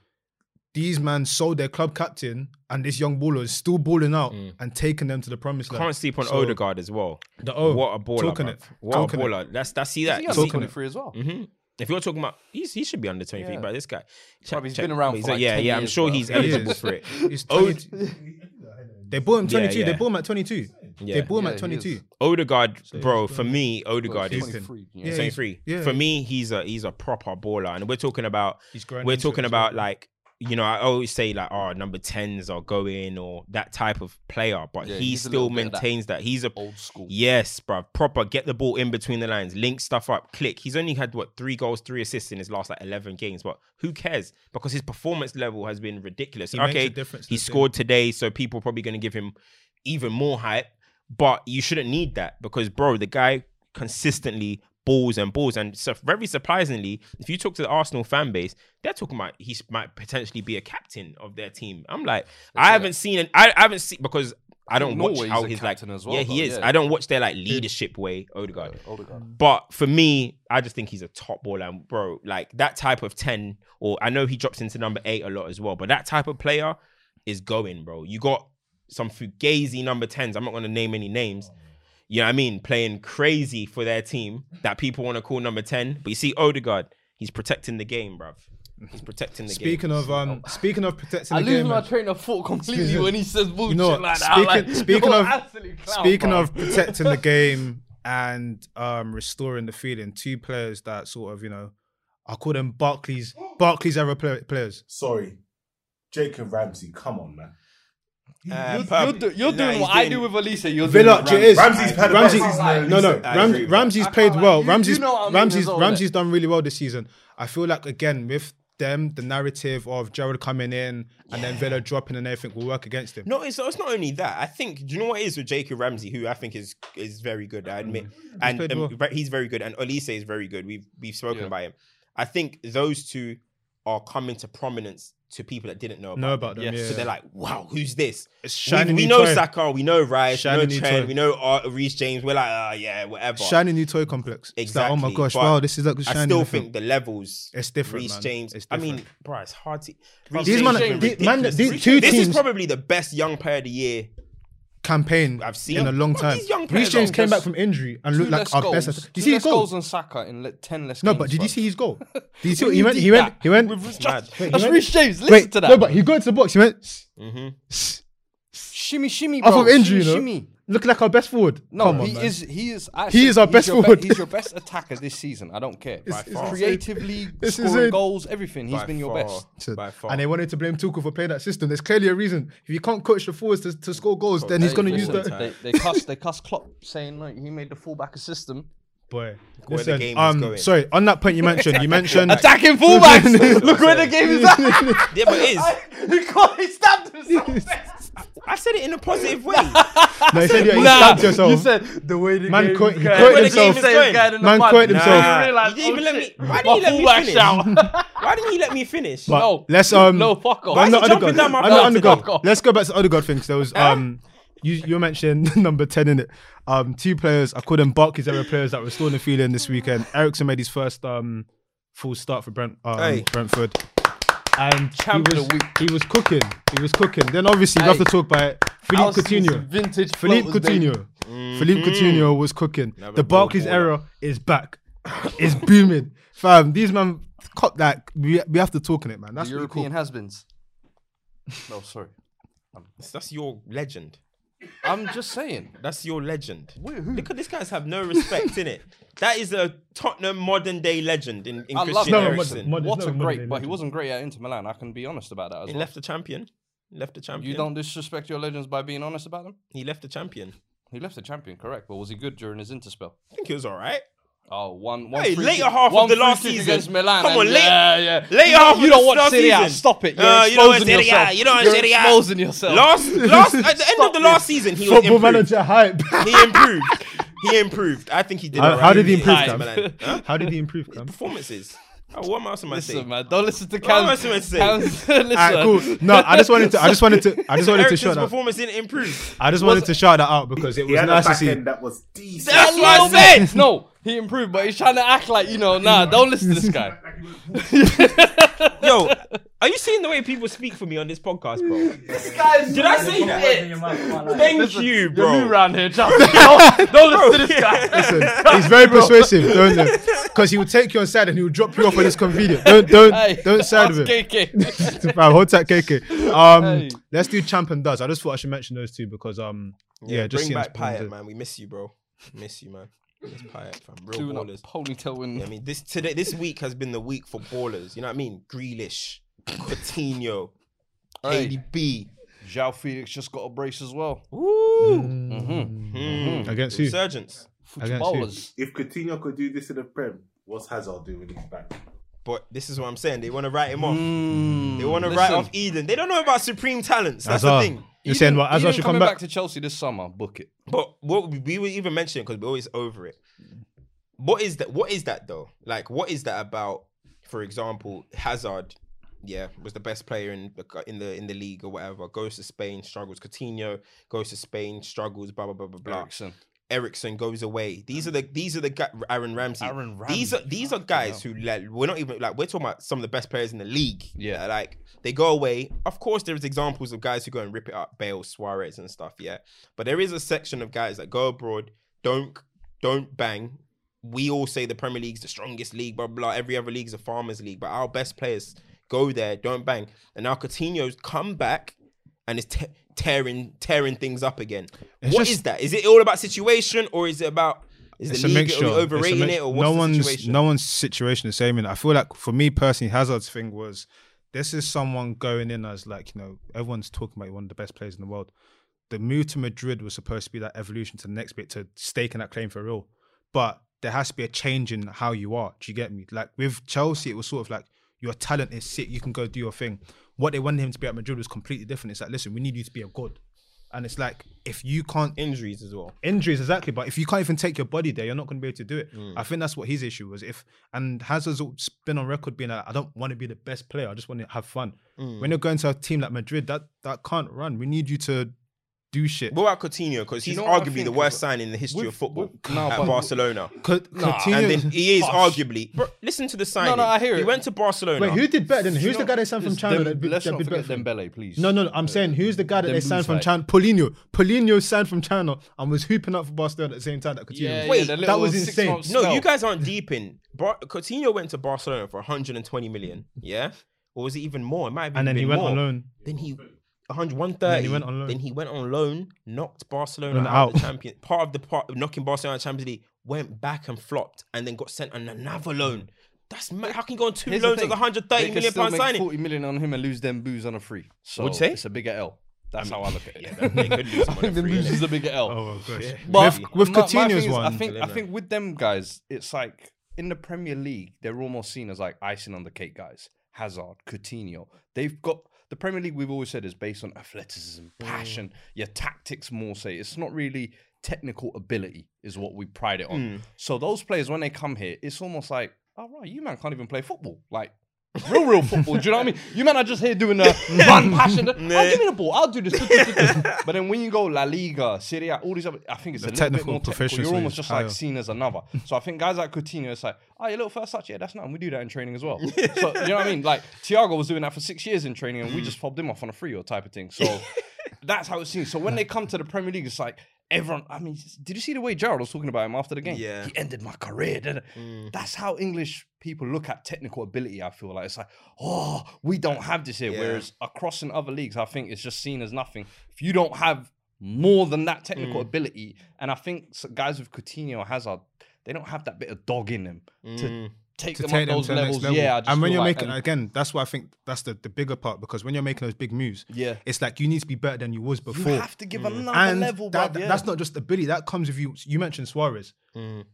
Speaker 1: These man sold their club captain, and this young baller is still balling out
Speaker 3: Mm.
Speaker 1: and taking them to the promised land.
Speaker 3: Can't sleep on
Speaker 1: So-
Speaker 3: Odegaard as well.
Speaker 1: The O.
Speaker 3: what a baller!
Speaker 1: Talking
Speaker 3: bruv.
Speaker 1: it.
Speaker 3: What
Speaker 1: Talking
Speaker 3: a
Speaker 1: it.
Speaker 3: baller! That's that's see that.
Speaker 2: He's
Speaker 3: see-
Speaker 2: only 23 as well.
Speaker 3: hmm If you're talking about, he's, he should be under 23,
Speaker 2: Yeah.
Speaker 3: but this guy,
Speaker 2: Probably he's been around
Speaker 3: he's
Speaker 2: for
Speaker 3: a-
Speaker 2: like
Speaker 3: yeah,
Speaker 2: 10
Speaker 3: yeah, I'm
Speaker 2: years,
Speaker 3: sure
Speaker 2: bro.
Speaker 3: he's
Speaker 2: [LAUGHS] He
Speaker 3: eligible
Speaker 1: is.
Speaker 3: for [LAUGHS] it. Oh,
Speaker 1: He's 20 they bought him
Speaker 3: Yeah,
Speaker 1: 22.
Speaker 3: yeah.
Speaker 1: They bought him at 22.
Speaker 3: Yeah.
Speaker 1: They bought him
Speaker 2: Yeah,
Speaker 1: at
Speaker 2: he
Speaker 1: 22.
Speaker 2: is.
Speaker 3: Odegaard,
Speaker 1: he's
Speaker 3: bro,
Speaker 1: done.
Speaker 3: for me, Odegaard
Speaker 1: he's
Speaker 3: is
Speaker 1: done.
Speaker 2: 23.
Speaker 1: Yeah, he's-
Speaker 3: 23.
Speaker 1: yeah.
Speaker 3: For me, he's a he's a proper baller, and we're talking about
Speaker 1: He's grown.
Speaker 3: we're
Speaker 1: into it
Speaker 3: talking
Speaker 1: as well.
Speaker 3: about like you know I always say like oh number tens are going or that type of player, but
Speaker 2: Yeah,
Speaker 3: he
Speaker 2: he's a
Speaker 3: still
Speaker 2: little bit of that.
Speaker 3: maintains that. he's a
Speaker 2: Old school.
Speaker 3: yes, bro, proper get the ball in between the lines, link stuff up, click. He's only had what three goals, three assists in his last like eleven games, but who cares because his performance level has been ridiculous.
Speaker 1: He makes
Speaker 3: okay,
Speaker 1: a difference to
Speaker 3: he
Speaker 1: the team.
Speaker 3: scored today, so people are probably going to give him even more hype. But you shouldn't need that because, bro, the guy consistently balls and balls. And so very surprisingly, if you talk to the Arsenal fan base, they're talking about he s- might potentially be a captain of their team. I'm like, I haven't seen an I, I haven't seen because I don't watch
Speaker 2: Norway
Speaker 3: how
Speaker 2: is a
Speaker 3: he's like.
Speaker 2: captain as well,
Speaker 3: yeah, he
Speaker 2: though,
Speaker 3: is.
Speaker 2: yeah.
Speaker 3: I don't watch their like leadership way, Odegaard.
Speaker 2: Odegaard.
Speaker 3: But for me, I just think he's a top baller, and bro. Like that type of ten, or I know he drops into number eight a lot as well. But that type of player is going, bro. You got some fugazi number tens. I'm not gonna name any
Speaker 2: Oh,
Speaker 3: names. You know what I mean? Playing crazy for their team that people want to call number ten. But you see Odegaard, he's protecting the game, bruv. He's protecting the game. Oh.
Speaker 1: Speaking of um, speaking of protecting
Speaker 2: I
Speaker 1: the
Speaker 2: lose
Speaker 1: game,
Speaker 2: my
Speaker 1: man.
Speaker 2: train of thought completely
Speaker 1: Speaking-
Speaker 2: when he says bullshit
Speaker 1: know what?
Speaker 2: like that. I'm
Speaker 1: Speaking-
Speaker 2: like, [LAUGHS]
Speaker 1: speaking
Speaker 2: you're
Speaker 1: of-
Speaker 2: an absolute clown,
Speaker 1: speaking
Speaker 2: bro.
Speaker 1: of protecting
Speaker 2: [LAUGHS]
Speaker 1: the game and um, restoring the feeling, two players that sort of you know, I call them Barclays Barclays era play- players.
Speaker 6: Sorry, Jacob Ramsey, come on, man.
Speaker 2: Um,
Speaker 3: Uh,
Speaker 2: you're,
Speaker 3: Pub-
Speaker 2: do- you're
Speaker 3: nah,
Speaker 2: doing
Speaker 3: he's
Speaker 2: what I do with Elisa. You're
Speaker 1: Villa,
Speaker 2: doing
Speaker 1: it is
Speaker 6: Ramsey's had a bad
Speaker 1: Ramsey-
Speaker 6: season in the
Speaker 1: No, no,
Speaker 6: league, so I agree
Speaker 1: Ram,
Speaker 6: with that.
Speaker 1: Ramsey's
Speaker 2: I
Speaker 1: played
Speaker 2: can't lie.
Speaker 1: well.
Speaker 2: You- you
Speaker 1: Ramsey's
Speaker 2: know what I mean
Speaker 1: Ramsey's
Speaker 2: as well,
Speaker 1: Ramsey's done really well this season. I feel like again with them, the narrative of Jared coming in and then Villa dropping and everything will work against him.
Speaker 3: No, it's, it's not only that. I think do you know what it is with Jacob Ramsey, who I think is is very good. I admit, and
Speaker 1: Mm. played
Speaker 3: um,
Speaker 1: well.
Speaker 3: ve- he's very good, and Olise is very good. We've we've spoken
Speaker 2: Yeah.
Speaker 3: about him. I think those two are coming to prominence to people that didn't know about.
Speaker 1: Know about them?
Speaker 2: Yes.
Speaker 1: Yeah.
Speaker 3: So they're like, wow, who's this?
Speaker 1: It's
Speaker 3: We,
Speaker 1: shiny
Speaker 3: we
Speaker 1: new
Speaker 3: know
Speaker 1: toy.
Speaker 3: Saka, we know Rice, we know
Speaker 1: Shiny new
Speaker 3: Trent,
Speaker 1: toy.
Speaker 3: we know uh, Reece James. We're like, ah, yeah, whatever.
Speaker 1: shiny new toy complex. It's like, oh my
Speaker 3: Exactly,
Speaker 1: gosh,
Speaker 3: but
Speaker 1: wow, this is like a shiny.
Speaker 3: I still
Speaker 1: new
Speaker 3: think
Speaker 1: thing.
Speaker 3: the levels.
Speaker 1: It's different,
Speaker 3: Reece
Speaker 1: man.
Speaker 3: James.
Speaker 1: It's
Speaker 3: I mean,
Speaker 1: different.
Speaker 3: bro, it's hard to. Reece
Speaker 1: These
Speaker 3: James
Speaker 1: man-
Speaker 3: has been
Speaker 1: the- man-
Speaker 3: ridiculous.
Speaker 1: these
Speaker 3: Reece-
Speaker 1: two
Speaker 3: This is
Speaker 1: teams-
Speaker 3: probably the best young player of the year
Speaker 1: campaign
Speaker 3: I've seen
Speaker 1: in a long
Speaker 3: Bro,
Speaker 1: time.
Speaker 3: these young players
Speaker 1: Reece James
Speaker 3: are
Speaker 1: came back
Speaker 3: just-
Speaker 1: from injury and
Speaker 2: Two
Speaker 1: looked like
Speaker 2: less
Speaker 1: our
Speaker 2: goals.
Speaker 1: best.
Speaker 2: Two
Speaker 1: Did you see
Speaker 2: less
Speaker 1: his goal?
Speaker 2: goals on Saka in like ten less.
Speaker 1: No,
Speaker 2: games,
Speaker 1: but did
Speaker 2: bro.
Speaker 1: you see his goal?
Speaker 3: [LAUGHS]
Speaker 1: Did you see? what-
Speaker 2: When
Speaker 1: He
Speaker 2: you
Speaker 1: went.
Speaker 2: did
Speaker 1: He went.
Speaker 2: that
Speaker 1: He went.
Speaker 2: with
Speaker 1: Wait,
Speaker 3: mad.
Speaker 2: Richarlison.
Speaker 1: he
Speaker 2: That's
Speaker 1: went-
Speaker 2: Rich James. Listen to that.
Speaker 1: No, but he got into the box. He went.
Speaker 3: Mhm.
Speaker 2: shimmy, shimmy,
Speaker 1: Off
Speaker 2: bro.
Speaker 1: of injury,
Speaker 2: shimmy,
Speaker 1: you know?
Speaker 2: shimmy.
Speaker 1: Look like our best forward.
Speaker 2: No,
Speaker 1: Come on,
Speaker 2: he
Speaker 1: man.
Speaker 2: is. He is. I
Speaker 1: He
Speaker 2: said
Speaker 1: is our best
Speaker 2: he's your
Speaker 1: forward.
Speaker 2: he's your best attacker this season. I don't care.
Speaker 1: It's- it's
Speaker 2: Creatively,
Speaker 1: It's
Speaker 2: scoring
Speaker 1: insane.
Speaker 2: goals, everything. He's
Speaker 3: By
Speaker 2: been your
Speaker 3: far.
Speaker 2: best.
Speaker 3: By far.
Speaker 1: And they wanted to blame Tuchel for playing that system. There's clearly a reason. If you can't coach the forwards to, to score goals, then he's
Speaker 2: Hey,
Speaker 1: going to use
Speaker 2: listen,
Speaker 1: that.
Speaker 2: They, they cuss. They cuss Klopp saying like he made the fullback a system.
Speaker 1: [LAUGHS] Boy,
Speaker 3: the
Speaker 1: listen,
Speaker 3: game is
Speaker 1: um,
Speaker 3: going.
Speaker 1: sorry. On that point you mentioned, you
Speaker 3: [LAUGHS]
Speaker 1: mentioned
Speaker 2: Attacking fullbacks. Look where
Speaker 1: [LAUGHS]
Speaker 2: the game is at.
Speaker 3: Yeah, but
Speaker 2: [LAUGHS]
Speaker 3: it is.
Speaker 2: he can't- he stabbed himself.
Speaker 3: I said it in a positive way.
Speaker 1: No, you said you, you
Speaker 2: Nah,
Speaker 1: stabbed yourself.
Speaker 2: You said the way the
Speaker 1: Man
Speaker 2: game
Speaker 1: quit-
Speaker 2: is
Speaker 1: he
Speaker 2: going.
Speaker 1: quit
Speaker 2: The way
Speaker 3: himself.
Speaker 2: the game is going.
Speaker 1: Man quit himself.
Speaker 2: You realise,
Speaker 3: You didn't even
Speaker 2: oh,
Speaker 3: let me.
Speaker 2: shit.
Speaker 3: Why
Speaker 2: My
Speaker 3: didn't you let me
Speaker 2: fullback's
Speaker 3: finish?
Speaker 2: out.
Speaker 3: [LAUGHS] Why didn't you let me finish?
Speaker 1: But
Speaker 2: No.
Speaker 1: let's um.
Speaker 2: No, fuck off.
Speaker 1: but I'm
Speaker 3: Why
Speaker 1: not
Speaker 3: is he jumping
Speaker 1: Odegaard.
Speaker 3: down my
Speaker 1: I'm not
Speaker 3: throat today?
Speaker 1: Odegaard.
Speaker 2: Fuck off.
Speaker 1: Let's go back to Odegaard things. There was um. You, you mentioned [LAUGHS] number 10 in it. Um, two players, I call them Barclays era players that were still in the feeling this weekend. Ericsson made his first um, full start for Brent, um,
Speaker 3: Hey.
Speaker 1: Brentford. and he
Speaker 2: Champ of the
Speaker 1: was,
Speaker 2: week.
Speaker 1: he was cooking. He was cooking. Then obviously you have to talk about Philippe
Speaker 2: Coutinho.
Speaker 1: Coutinho.
Speaker 2: Vintage
Speaker 1: Philippe
Speaker 2: floaters, baby.
Speaker 1: Coutinho.
Speaker 3: Mm-hmm.
Speaker 1: Philippe Coutinho was cooking. the
Speaker 3: ball
Speaker 1: Barclays
Speaker 3: baller.
Speaker 1: era is back. it's booming, [LAUGHS] fam. These man cop that. We, we have to talk on it, man. That's
Speaker 2: The
Speaker 1: really
Speaker 2: European
Speaker 1: cool.
Speaker 2: has-beens. No, sorry.
Speaker 3: That's your legend.
Speaker 2: I'm just
Speaker 1: [LAUGHS]
Speaker 2: saying.
Speaker 3: That's your legend.
Speaker 2: Wait, who?
Speaker 3: Look at these guys have no respect in it. That is a Tottenham modern day legend in, in
Speaker 2: I
Speaker 3: Christian
Speaker 2: love
Speaker 1: No, no,
Speaker 3: Eriksen.
Speaker 1: modern- modern-
Speaker 2: what
Speaker 1: no,
Speaker 2: a
Speaker 1: modern
Speaker 2: great,
Speaker 1: day
Speaker 2: but he
Speaker 1: legend.
Speaker 2: wasn't great at Inter Milan. I can be honest about that as
Speaker 3: He
Speaker 2: well.
Speaker 3: left the champion. Left the champion.
Speaker 2: You don't disrespect your legends by being honest about them.
Speaker 3: He left the champion.
Speaker 2: He left the champion, correct? But was he good during his Inter spell?
Speaker 3: I think he was all right.
Speaker 2: Oh, one, one
Speaker 3: Hey,
Speaker 2: free
Speaker 3: later
Speaker 2: kick-
Speaker 3: half of
Speaker 2: one
Speaker 3: the
Speaker 2: free
Speaker 3: last
Speaker 2: kick
Speaker 3: season.
Speaker 2: against Milan.
Speaker 3: Come on,
Speaker 2: and-
Speaker 3: late-
Speaker 2: yeah, yeah.
Speaker 3: later
Speaker 2: you
Speaker 3: half of
Speaker 2: You don't
Speaker 3: the
Speaker 2: watch
Speaker 3: last
Speaker 2: Serie A.
Speaker 3: season.
Speaker 2: Stop it. You're
Speaker 3: Uh, you don't watch
Speaker 2: exposing
Speaker 3: Serie A,
Speaker 2: yourself.
Speaker 3: you don't watch
Speaker 2: You're
Speaker 3: Serie A.
Speaker 2: exposing yourself.
Speaker 3: Last, last, at the end of the last season, he was
Speaker 1: Football
Speaker 3: improved.
Speaker 1: manager
Speaker 3: [LAUGHS]
Speaker 1: hype.
Speaker 3: He improved. he improved. I think he did.
Speaker 1: How-
Speaker 3: all
Speaker 1: how
Speaker 3: right.
Speaker 1: did he improve,
Speaker 3: Milan.
Speaker 1: Cam?
Speaker 3: Huh?
Speaker 1: How did he improve, Cam?
Speaker 3: Performances. Oh, what else am I
Speaker 2: Listen,
Speaker 3: saying?
Speaker 2: man. Don't listen to
Speaker 3: am
Speaker 2: Cam.
Speaker 3: I supposed to say?
Speaker 2: Cam- [LAUGHS] listen.
Speaker 1: Alright, cool. No, I just wanted to. I just wanted to. I just wanted to
Speaker 3: Ericsson's
Speaker 1: shout that.
Speaker 3: performance didn't improve.
Speaker 1: I just wanted to shout that out because it
Speaker 6: He
Speaker 1: was
Speaker 6: had
Speaker 1: nice
Speaker 6: a
Speaker 1: to
Speaker 6: back
Speaker 1: see.
Speaker 6: end that was decent.
Speaker 3: That's
Speaker 2: A
Speaker 3: what I
Speaker 2: little
Speaker 3: said.
Speaker 2: bit. No, he improved, but he's trying to act like you know. Nah, don't listen to
Speaker 1: [LAUGHS]
Speaker 2: this guy.
Speaker 3: Yo, are you seeing the way people speak for me on this podcast,
Speaker 2: [LAUGHS]
Speaker 3: bro?
Speaker 2: This guy's.
Speaker 3: Did I say that? Thank you,
Speaker 2: You're new
Speaker 3: bro.
Speaker 2: around here, [LAUGHS] trust me. Don't, don't listen to
Speaker 3: [LAUGHS]
Speaker 2: this guy.
Speaker 1: [LAUGHS] Listen, he's very persuasive, don't you? Because he will take you on side and he will drop you off when it's convenient. Don't don't
Speaker 2: [LAUGHS] Hey,
Speaker 1: don't side
Speaker 2: ask
Speaker 1: with him. [LAUGHS]
Speaker 2: KK.
Speaker 1: Fam, hold tight, KK. Um,
Speaker 2: Hey.
Speaker 1: let's do champ and does. I just thought I should mention those two because um, yeah, just
Speaker 3: bring
Speaker 1: seeing
Speaker 3: back
Speaker 1: us perform
Speaker 3: Payet,
Speaker 1: it.
Speaker 3: man. We miss you, bro. Miss you, man. Miss Payet, fam. Real
Speaker 2: Doing a
Speaker 3: ballers.
Speaker 2: ponytail and
Speaker 3: I mean, this today, this week has been the week for ballers. You know what I mean? Grealish, Coutinho,
Speaker 2: Hey,
Speaker 3: KDB.
Speaker 2: Zhao Felix just got a brace as well.
Speaker 3: Woo!
Speaker 2: Mm-hmm.
Speaker 3: Mm.
Speaker 1: against who?
Speaker 3: Resurgence.
Speaker 1: Against
Speaker 2: Footballers.
Speaker 6: If Coutinho could do this in the Prem, what's Hazard doing when he's back?
Speaker 3: But this is what I'm saying. They want to write him off.
Speaker 2: Mm,
Speaker 3: They want to
Speaker 2: listen,
Speaker 3: write off Eden. They don't know about supreme talents. That's
Speaker 1: Hazard.
Speaker 3: the thing.
Speaker 1: You're saying what?
Speaker 2: Eden
Speaker 1: Azar should come
Speaker 2: coming back.
Speaker 1: back.
Speaker 2: to Chelsea this summer. Book it.
Speaker 3: But what we- we were even mentioning because we're always over it. What is that? What is that though? Like, what is that about? For example, Hazard, yeah, was the best player in the cu- in the in the league or whatever. Goes to Spain, struggles. Coutinho goes to Spain, struggles. Blah blah blah blah blah.
Speaker 2: Ericsson.
Speaker 3: Ericsson goes away. These are the these are the guy, Aaron Ramsey.
Speaker 2: Aaron
Speaker 3: These are
Speaker 2: Ramsey,
Speaker 3: these are guys who like we're not even like we're talking about some of the best players in the league.
Speaker 2: Yeah.
Speaker 3: like they go away. Of course, there's examples of guys who go and rip it up, Bale, Suarez, and stuff. Yeah, but there is a section of guys that go abroad, don't don't bang. We all say the Premier League's the strongest league, blah blah. blah. Every other league's a farmers league, but our best players go there, don't bang, and now Coutinho's come back and is te- tearing tearing things up again. What is
Speaker 1: just-
Speaker 3: that? Is it all about situation or is it about is
Speaker 1: It's a
Speaker 3: the league
Speaker 1: mixture.
Speaker 3: are we
Speaker 1: It's a
Speaker 3: overrating
Speaker 1: mix-
Speaker 3: it or
Speaker 1: no
Speaker 3: what's the
Speaker 1: one's
Speaker 3: situation?
Speaker 1: no one's situation is the same. And I feel like for me personally, Hazard's thing was this is someone going in as like you know everyone's talking about one of the best players in the world. The move to Madrid was supposed to be that evolution to the next bit to staking that claim for real, but there has to be a change in how you are. Do you get me? Like with Chelsea, it was sort of like your talent is sick, you can go do your thing. What they wanted him to be at Madrid was completely different. It's like listen, we need you to be a god, and it's like if you can't
Speaker 3: Injuries as well.
Speaker 1: injuries exactly but if you can't even take your body there you're not going to be able to do it
Speaker 2: Mm.
Speaker 1: i think that's what his issue was if and hazard's al- been on record being like, i don't want to be the best player i just want to have fun
Speaker 2: Mm.
Speaker 1: when you're going to a team like madrid that that can't run we need you to do shit
Speaker 3: What about Coutinho? Because
Speaker 2: You
Speaker 3: he's
Speaker 2: know what I
Speaker 3: arguably
Speaker 2: think
Speaker 3: the
Speaker 2: as
Speaker 3: worst
Speaker 2: well?
Speaker 3: sign in the history
Speaker 2: With-
Speaker 3: of football
Speaker 2: with- No,
Speaker 3: at
Speaker 2: but-
Speaker 3: Barcelona.
Speaker 1: Co-
Speaker 3: And
Speaker 1: Coutinho-
Speaker 3: then he is
Speaker 2: Hush.
Speaker 3: arguably. Bro, listen to the sign.
Speaker 2: I hear
Speaker 3: He
Speaker 2: it.
Speaker 3: went to Barcelona.
Speaker 1: wait who did better than
Speaker 2: You
Speaker 1: who's
Speaker 2: know,
Speaker 1: the guy they signed from
Speaker 2: it's
Speaker 1: china
Speaker 2: Dem-
Speaker 1: that did,
Speaker 2: Let's
Speaker 1: that
Speaker 2: not
Speaker 1: did
Speaker 2: forget
Speaker 1: better than
Speaker 2: Dembele, please. Uh,
Speaker 1: no, no, no, I'm saying who's the guy that they
Speaker 2: Dembele's
Speaker 1: signed from
Speaker 2: like-
Speaker 1: China? Polino. Polino signed from China and was hooping up for Barcelona at the same time that Coutinho
Speaker 2: Yeah,
Speaker 1: was.
Speaker 3: Wait,
Speaker 2: yeah, the
Speaker 1: that was
Speaker 2: little
Speaker 1: insane.
Speaker 2: six-month
Speaker 3: No,
Speaker 2: spell.
Speaker 3: you guys aren't deep in. Bar- Coutinho went to Barcelona for 120 million. Yeah, or was it even more? It might have
Speaker 1: And then
Speaker 3: even
Speaker 1: he went
Speaker 3: more.
Speaker 1: on loan.
Speaker 3: Then he 100, 130.
Speaker 1: And he went on loan.
Speaker 3: Then he went on loan, knocked Barcelona
Speaker 1: Loan
Speaker 3: out, of the
Speaker 1: out.
Speaker 3: champion. Part of the part knocking Barcelona out of Champions League went back and flopped, and then got sent on another loan. That's mad. how can you go on two
Speaker 2: Here's the
Speaker 3: loans
Speaker 2: thing.
Speaker 3: of 130
Speaker 2: They
Speaker 3: million
Speaker 2: can still
Speaker 3: pound
Speaker 2: make
Speaker 3: signing?
Speaker 2: 40 million on him and lose them booze on a free. So
Speaker 3: What'd you say?
Speaker 2: It's a bigger L. That's how I look at
Speaker 3: [LAUGHS]
Speaker 2: it.
Speaker 3: Yeah, they could lose him on
Speaker 2: [LAUGHS]
Speaker 3: a
Speaker 2: I think them
Speaker 3: free,
Speaker 2: lose
Speaker 3: innit?
Speaker 2: is a bigger L.
Speaker 1: Oh, my gosh.
Speaker 2: But
Speaker 1: With- with
Speaker 2: my- my thing
Speaker 1: Coutinho's
Speaker 2: is, I
Speaker 1: one.
Speaker 2: think I
Speaker 3: Dilemma.
Speaker 2: think with them guys, it's like in the Premier League, they're almost seen as like icing on the cake guys. Hazard, Coutinho, they've got the Premier League. We've always said is based on athleticism,
Speaker 1: Mm.
Speaker 2: passion, your tactics more. Say it's not really technical ability is what we
Speaker 1: Mm.
Speaker 2: "Oh, pride it on. So those players when they come here, it's almost like, all right, you man can't even play football. Like Real, real football. do you know what I mean? You man are just here doing
Speaker 1: [LAUGHS]
Speaker 2: a [LAUGHS] run passion. Oh, give me the ball. I'll do this. but then when you go La Liga, Serie A, all these other, I think it's a
Speaker 1: The
Speaker 2: little bit
Speaker 1: technical
Speaker 2: more technical. You're
Speaker 1: proficiency
Speaker 2: almost
Speaker 1: is
Speaker 2: just
Speaker 1: higher.
Speaker 2: like seen as another. So I think guys like Coutinho, it's like, oh, your little first touch, yeah, that's nothing. We do that in training
Speaker 1: [LAUGHS]
Speaker 2: as well. so you know what I mean? Like Thiago was doing that for six years in training, and we just fobbed him off on a free or type of thing.
Speaker 1: [LAUGHS]
Speaker 2: So that's how it seems. So when they come to the Premier League, it's like. Everyone, I mean, did you see the way Gerald was talking about him after the game?
Speaker 3: Yeah.
Speaker 2: He ended my career. didn't it? That's how English people look at technical ability. I feel like it's like, oh, we don't have this here.
Speaker 3: Yeah.
Speaker 2: Whereas across in other leagues, I think it's just seen as nothing. If you don't have more than that technical ability, and I think s- guys with Coutinho, Hazard, they don't have that bit of dog in them to take
Speaker 1: to
Speaker 2: them
Speaker 1: take
Speaker 2: up
Speaker 1: them
Speaker 2: those
Speaker 1: to the next
Speaker 2: levels.
Speaker 1: level.
Speaker 2: Yeah, I just
Speaker 1: and when
Speaker 2: feel
Speaker 1: you're
Speaker 2: like-
Speaker 1: making
Speaker 2: and-
Speaker 1: again, that's why I think that's the, the bigger part because when you're making those big moves,
Speaker 2: Yeah.
Speaker 1: it's like you need to be better than you was
Speaker 2: you
Speaker 1: before.
Speaker 2: have to give another
Speaker 1: and
Speaker 2: level.
Speaker 1: that,
Speaker 2: bruv, yeah. Mm.
Speaker 1: that's not just ability that comes with you. You mentioned Suarez. S-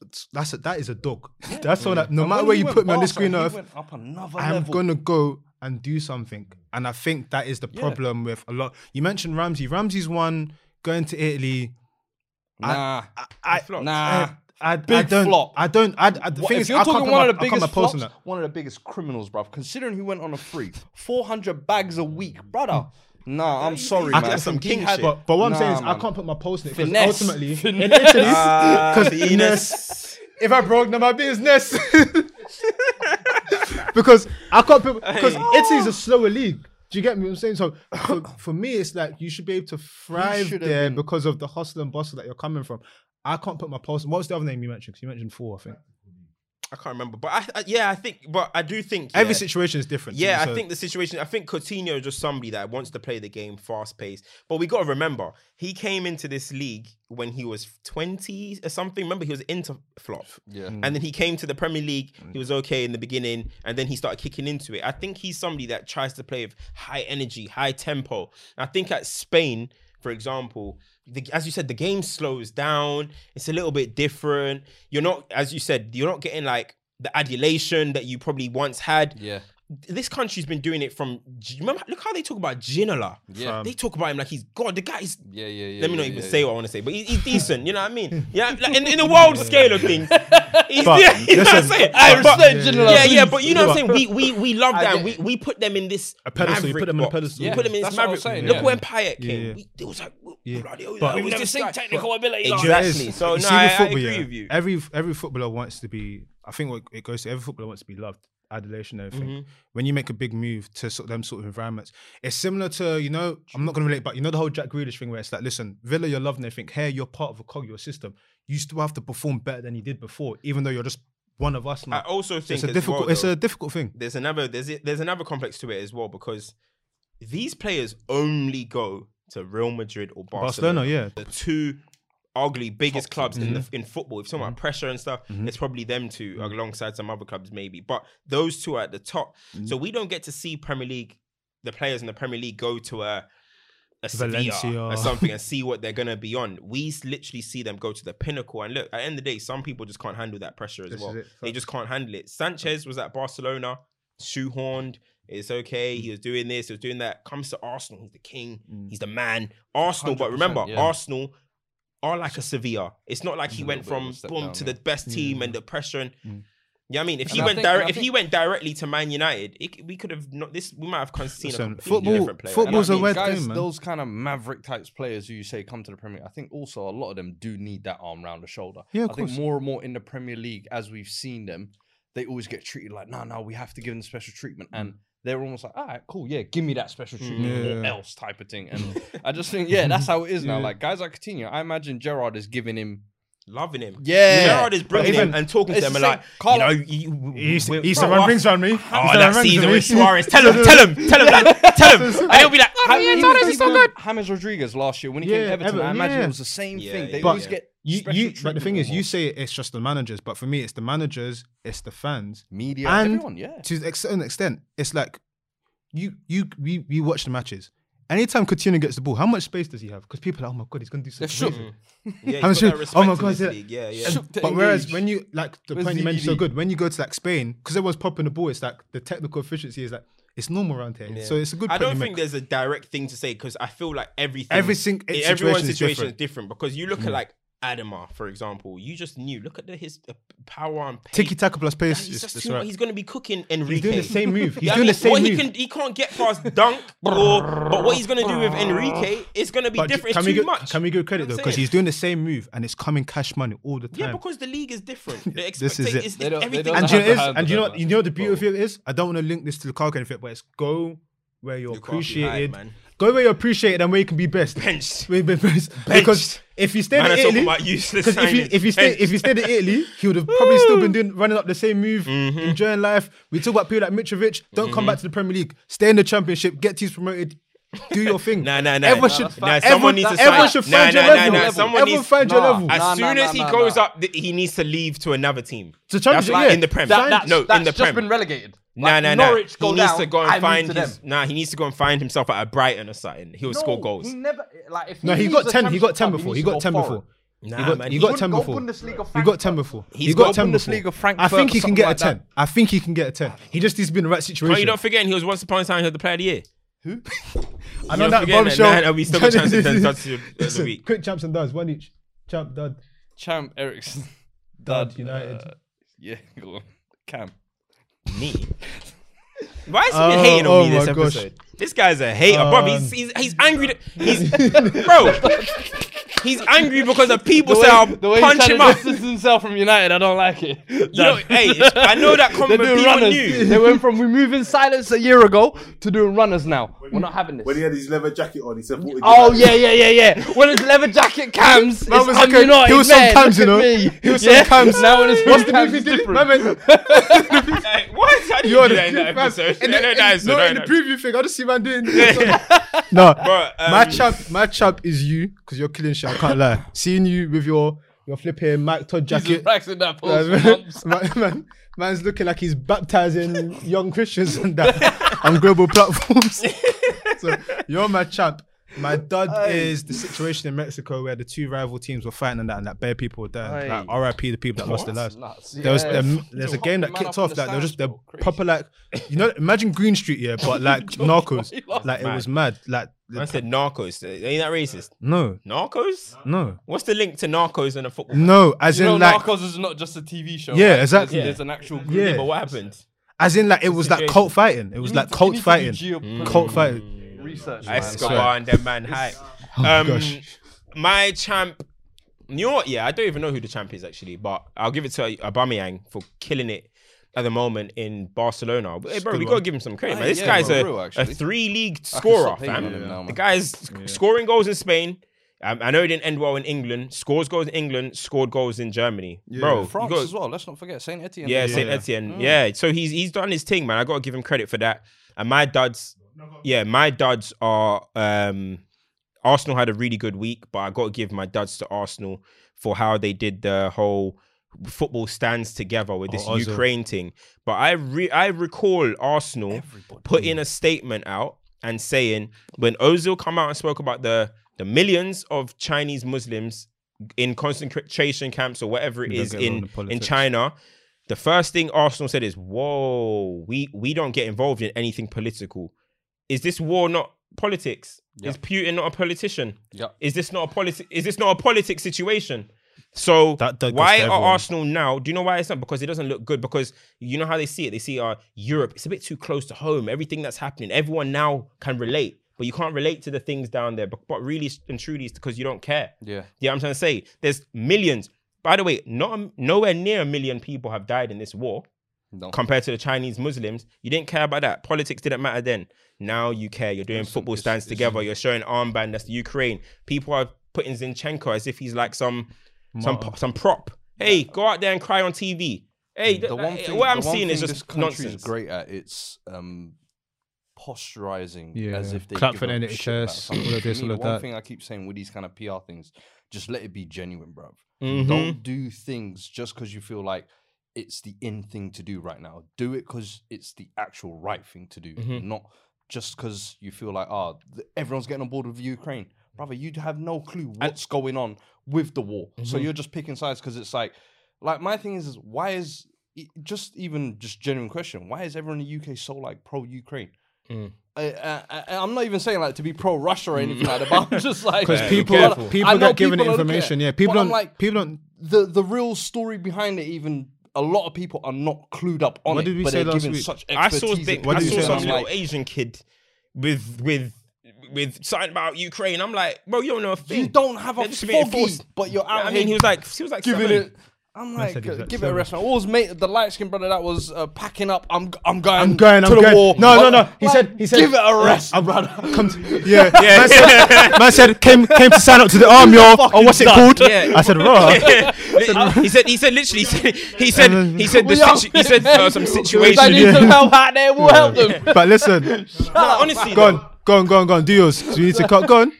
Speaker 1: s- That's a, that is a dog. [LAUGHS] That's all that. No
Speaker 2: And
Speaker 1: matter
Speaker 2: when
Speaker 1: where
Speaker 2: he
Speaker 1: you
Speaker 2: went
Speaker 1: put me on this
Speaker 2: Barca,
Speaker 1: green
Speaker 2: he
Speaker 1: earth,
Speaker 2: went up another
Speaker 1: I'm
Speaker 2: level.
Speaker 1: gonna go and do something. And I think that is the problem with a lot. You mentioned Ramsey. Ramsey's one going to Italy.
Speaker 2: Nah,
Speaker 1: I, I,
Speaker 2: Nah.
Speaker 1: I, I, I
Speaker 2: Big
Speaker 1: don't,
Speaker 2: flop.
Speaker 1: I don't. I, I, the
Speaker 2: What-
Speaker 1: thing
Speaker 2: if
Speaker 1: is,
Speaker 2: you're
Speaker 1: I can't
Speaker 2: talking
Speaker 1: put
Speaker 2: one
Speaker 1: my-
Speaker 2: of the
Speaker 1: I can't
Speaker 2: biggest
Speaker 1: put my post
Speaker 2: flops,
Speaker 1: on that.
Speaker 2: one of the biggest criminals, bruv. Considering he went on a free, 400 bags a week, brother. Nah, I'm sorry,
Speaker 3: I
Speaker 2: man.
Speaker 3: think that's some
Speaker 2: He
Speaker 3: king
Speaker 2: had-
Speaker 3: shit.
Speaker 1: But, but what I'm
Speaker 2: Nah,
Speaker 1: saying is,
Speaker 2: man.
Speaker 1: I can't put my post in it because
Speaker 2: Finesse.
Speaker 1: ultimately, in
Speaker 2: Finesse.
Speaker 1: Italy, [LAUGHS] because
Speaker 3: Ah, Venus.
Speaker 1: finesse. If I broke, now my business. [LAUGHS] because I can't put because Italy's a slower league. Do you get me? What I'm saying so. For, for me, it's like you should be able to thrive
Speaker 2: should have
Speaker 1: there
Speaker 2: been-
Speaker 1: because of the hustle and bustle that you're coming from. I can't put my post. What's the other name you mentioned? 'Cause you mentioned four, I think.
Speaker 3: I can't remember, but I, I yeah, I think, but I do think
Speaker 1: Every
Speaker 3: yeah.
Speaker 1: situation is different.
Speaker 3: Yeah,
Speaker 1: so-
Speaker 3: I think the situation. I think Coutinho is just somebody that wants to play the game fast paced. But we got to remember, he came into this league when he was twenty or something. Remember, he was into flop.
Speaker 2: Yeah.
Speaker 1: Hmm.
Speaker 3: And then he came to the Premier League. He was okay in the beginning, and then he started kicking into it. I think he's somebody that tries to play with high energy, high tempo. I think at Spain, for example. The, as you said, the game slows down. It's a little bit different. You're not, as you said, you're not getting like the adulation that you probably once had
Speaker 2: Yeah.
Speaker 3: this country's been doing it from. do you Remember, look how they talk about Ginola.
Speaker 2: Yeah.
Speaker 3: they talk about him like he's God. The guy is.
Speaker 2: Yeah, yeah, yeah.
Speaker 3: Let me
Speaker 2: yeah,
Speaker 3: not even
Speaker 2: yeah,
Speaker 3: say
Speaker 2: yeah.
Speaker 3: what I want to say, but he, he's decent. You know what
Speaker 1: [LAUGHS]
Speaker 3: I mean? Yeah, like in, in the world scale of
Speaker 2: [LAUGHS]
Speaker 3: things, he's,
Speaker 1: But,
Speaker 3: yeah, [LAUGHS] you know what I'm
Speaker 1: listen,
Speaker 3: saying?
Speaker 2: I
Speaker 3: But-
Speaker 2: respect Ginola,
Speaker 3: Yeah, yeah,
Speaker 2: please.
Speaker 3: but you know what I'm
Speaker 1: But-
Speaker 3: saying. We we
Speaker 1: [LAUGHS]
Speaker 3: we love them.
Speaker 2: get
Speaker 3: We we put them in this
Speaker 1: A pedestal, you put
Speaker 3: maverick
Speaker 1: them on a
Speaker 3: box.
Speaker 1: pedestal.
Speaker 3: You put them in this
Speaker 2: That's what I'm
Speaker 3: maverick.
Speaker 2: saying,
Speaker 3: Look
Speaker 2: yeah.
Speaker 3: when Payet came.
Speaker 1: yeah.
Speaker 3: We, it was like
Speaker 1: Yeah.
Speaker 3: bloody hell,
Speaker 1: But-
Speaker 3: we've
Speaker 1: We've
Speaker 3: never seen
Speaker 4: technical ability like that.
Speaker 3: Exactly. So
Speaker 1: You
Speaker 3: no,
Speaker 1: see
Speaker 3: I,
Speaker 1: with
Speaker 3: I
Speaker 1: football,
Speaker 3: agree
Speaker 1: yeah,
Speaker 3: with you.
Speaker 1: Every every footballer wants to be. I think what it goes to every footballer wants to be loved, adulation, and everything.
Speaker 3: Mm-hmm.
Speaker 1: When you make a big move to sort of them sort of environments, it's similar to you know. I'm not going to relate, but you know the whole Jack Grealish thing where it's like, listen, Villa, you're loved and everything. Here, you're part of a cog, your system. You still have to perform better than you did before, even though you're just one of us
Speaker 3: I
Speaker 1: now.
Speaker 3: also think
Speaker 1: It's a
Speaker 3: as
Speaker 1: difficult.
Speaker 3: well,
Speaker 1: it's
Speaker 3: though,
Speaker 1: a difficult thing.
Speaker 3: there's another there's there's another complex to it as well because these players only go to Real Madrid or Barcelona.
Speaker 1: Barcelona, yeah. mm-hmm.
Speaker 3: the two arguably biggest clubs in the, in football. If you're talking about pressure and stuff, it's probably them 2 alongside some other clubs maybe, but those two are at the top.
Speaker 1: Mm-hmm.
Speaker 3: So we don't get to see Premier League the players in the Premier League go to a a Valencia
Speaker 1: Valencia.
Speaker 3: or something and see what they're gonna be on. We s- literally see them go to the pinnacle. And look, at the end of the day, some people just can't handle that pressure as
Speaker 1: This
Speaker 3: well.
Speaker 1: is it.
Speaker 3: They just can't handle it. Sanchez was at Barcelona, shoehorned. It's okay. He was doing this. He was doing that. Comes to Arsenal. He's the king.
Speaker 2: Mm.
Speaker 3: He's the man. Arsenal, but
Speaker 2: 100%,
Speaker 3: remember,
Speaker 2: yeah.
Speaker 3: Arsenal are like a Sevilla. It's not like he went
Speaker 2: little bit of
Speaker 3: from
Speaker 2: a step
Speaker 3: boom
Speaker 2: down,
Speaker 3: to
Speaker 2: yeah. Mm.
Speaker 3: the best team and the pressure. And, You know what I mean? If he
Speaker 2: And I
Speaker 3: went
Speaker 2: think- and I
Speaker 3: direct, if he
Speaker 2: think-
Speaker 3: went directly to Man United, it, c- we could have not. This we might have con- seen a
Speaker 1: Listen,
Speaker 3: completely
Speaker 1: football-
Speaker 3: different player.
Speaker 2: And I
Speaker 1: football's
Speaker 3: you
Speaker 1: a
Speaker 3: know
Speaker 2: think
Speaker 3: what
Speaker 1: weird
Speaker 2: guys,
Speaker 1: game, man.
Speaker 2: Those kind of maverick types players who you say come to the Premier, I think also a lot of them do need that arm round the shoulder.
Speaker 1: Yeah, of
Speaker 2: I think
Speaker 1: course.
Speaker 2: more and more in the Premier League, as we've seen them, they always get treated like, no, no, we have to give them special treatment, and they're almost like, all right, cool, yeah, give me that special treatment or
Speaker 1: Mm. Yeah.
Speaker 2: else type of
Speaker 1: [LAUGHS]
Speaker 2: thing. And I just think, yeah, that's how it is now. Like guys like Coutinho, I imagine Gerard is giving him,
Speaker 3: I mean? loving him.
Speaker 2: Yeah.
Speaker 3: Gerard is bringing him
Speaker 1: even-
Speaker 3: and talking to
Speaker 2: It's
Speaker 3: him
Speaker 2: the
Speaker 3: and like,
Speaker 2: same-
Speaker 3: you
Speaker 2: Carlo-
Speaker 3: know, you,
Speaker 1: He used to,
Speaker 3: we're-
Speaker 1: he used to
Speaker 3: bro,
Speaker 1: run
Speaker 3: I-
Speaker 1: rings around me.
Speaker 3: Oh, that season with Suarez. Tell
Speaker 2: [LAUGHS]
Speaker 3: him, [LAUGHS] tell him, tell him that. Tell
Speaker 1: [LAUGHS]
Speaker 3: him. And he'll be like,
Speaker 2: Ham- he
Speaker 1: Suarez
Speaker 2: was
Speaker 1: is so [LAUGHS]
Speaker 2: even-
Speaker 1: good.
Speaker 2: James Rodriguez last year when he
Speaker 1: Yeah,
Speaker 2: came to Everton, I
Speaker 1: Everton,
Speaker 2: imagine
Speaker 1: yeah.
Speaker 2: it was the same
Speaker 3: Yeah,
Speaker 2: thing.
Speaker 3: yeah,
Speaker 2: They
Speaker 3: But
Speaker 2: always get
Speaker 1: you,
Speaker 2: special
Speaker 1: you, but the
Speaker 2: treatment
Speaker 1: thing is, you
Speaker 2: almost.
Speaker 1: say it's just the managers, but for me, it's the managers, it's the fans,
Speaker 2: media,
Speaker 1: and
Speaker 2: everyone, yeah.
Speaker 1: to a certain extent, it's like you, you, we, we watch the matches. Anytime Coutinho gets the ball, how much space does he have? Because people are like, oh my god, he's gonna do
Speaker 2: They're
Speaker 1: something.
Speaker 2: shook.
Speaker 1: amazing."
Speaker 3: Yeah,
Speaker 1: I'm
Speaker 3: he's
Speaker 1: sure-
Speaker 3: got that
Speaker 1: oh my
Speaker 3: respect in
Speaker 1: God,
Speaker 3: this
Speaker 1: yeah.
Speaker 3: league. Yeah, yeah.
Speaker 2: Shook to
Speaker 1: But whereas
Speaker 2: engage.
Speaker 1: when you like the
Speaker 2: Where's
Speaker 1: point you mentioned so
Speaker 2: VVD?
Speaker 1: good, when you go to like Spain, because everyone's popping the ball, it's like the technical efficiency is like it's normal around here. So it's a good.
Speaker 3: I
Speaker 1: point
Speaker 3: don't
Speaker 1: you
Speaker 3: think
Speaker 1: make.
Speaker 3: there's a direct thing to say because I feel like everything,
Speaker 1: Every sing-
Speaker 3: eh,
Speaker 1: each
Speaker 3: everyone's
Speaker 1: situation is Mm.
Speaker 3: situation is different because you look at like Adama, for example, you just knew. Look at the, his uh, power and pace.
Speaker 1: Tiki Taka plus pace
Speaker 3: He's,
Speaker 1: is
Speaker 3: just
Speaker 1: is
Speaker 3: too,
Speaker 1: right.
Speaker 3: he's going to be cooking Enrique.
Speaker 7: He's doing
Speaker 3: [LAUGHS]
Speaker 7: the same move. He's
Speaker 3: Yeah, I
Speaker 7: doing
Speaker 3: mean,
Speaker 7: the same
Speaker 3: what
Speaker 7: move.
Speaker 3: He, can, he can't get past dunk, or, but what he's going to do with Enrique is going to be
Speaker 1: But
Speaker 3: different.
Speaker 1: can
Speaker 3: it's
Speaker 1: we
Speaker 3: too
Speaker 1: give,
Speaker 3: much.
Speaker 1: can we give credit
Speaker 3: You know
Speaker 1: though?
Speaker 3: what I'm
Speaker 1: Because
Speaker 3: saying?
Speaker 1: he's doing the same move and it's coming cash money all the time.
Speaker 3: Yeah, because the league
Speaker 1: [LAUGHS]
Speaker 3: is different. The
Speaker 1: This is it.
Speaker 3: expectation is
Speaker 2: They don't- they
Speaker 3: everything.
Speaker 2: don't
Speaker 3: is
Speaker 1: and do you know, it
Speaker 2: have to
Speaker 1: is, and
Speaker 2: handle
Speaker 1: you know,
Speaker 2: that, man.
Speaker 1: you know, the beauty of it is. I don't want to link this to Lukaku anything, but it's go where you're
Speaker 3: Lukaku,
Speaker 1: appreciated.
Speaker 3: aight, man.
Speaker 1: go where you're appreciated and where you can be best. [LAUGHS]
Speaker 3: Benched.
Speaker 1: Where you be best. Because if you stayed
Speaker 3: Man, I
Speaker 1: in
Speaker 3: talk
Speaker 1: Italy,
Speaker 3: about useless
Speaker 1: 'cause if you
Speaker 3: signings.
Speaker 1: if you stayed if you stayed in Italy, he would have probably still been doing running up the same move,
Speaker 3: Mm-hmm.
Speaker 1: enjoying life. We talk about people like Mitrovic. Don't come back to the Premier League. Stay in the Championship. Get teams promoted. Do your thing.
Speaker 3: [LAUGHS] Nah, nah, nah.
Speaker 1: Everyone
Speaker 3: Nah,
Speaker 1: should.
Speaker 3: that's fact.
Speaker 1: everyone-
Speaker 3: Someone needs to
Speaker 1: Everyone
Speaker 3: sign-
Speaker 1: should
Speaker 3: Nah,
Speaker 1: find your
Speaker 3: nah, nah,
Speaker 1: level.
Speaker 3: nah. Someone
Speaker 1: Everyone
Speaker 3: needs-
Speaker 1: find your
Speaker 2: Nah.
Speaker 1: level.
Speaker 3: As
Speaker 2: Nah,
Speaker 3: soon
Speaker 2: nah,
Speaker 3: as he
Speaker 2: nah,
Speaker 3: goes
Speaker 2: nah.
Speaker 3: up, th- he needs to leave to another team.
Speaker 1: To
Speaker 3: That's
Speaker 1: Championship,
Speaker 3: like
Speaker 1: yeah.
Speaker 3: in the Prem.
Speaker 1: That-
Speaker 2: that's,
Speaker 3: no,
Speaker 2: that's
Speaker 3: in the
Speaker 2: just
Speaker 3: Prem.
Speaker 2: been relegated.
Speaker 3: Nah,
Speaker 2: Like,
Speaker 3: nah, nah.
Speaker 2: Norwich go
Speaker 3: he needs
Speaker 2: down,
Speaker 3: to go and
Speaker 2: I move
Speaker 3: find
Speaker 2: to
Speaker 3: his.
Speaker 2: them.
Speaker 3: Nah, he needs to go and find himself at a Brighton or something. He'll score
Speaker 2: No,
Speaker 3: goals.
Speaker 2: He never like if
Speaker 1: No, he
Speaker 2: leaves
Speaker 1: got
Speaker 2: a
Speaker 1: ten. He got
Speaker 2: championship
Speaker 1: ten
Speaker 2: club,
Speaker 1: before.
Speaker 2: needs
Speaker 1: He
Speaker 2: to
Speaker 1: got
Speaker 2: go
Speaker 1: ten
Speaker 2: forward.
Speaker 1: before.
Speaker 3: Nah,
Speaker 1: He got
Speaker 3: man.
Speaker 1: he
Speaker 3: he-
Speaker 1: got
Speaker 2: Go
Speaker 1: ten before.
Speaker 2: Bundesliga
Speaker 1: He got
Speaker 2: Frankfurt.
Speaker 1: ten before.
Speaker 7: He's
Speaker 1: He's got
Speaker 7: got
Speaker 1: ten before.
Speaker 7: Bundesliga
Speaker 1: I
Speaker 7: Frankfurt
Speaker 1: think he
Speaker 7: or
Speaker 1: can get a
Speaker 7: something like
Speaker 1: ten. I think he can get a ten. He just needs to be in the right
Speaker 3: Oh, you
Speaker 1: situation.
Speaker 3: don't forget, he was once upon a time he had the player of the year.
Speaker 1: I
Speaker 3: you
Speaker 1: know
Speaker 3: don't
Speaker 1: that
Speaker 3: forget that,
Speaker 1: bombshell.
Speaker 3: nah, nah, we still got chance
Speaker 1: [LAUGHS]
Speaker 3: to turn Dodds to- of the
Speaker 1: Listen,
Speaker 3: week.
Speaker 1: Quick champs and duds, one each. Champ, dud,
Speaker 2: Champ Ericsson.
Speaker 1: dud,
Speaker 2: Dud,
Speaker 1: United.
Speaker 2: uh, [LAUGHS] yeah, go on. Cam. [LAUGHS]
Speaker 3: Me. Why is he
Speaker 1: Oh,
Speaker 3: hating on
Speaker 1: oh
Speaker 3: me this
Speaker 1: my gosh. Um.
Speaker 3: episode? This guy's a hater, bro. He's, he's he's angry. That,
Speaker 1: [LAUGHS]
Speaker 3: he's bro. He's angry because of people say I'll punch him up.
Speaker 2: distance [LAUGHS] himself from United, I don't like it. You
Speaker 3: know, hey, I know
Speaker 2: [LAUGHS]
Speaker 3: that come when people knew.
Speaker 2: They went from we move in silence a year ago to doing runners now. We're not having this.
Speaker 6: When he had his leather jacket on, he said, "What would you
Speaker 2: Oh
Speaker 6: like?"
Speaker 2: yeah, yeah, yeah, yeah. When it's leather jacket cams, it's,
Speaker 1: Man was
Speaker 2: I'm
Speaker 1: like a-
Speaker 2: United.
Speaker 1: he was
Speaker 2: man,
Speaker 1: sometimes,
Speaker 2: look
Speaker 1: you
Speaker 2: at
Speaker 1: know.
Speaker 2: me.
Speaker 1: He was
Speaker 2: Yeah?
Speaker 1: sometimes.
Speaker 2: Now when it's
Speaker 1: What's the
Speaker 2: sometimes
Speaker 1: movie did?
Speaker 2: different.
Speaker 1: My man,
Speaker 3: [LAUGHS] Like, what? How did you
Speaker 1: you're [LAUGHS]
Speaker 3: do
Speaker 1: the
Speaker 3: that in that
Speaker 1: man,
Speaker 3: episode?
Speaker 1: in
Speaker 3: [LAUGHS] No, no,
Speaker 1: the-
Speaker 3: no,
Speaker 1: in-
Speaker 3: it's
Speaker 1: No,
Speaker 3: not,
Speaker 1: in the
Speaker 3: no.
Speaker 1: preview thing, I just see man
Speaker 3: [LAUGHS]
Speaker 1: doing. [LAUGHS] No,
Speaker 3: Bro, um,
Speaker 1: my champ, my champ is you because you're killing shit. I can't lie. Seeing you with your your flipping Mike Todd jacket.
Speaker 2: Practicing that
Speaker 1: Uh,
Speaker 2: pose for
Speaker 1: [LAUGHS] man, [LAUGHS]
Speaker 2: months.
Speaker 1: man, man- man's looking like he's baptizing young Christians and that on global platforms. so you're my champ. My dud is the situation in Mexico where the two rival teams were fighting and that, and that bare people were dying. Like, R.I.P. the people that lost their lives.
Speaker 2: Nuts,
Speaker 1: There was
Speaker 2: yeah.
Speaker 1: um, there's a
Speaker 2: Fucking
Speaker 1: game that
Speaker 2: man
Speaker 1: kicked
Speaker 2: up on
Speaker 1: off
Speaker 2: the
Speaker 1: that they were just they're
Speaker 2: stands, bro.
Speaker 1: proper like you know imagine Green Street yeah but like Narcos
Speaker 2: lost
Speaker 1: like it was mad like
Speaker 3: I said narcos. Ain't that racist?
Speaker 1: no
Speaker 3: Narcos?
Speaker 1: no
Speaker 3: What's the link to narcos and a football?
Speaker 1: no as
Speaker 2: You know,
Speaker 1: in like
Speaker 2: Narcos is not just a TV
Speaker 1: Yeah,
Speaker 2: show. right? There's-
Speaker 1: exactly.
Speaker 2: There's, an actual group.
Speaker 1: Yeah.
Speaker 3: But what happened?
Speaker 1: as in like it was like
Speaker 3: situation.
Speaker 1: cult fighting it was
Speaker 2: You
Speaker 1: like
Speaker 2: need to- you
Speaker 1: cult
Speaker 2: need to do
Speaker 1: fighting Mm.
Speaker 2: geopolitical
Speaker 1: cult fighting
Speaker 2: Research. man.
Speaker 3: Escobar and that
Speaker 1: [LAUGHS]
Speaker 3: man hype.
Speaker 1: Oh my
Speaker 3: um,
Speaker 1: gosh.
Speaker 3: my champ. You know what? Yeah, I don't even know who the champ is actually, but I'll give it to Aubameyang for killing it at the moment in Barcelona. Hey, bro, we gotta give him some credit, man.
Speaker 2: Aye,
Speaker 3: This
Speaker 2: yeah,
Speaker 3: guy's
Speaker 2: bro,
Speaker 3: a,
Speaker 2: real,
Speaker 3: a
Speaker 2: actually.
Speaker 3: three-league scorer,
Speaker 2: stop hating
Speaker 3: fam.
Speaker 2: on him now,
Speaker 3: the
Speaker 2: man.
Speaker 3: guy's sc- scoring goals in Spain. Um, I know it didn't end well in England. Scores goals in England. Scored goals in Germany, bro. you
Speaker 2: France
Speaker 3: gotta-
Speaker 2: as well. Let's not forget Saint Etienne.
Speaker 3: yeah, Saint Etienne. Yeah, so he's he's done his thing, man. I gotta give him credit for that. And my duds, yeah, my duds are. um Arsenal had a really good week, but I gotta give my duds to Arsenal for how they did the whole football stands together with
Speaker 1: Oh,
Speaker 3: this Ukraine thing. But I re- I recall Arsenal putting a statement out and saying when Ozil come out and spoke about the the millions of Chinese Muslims in concentration camps or whatever it
Speaker 1: don't
Speaker 3: is
Speaker 1: get around
Speaker 3: in
Speaker 1: the
Speaker 3: in
Speaker 1: politics.
Speaker 3: China, the first thing Arsenal said is, "Whoa, we we don't get involved in anything political. Is this war not politics? Is Putin not a politician?
Speaker 2: Yep.
Speaker 3: Is this not a politi- Is this not a politic situation?" So
Speaker 1: That- that goes
Speaker 3: why
Speaker 1: to
Speaker 3: are
Speaker 1: everyone.
Speaker 3: Arsenal now? Do you know why it's not? Because it doesn't look good. Because you know how they see it. They see uh, Europe. It's a bit too close to home. Everything that's happening, everyone now can relate, but you can't relate to the things down there. But, but really and truly, it's because you don't care.
Speaker 2: Yeah.
Speaker 3: Yeah, I'm trying to say there's millions. By the way, not a- nowhere near a million people have died in this war
Speaker 2: No.
Speaker 3: [LAUGHS] compared to the Chinese Muslims. You didn't care about that. Politics didn't matter then. Now you care. You're doing football stands together. You're showing armband. That's the Ukraine. People are putting Zinchenko as if he's like some some p- some prop. Hey, go out there and cry on TV. Hey, eh, uh,
Speaker 2: the one thing,
Speaker 3: what I'm
Speaker 2: the one
Speaker 3: seeing is
Speaker 2: thing
Speaker 3: just
Speaker 2: this country
Speaker 3: nonsense.
Speaker 2: is great at it's um posturizing
Speaker 1: Yeah.
Speaker 2: as if they
Speaker 1: Clap
Speaker 2: give
Speaker 1: for the
Speaker 2: a shit about
Speaker 1: NHS,
Speaker 2: something.
Speaker 1: all of
Speaker 2: For
Speaker 1: this,
Speaker 2: me,
Speaker 1: all
Speaker 2: the
Speaker 1: of
Speaker 2: one
Speaker 1: that.
Speaker 2: thing I keep saying with these kind of PR things, just let it be genuine, bro.
Speaker 1: Mm-hmm.
Speaker 3: Mhm.
Speaker 2: Don't do things just because you feel like it's the in thing to do right now. Do it because it's the actual right thing to do,
Speaker 1: Mm-hmm.
Speaker 2: not just because you feel like oh th- everyone's getting on board with Ukraine, brother. You have no clue what's going on with the war, so
Speaker 1: Mm-hmm.
Speaker 2: you're just picking sides because it's like, like my thing is, is why is e- just even just genuine question? Why is everyone in the UK so like pro Ukraine?
Speaker 1: Mm.
Speaker 2: I, I, I, I'm not even saying like to be pro Russia or anything like that, but
Speaker 1: [LAUGHS]
Speaker 2: I'm just like
Speaker 1: Because
Speaker 2: Yeah,
Speaker 1: Mm. people,
Speaker 2: I
Speaker 1: people,
Speaker 2: know
Speaker 1: get given
Speaker 2: people don't
Speaker 1: information.
Speaker 2: care,
Speaker 1: Yeah, people
Speaker 2: but I'm
Speaker 1: don't.
Speaker 2: like
Speaker 1: people
Speaker 2: [LAUGHS]
Speaker 1: don't.
Speaker 2: the the real story behind it. Even a lot of people are not clued up on
Speaker 1: What
Speaker 2: it,
Speaker 1: did we
Speaker 2: but
Speaker 1: say
Speaker 2: they're
Speaker 1: last
Speaker 2: given
Speaker 1: week?
Speaker 2: such
Speaker 3: I
Speaker 2: expertise.
Speaker 3: saw thi-
Speaker 2: and
Speaker 1: What
Speaker 3: I
Speaker 1: did you
Speaker 3: saw
Speaker 1: say
Speaker 3: some
Speaker 1: last
Speaker 3: little
Speaker 2: like,
Speaker 3: Asian kid with with with something about Ukraine. I'm like, bro, you don't know a thing.
Speaker 2: you don't have a
Speaker 3: They're just being
Speaker 2: foggy,
Speaker 3: forced.
Speaker 2: but you're out
Speaker 3: I
Speaker 2: here
Speaker 3: mean, he was like, he was like,
Speaker 2: giving
Speaker 3: seven.
Speaker 2: it. I'm
Speaker 1: I
Speaker 2: like,
Speaker 1: said he was
Speaker 2: uh,
Speaker 1: like
Speaker 2: give it a
Speaker 1: seven.
Speaker 2: rest. man. What was mate, the light skinned brother that was uh, packing up? I'm, g- I'm going,
Speaker 1: I'm going.
Speaker 2: to
Speaker 1: I'm
Speaker 2: the
Speaker 1: going.
Speaker 2: war.
Speaker 1: No, no,
Speaker 2: But,
Speaker 1: no. He
Speaker 2: like,
Speaker 1: said. He said.
Speaker 2: give it a rest. [LAUGHS]
Speaker 1: I'm rather [LAUGHS] come. To, yeah, yeah. Man, Said, man said came came to sign up
Speaker 2: [LAUGHS]
Speaker 1: to the army or, or what's it called?
Speaker 3: Yeah.
Speaker 1: I said, raw.
Speaker 3: he said, he said, literally, he said, he said, the
Speaker 2: We are-
Speaker 3: situ- he said
Speaker 1: [LAUGHS]
Speaker 3: uh, some
Speaker 2: If [LAUGHS] they
Speaker 3: situation.
Speaker 2: need some help out there, we'll help them.
Speaker 1: But listen,
Speaker 3: No, honestly,
Speaker 1: go
Speaker 3: though,
Speaker 1: on, go on, go on, go on. Do yours. Do you need to cut? Go on,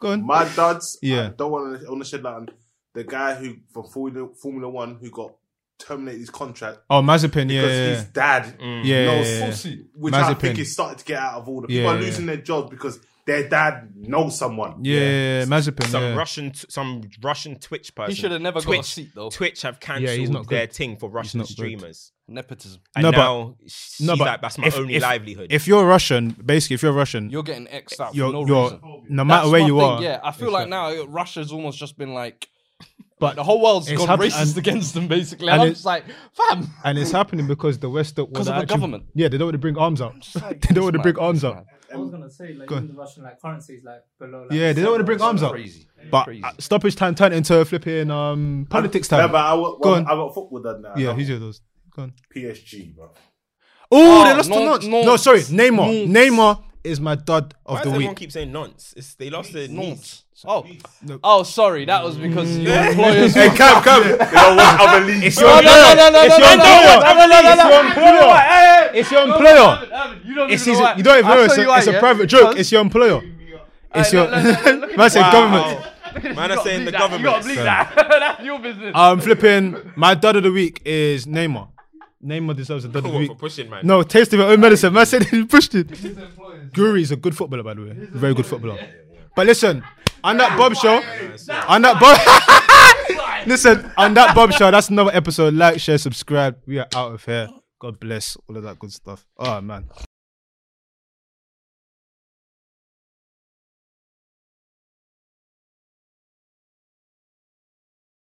Speaker 1: go on.
Speaker 6: My dad's.
Speaker 1: Yeah.
Speaker 6: I don't want to, want to shed light on the guy who from Formula, Formula One who got terminated his contract
Speaker 1: Oh, Mazepin. Yeah,
Speaker 6: because
Speaker 1: yeah,
Speaker 6: his dad
Speaker 1: yeah. yeah,
Speaker 6: knows,
Speaker 1: yeah, yeah.
Speaker 6: which I
Speaker 1: Mazepin.
Speaker 6: think is started to get out of order.
Speaker 1: Yeah,
Speaker 6: People are
Speaker 1: yeah.
Speaker 6: losing their jobs because their dad knows someone.
Speaker 1: Yeah, yeah, yeah, Mazepin.
Speaker 3: some
Speaker 1: Yeah.
Speaker 3: Russian, some Russian Twitch person.
Speaker 2: shoulda never got a
Speaker 3: Twitch,
Speaker 2: seat, though.
Speaker 3: Twitch have
Speaker 1: he's
Speaker 3: cancelled
Speaker 1: not
Speaker 3: their
Speaker 1: good.
Speaker 3: thing for Russian
Speaker 1: not good.
Speaker 3: streamers.
Speaker 2: [LAUGHS] Nepotism.
Speaker 3: And
Speaker 1: No, but-
Speaker 3: now she's
Speaker 1: no, but
Speaker 3: like, that's my
Speaker 1: if-
Speaker 3: only
Speaker 1: if-
Speaker 3: livelihood.
Speaker 1: If you're Russian, basically, if you're Russian,
Speaker 2: You're getting X'd out for
Speaker 1: you're,
Speaker 2: no
Speaker 1: you're
Speaker 2: reason.
Speaker 1: no matter
Speaker 2: That's
Speaker 1: where
Speaker 2: my
Speaker 1: you
Speaker 2: thing,
Speaker 1: are.
Speaker 2: Yeah, I feel like now uh, Russia's almost just been like,
Speaker 1: But
Speaker 2: the whole world's
Speaker 1: it's
Speaker 2: gone
Speaker 1: happened-
Speaker 2: racist
Speaker 1: and-
Speaker 2: against them basically.
Speaker 1: and
Speaker 2: And I'm
Speaker 1: it-
Speaker 2: just like, fam.
Speaker 1: and it's happening because the West don't want
Speaker 2: 'Cause
Speaker 1: to
Speaker 2: of the
Speaker 1: actually-
Speaker 2: government.
Speaker 1: Yeah, they don't want to bring arms out. [LAUGHS]
Speaker 2: like,
Speaker 1: they don't want to
Speaker 2: it's
Speaker 1: bring
Speaker 2: mad,
Speaker 1: arms
Speaker 2: it's
Speaker 1: out.
Speaker 2: mad.
Speaker 7: I was gonna say like
Speaker 1: Go-
Speaker 7: even the Russian like currency is like below. Like,
Speaker 1: Yeah, they don't want to bring arms out.
Speaker 2: Crazy.
Speaker 1: But
Speaker 2: Crazy.
Speaker 1: uh, stoppage time turned into flipping um politics time.
Speaker 6: No, but I, well,
Speaker 1: Go
Speaker 6: go
Speaker 1: on.
Speaker 6: I got football done now.
Speaker 1: yeah,
Speaker 6: I'm
Speaker 1: he's your those. Go on.
Speaker 6: PSG, bro.
Speaker 1: Oh, they
Speaker 2: Oh,
Speaker 1: lost to
Speaker 2: Nantes,
Speaker 1: Nantes.
Speaker 2: Nantes.
Speaker 1: No, sorry, Neymar.
Speaker 2: Nantes.
Speaker 1: Neymar is my dud of
Speaker 3: Why
Speaker 1: the
Speaker 3: does everyone
Speaker 1: week.
Speaker 3: keep saying nonce? It's, they lost the nonce.
Speaker 2: [LAUGHS] Nonce. Oh, oh, sorry. That was because your
Speaker 1: [LAUGHS]
Speaker 2: employers.
Speaker 1: Hey, come, come. It's your
Speaker 2: No, no, no, no,
Speaker 1: It's
Speaker 2: no,
Speaker 1: your
Speaker 2: no, no,
Speaker 1: employer.
Speaker 2: no, no, no, no.
Speaker 1: It's your employer. It's your employer.
Speaker 2: You don't
Speaker 1: It's
Speaker 2: even
Speaker 1: his,
Speaker 2: know why.
Speaker 1: you don't even
Speaker 2: I'll
Speaker 1: know.
Speaker 2: tell
Speaker 1: It's
Speaker 2: you
Speaker 1: a,
Speaker 2: why,
Speaker 1: it's a
Speaker 2: yeah?
Speaker 1: private joke. It's your employer. It's your. Man said
Speaker 2: [LAUGHS]
Speaker 1: government.
Speaker 3: Man, I'm saying the
Speaker 2: You gotta
Speaker 3: government.
Speaker 2: believe that. That's your business.
Speaker 1: I'm Um, flipping. My dud of the week is Neymar. Neymar deserves a dud of the
Speaker 3: What,
Speaker 1: week.
Speaker 3: for pushing, man.
Speaker 1: No, taste of your own medicine. Man said he pushed it. Guri is a good footballer, by the way. Very good footballer. But listen, on that Bob show, on that Bob. [LAUGHS] listen, on that Bob show, that's another episode. Like, share, subscribe. We are out of here. God bless all of that good stuff. Oh, man.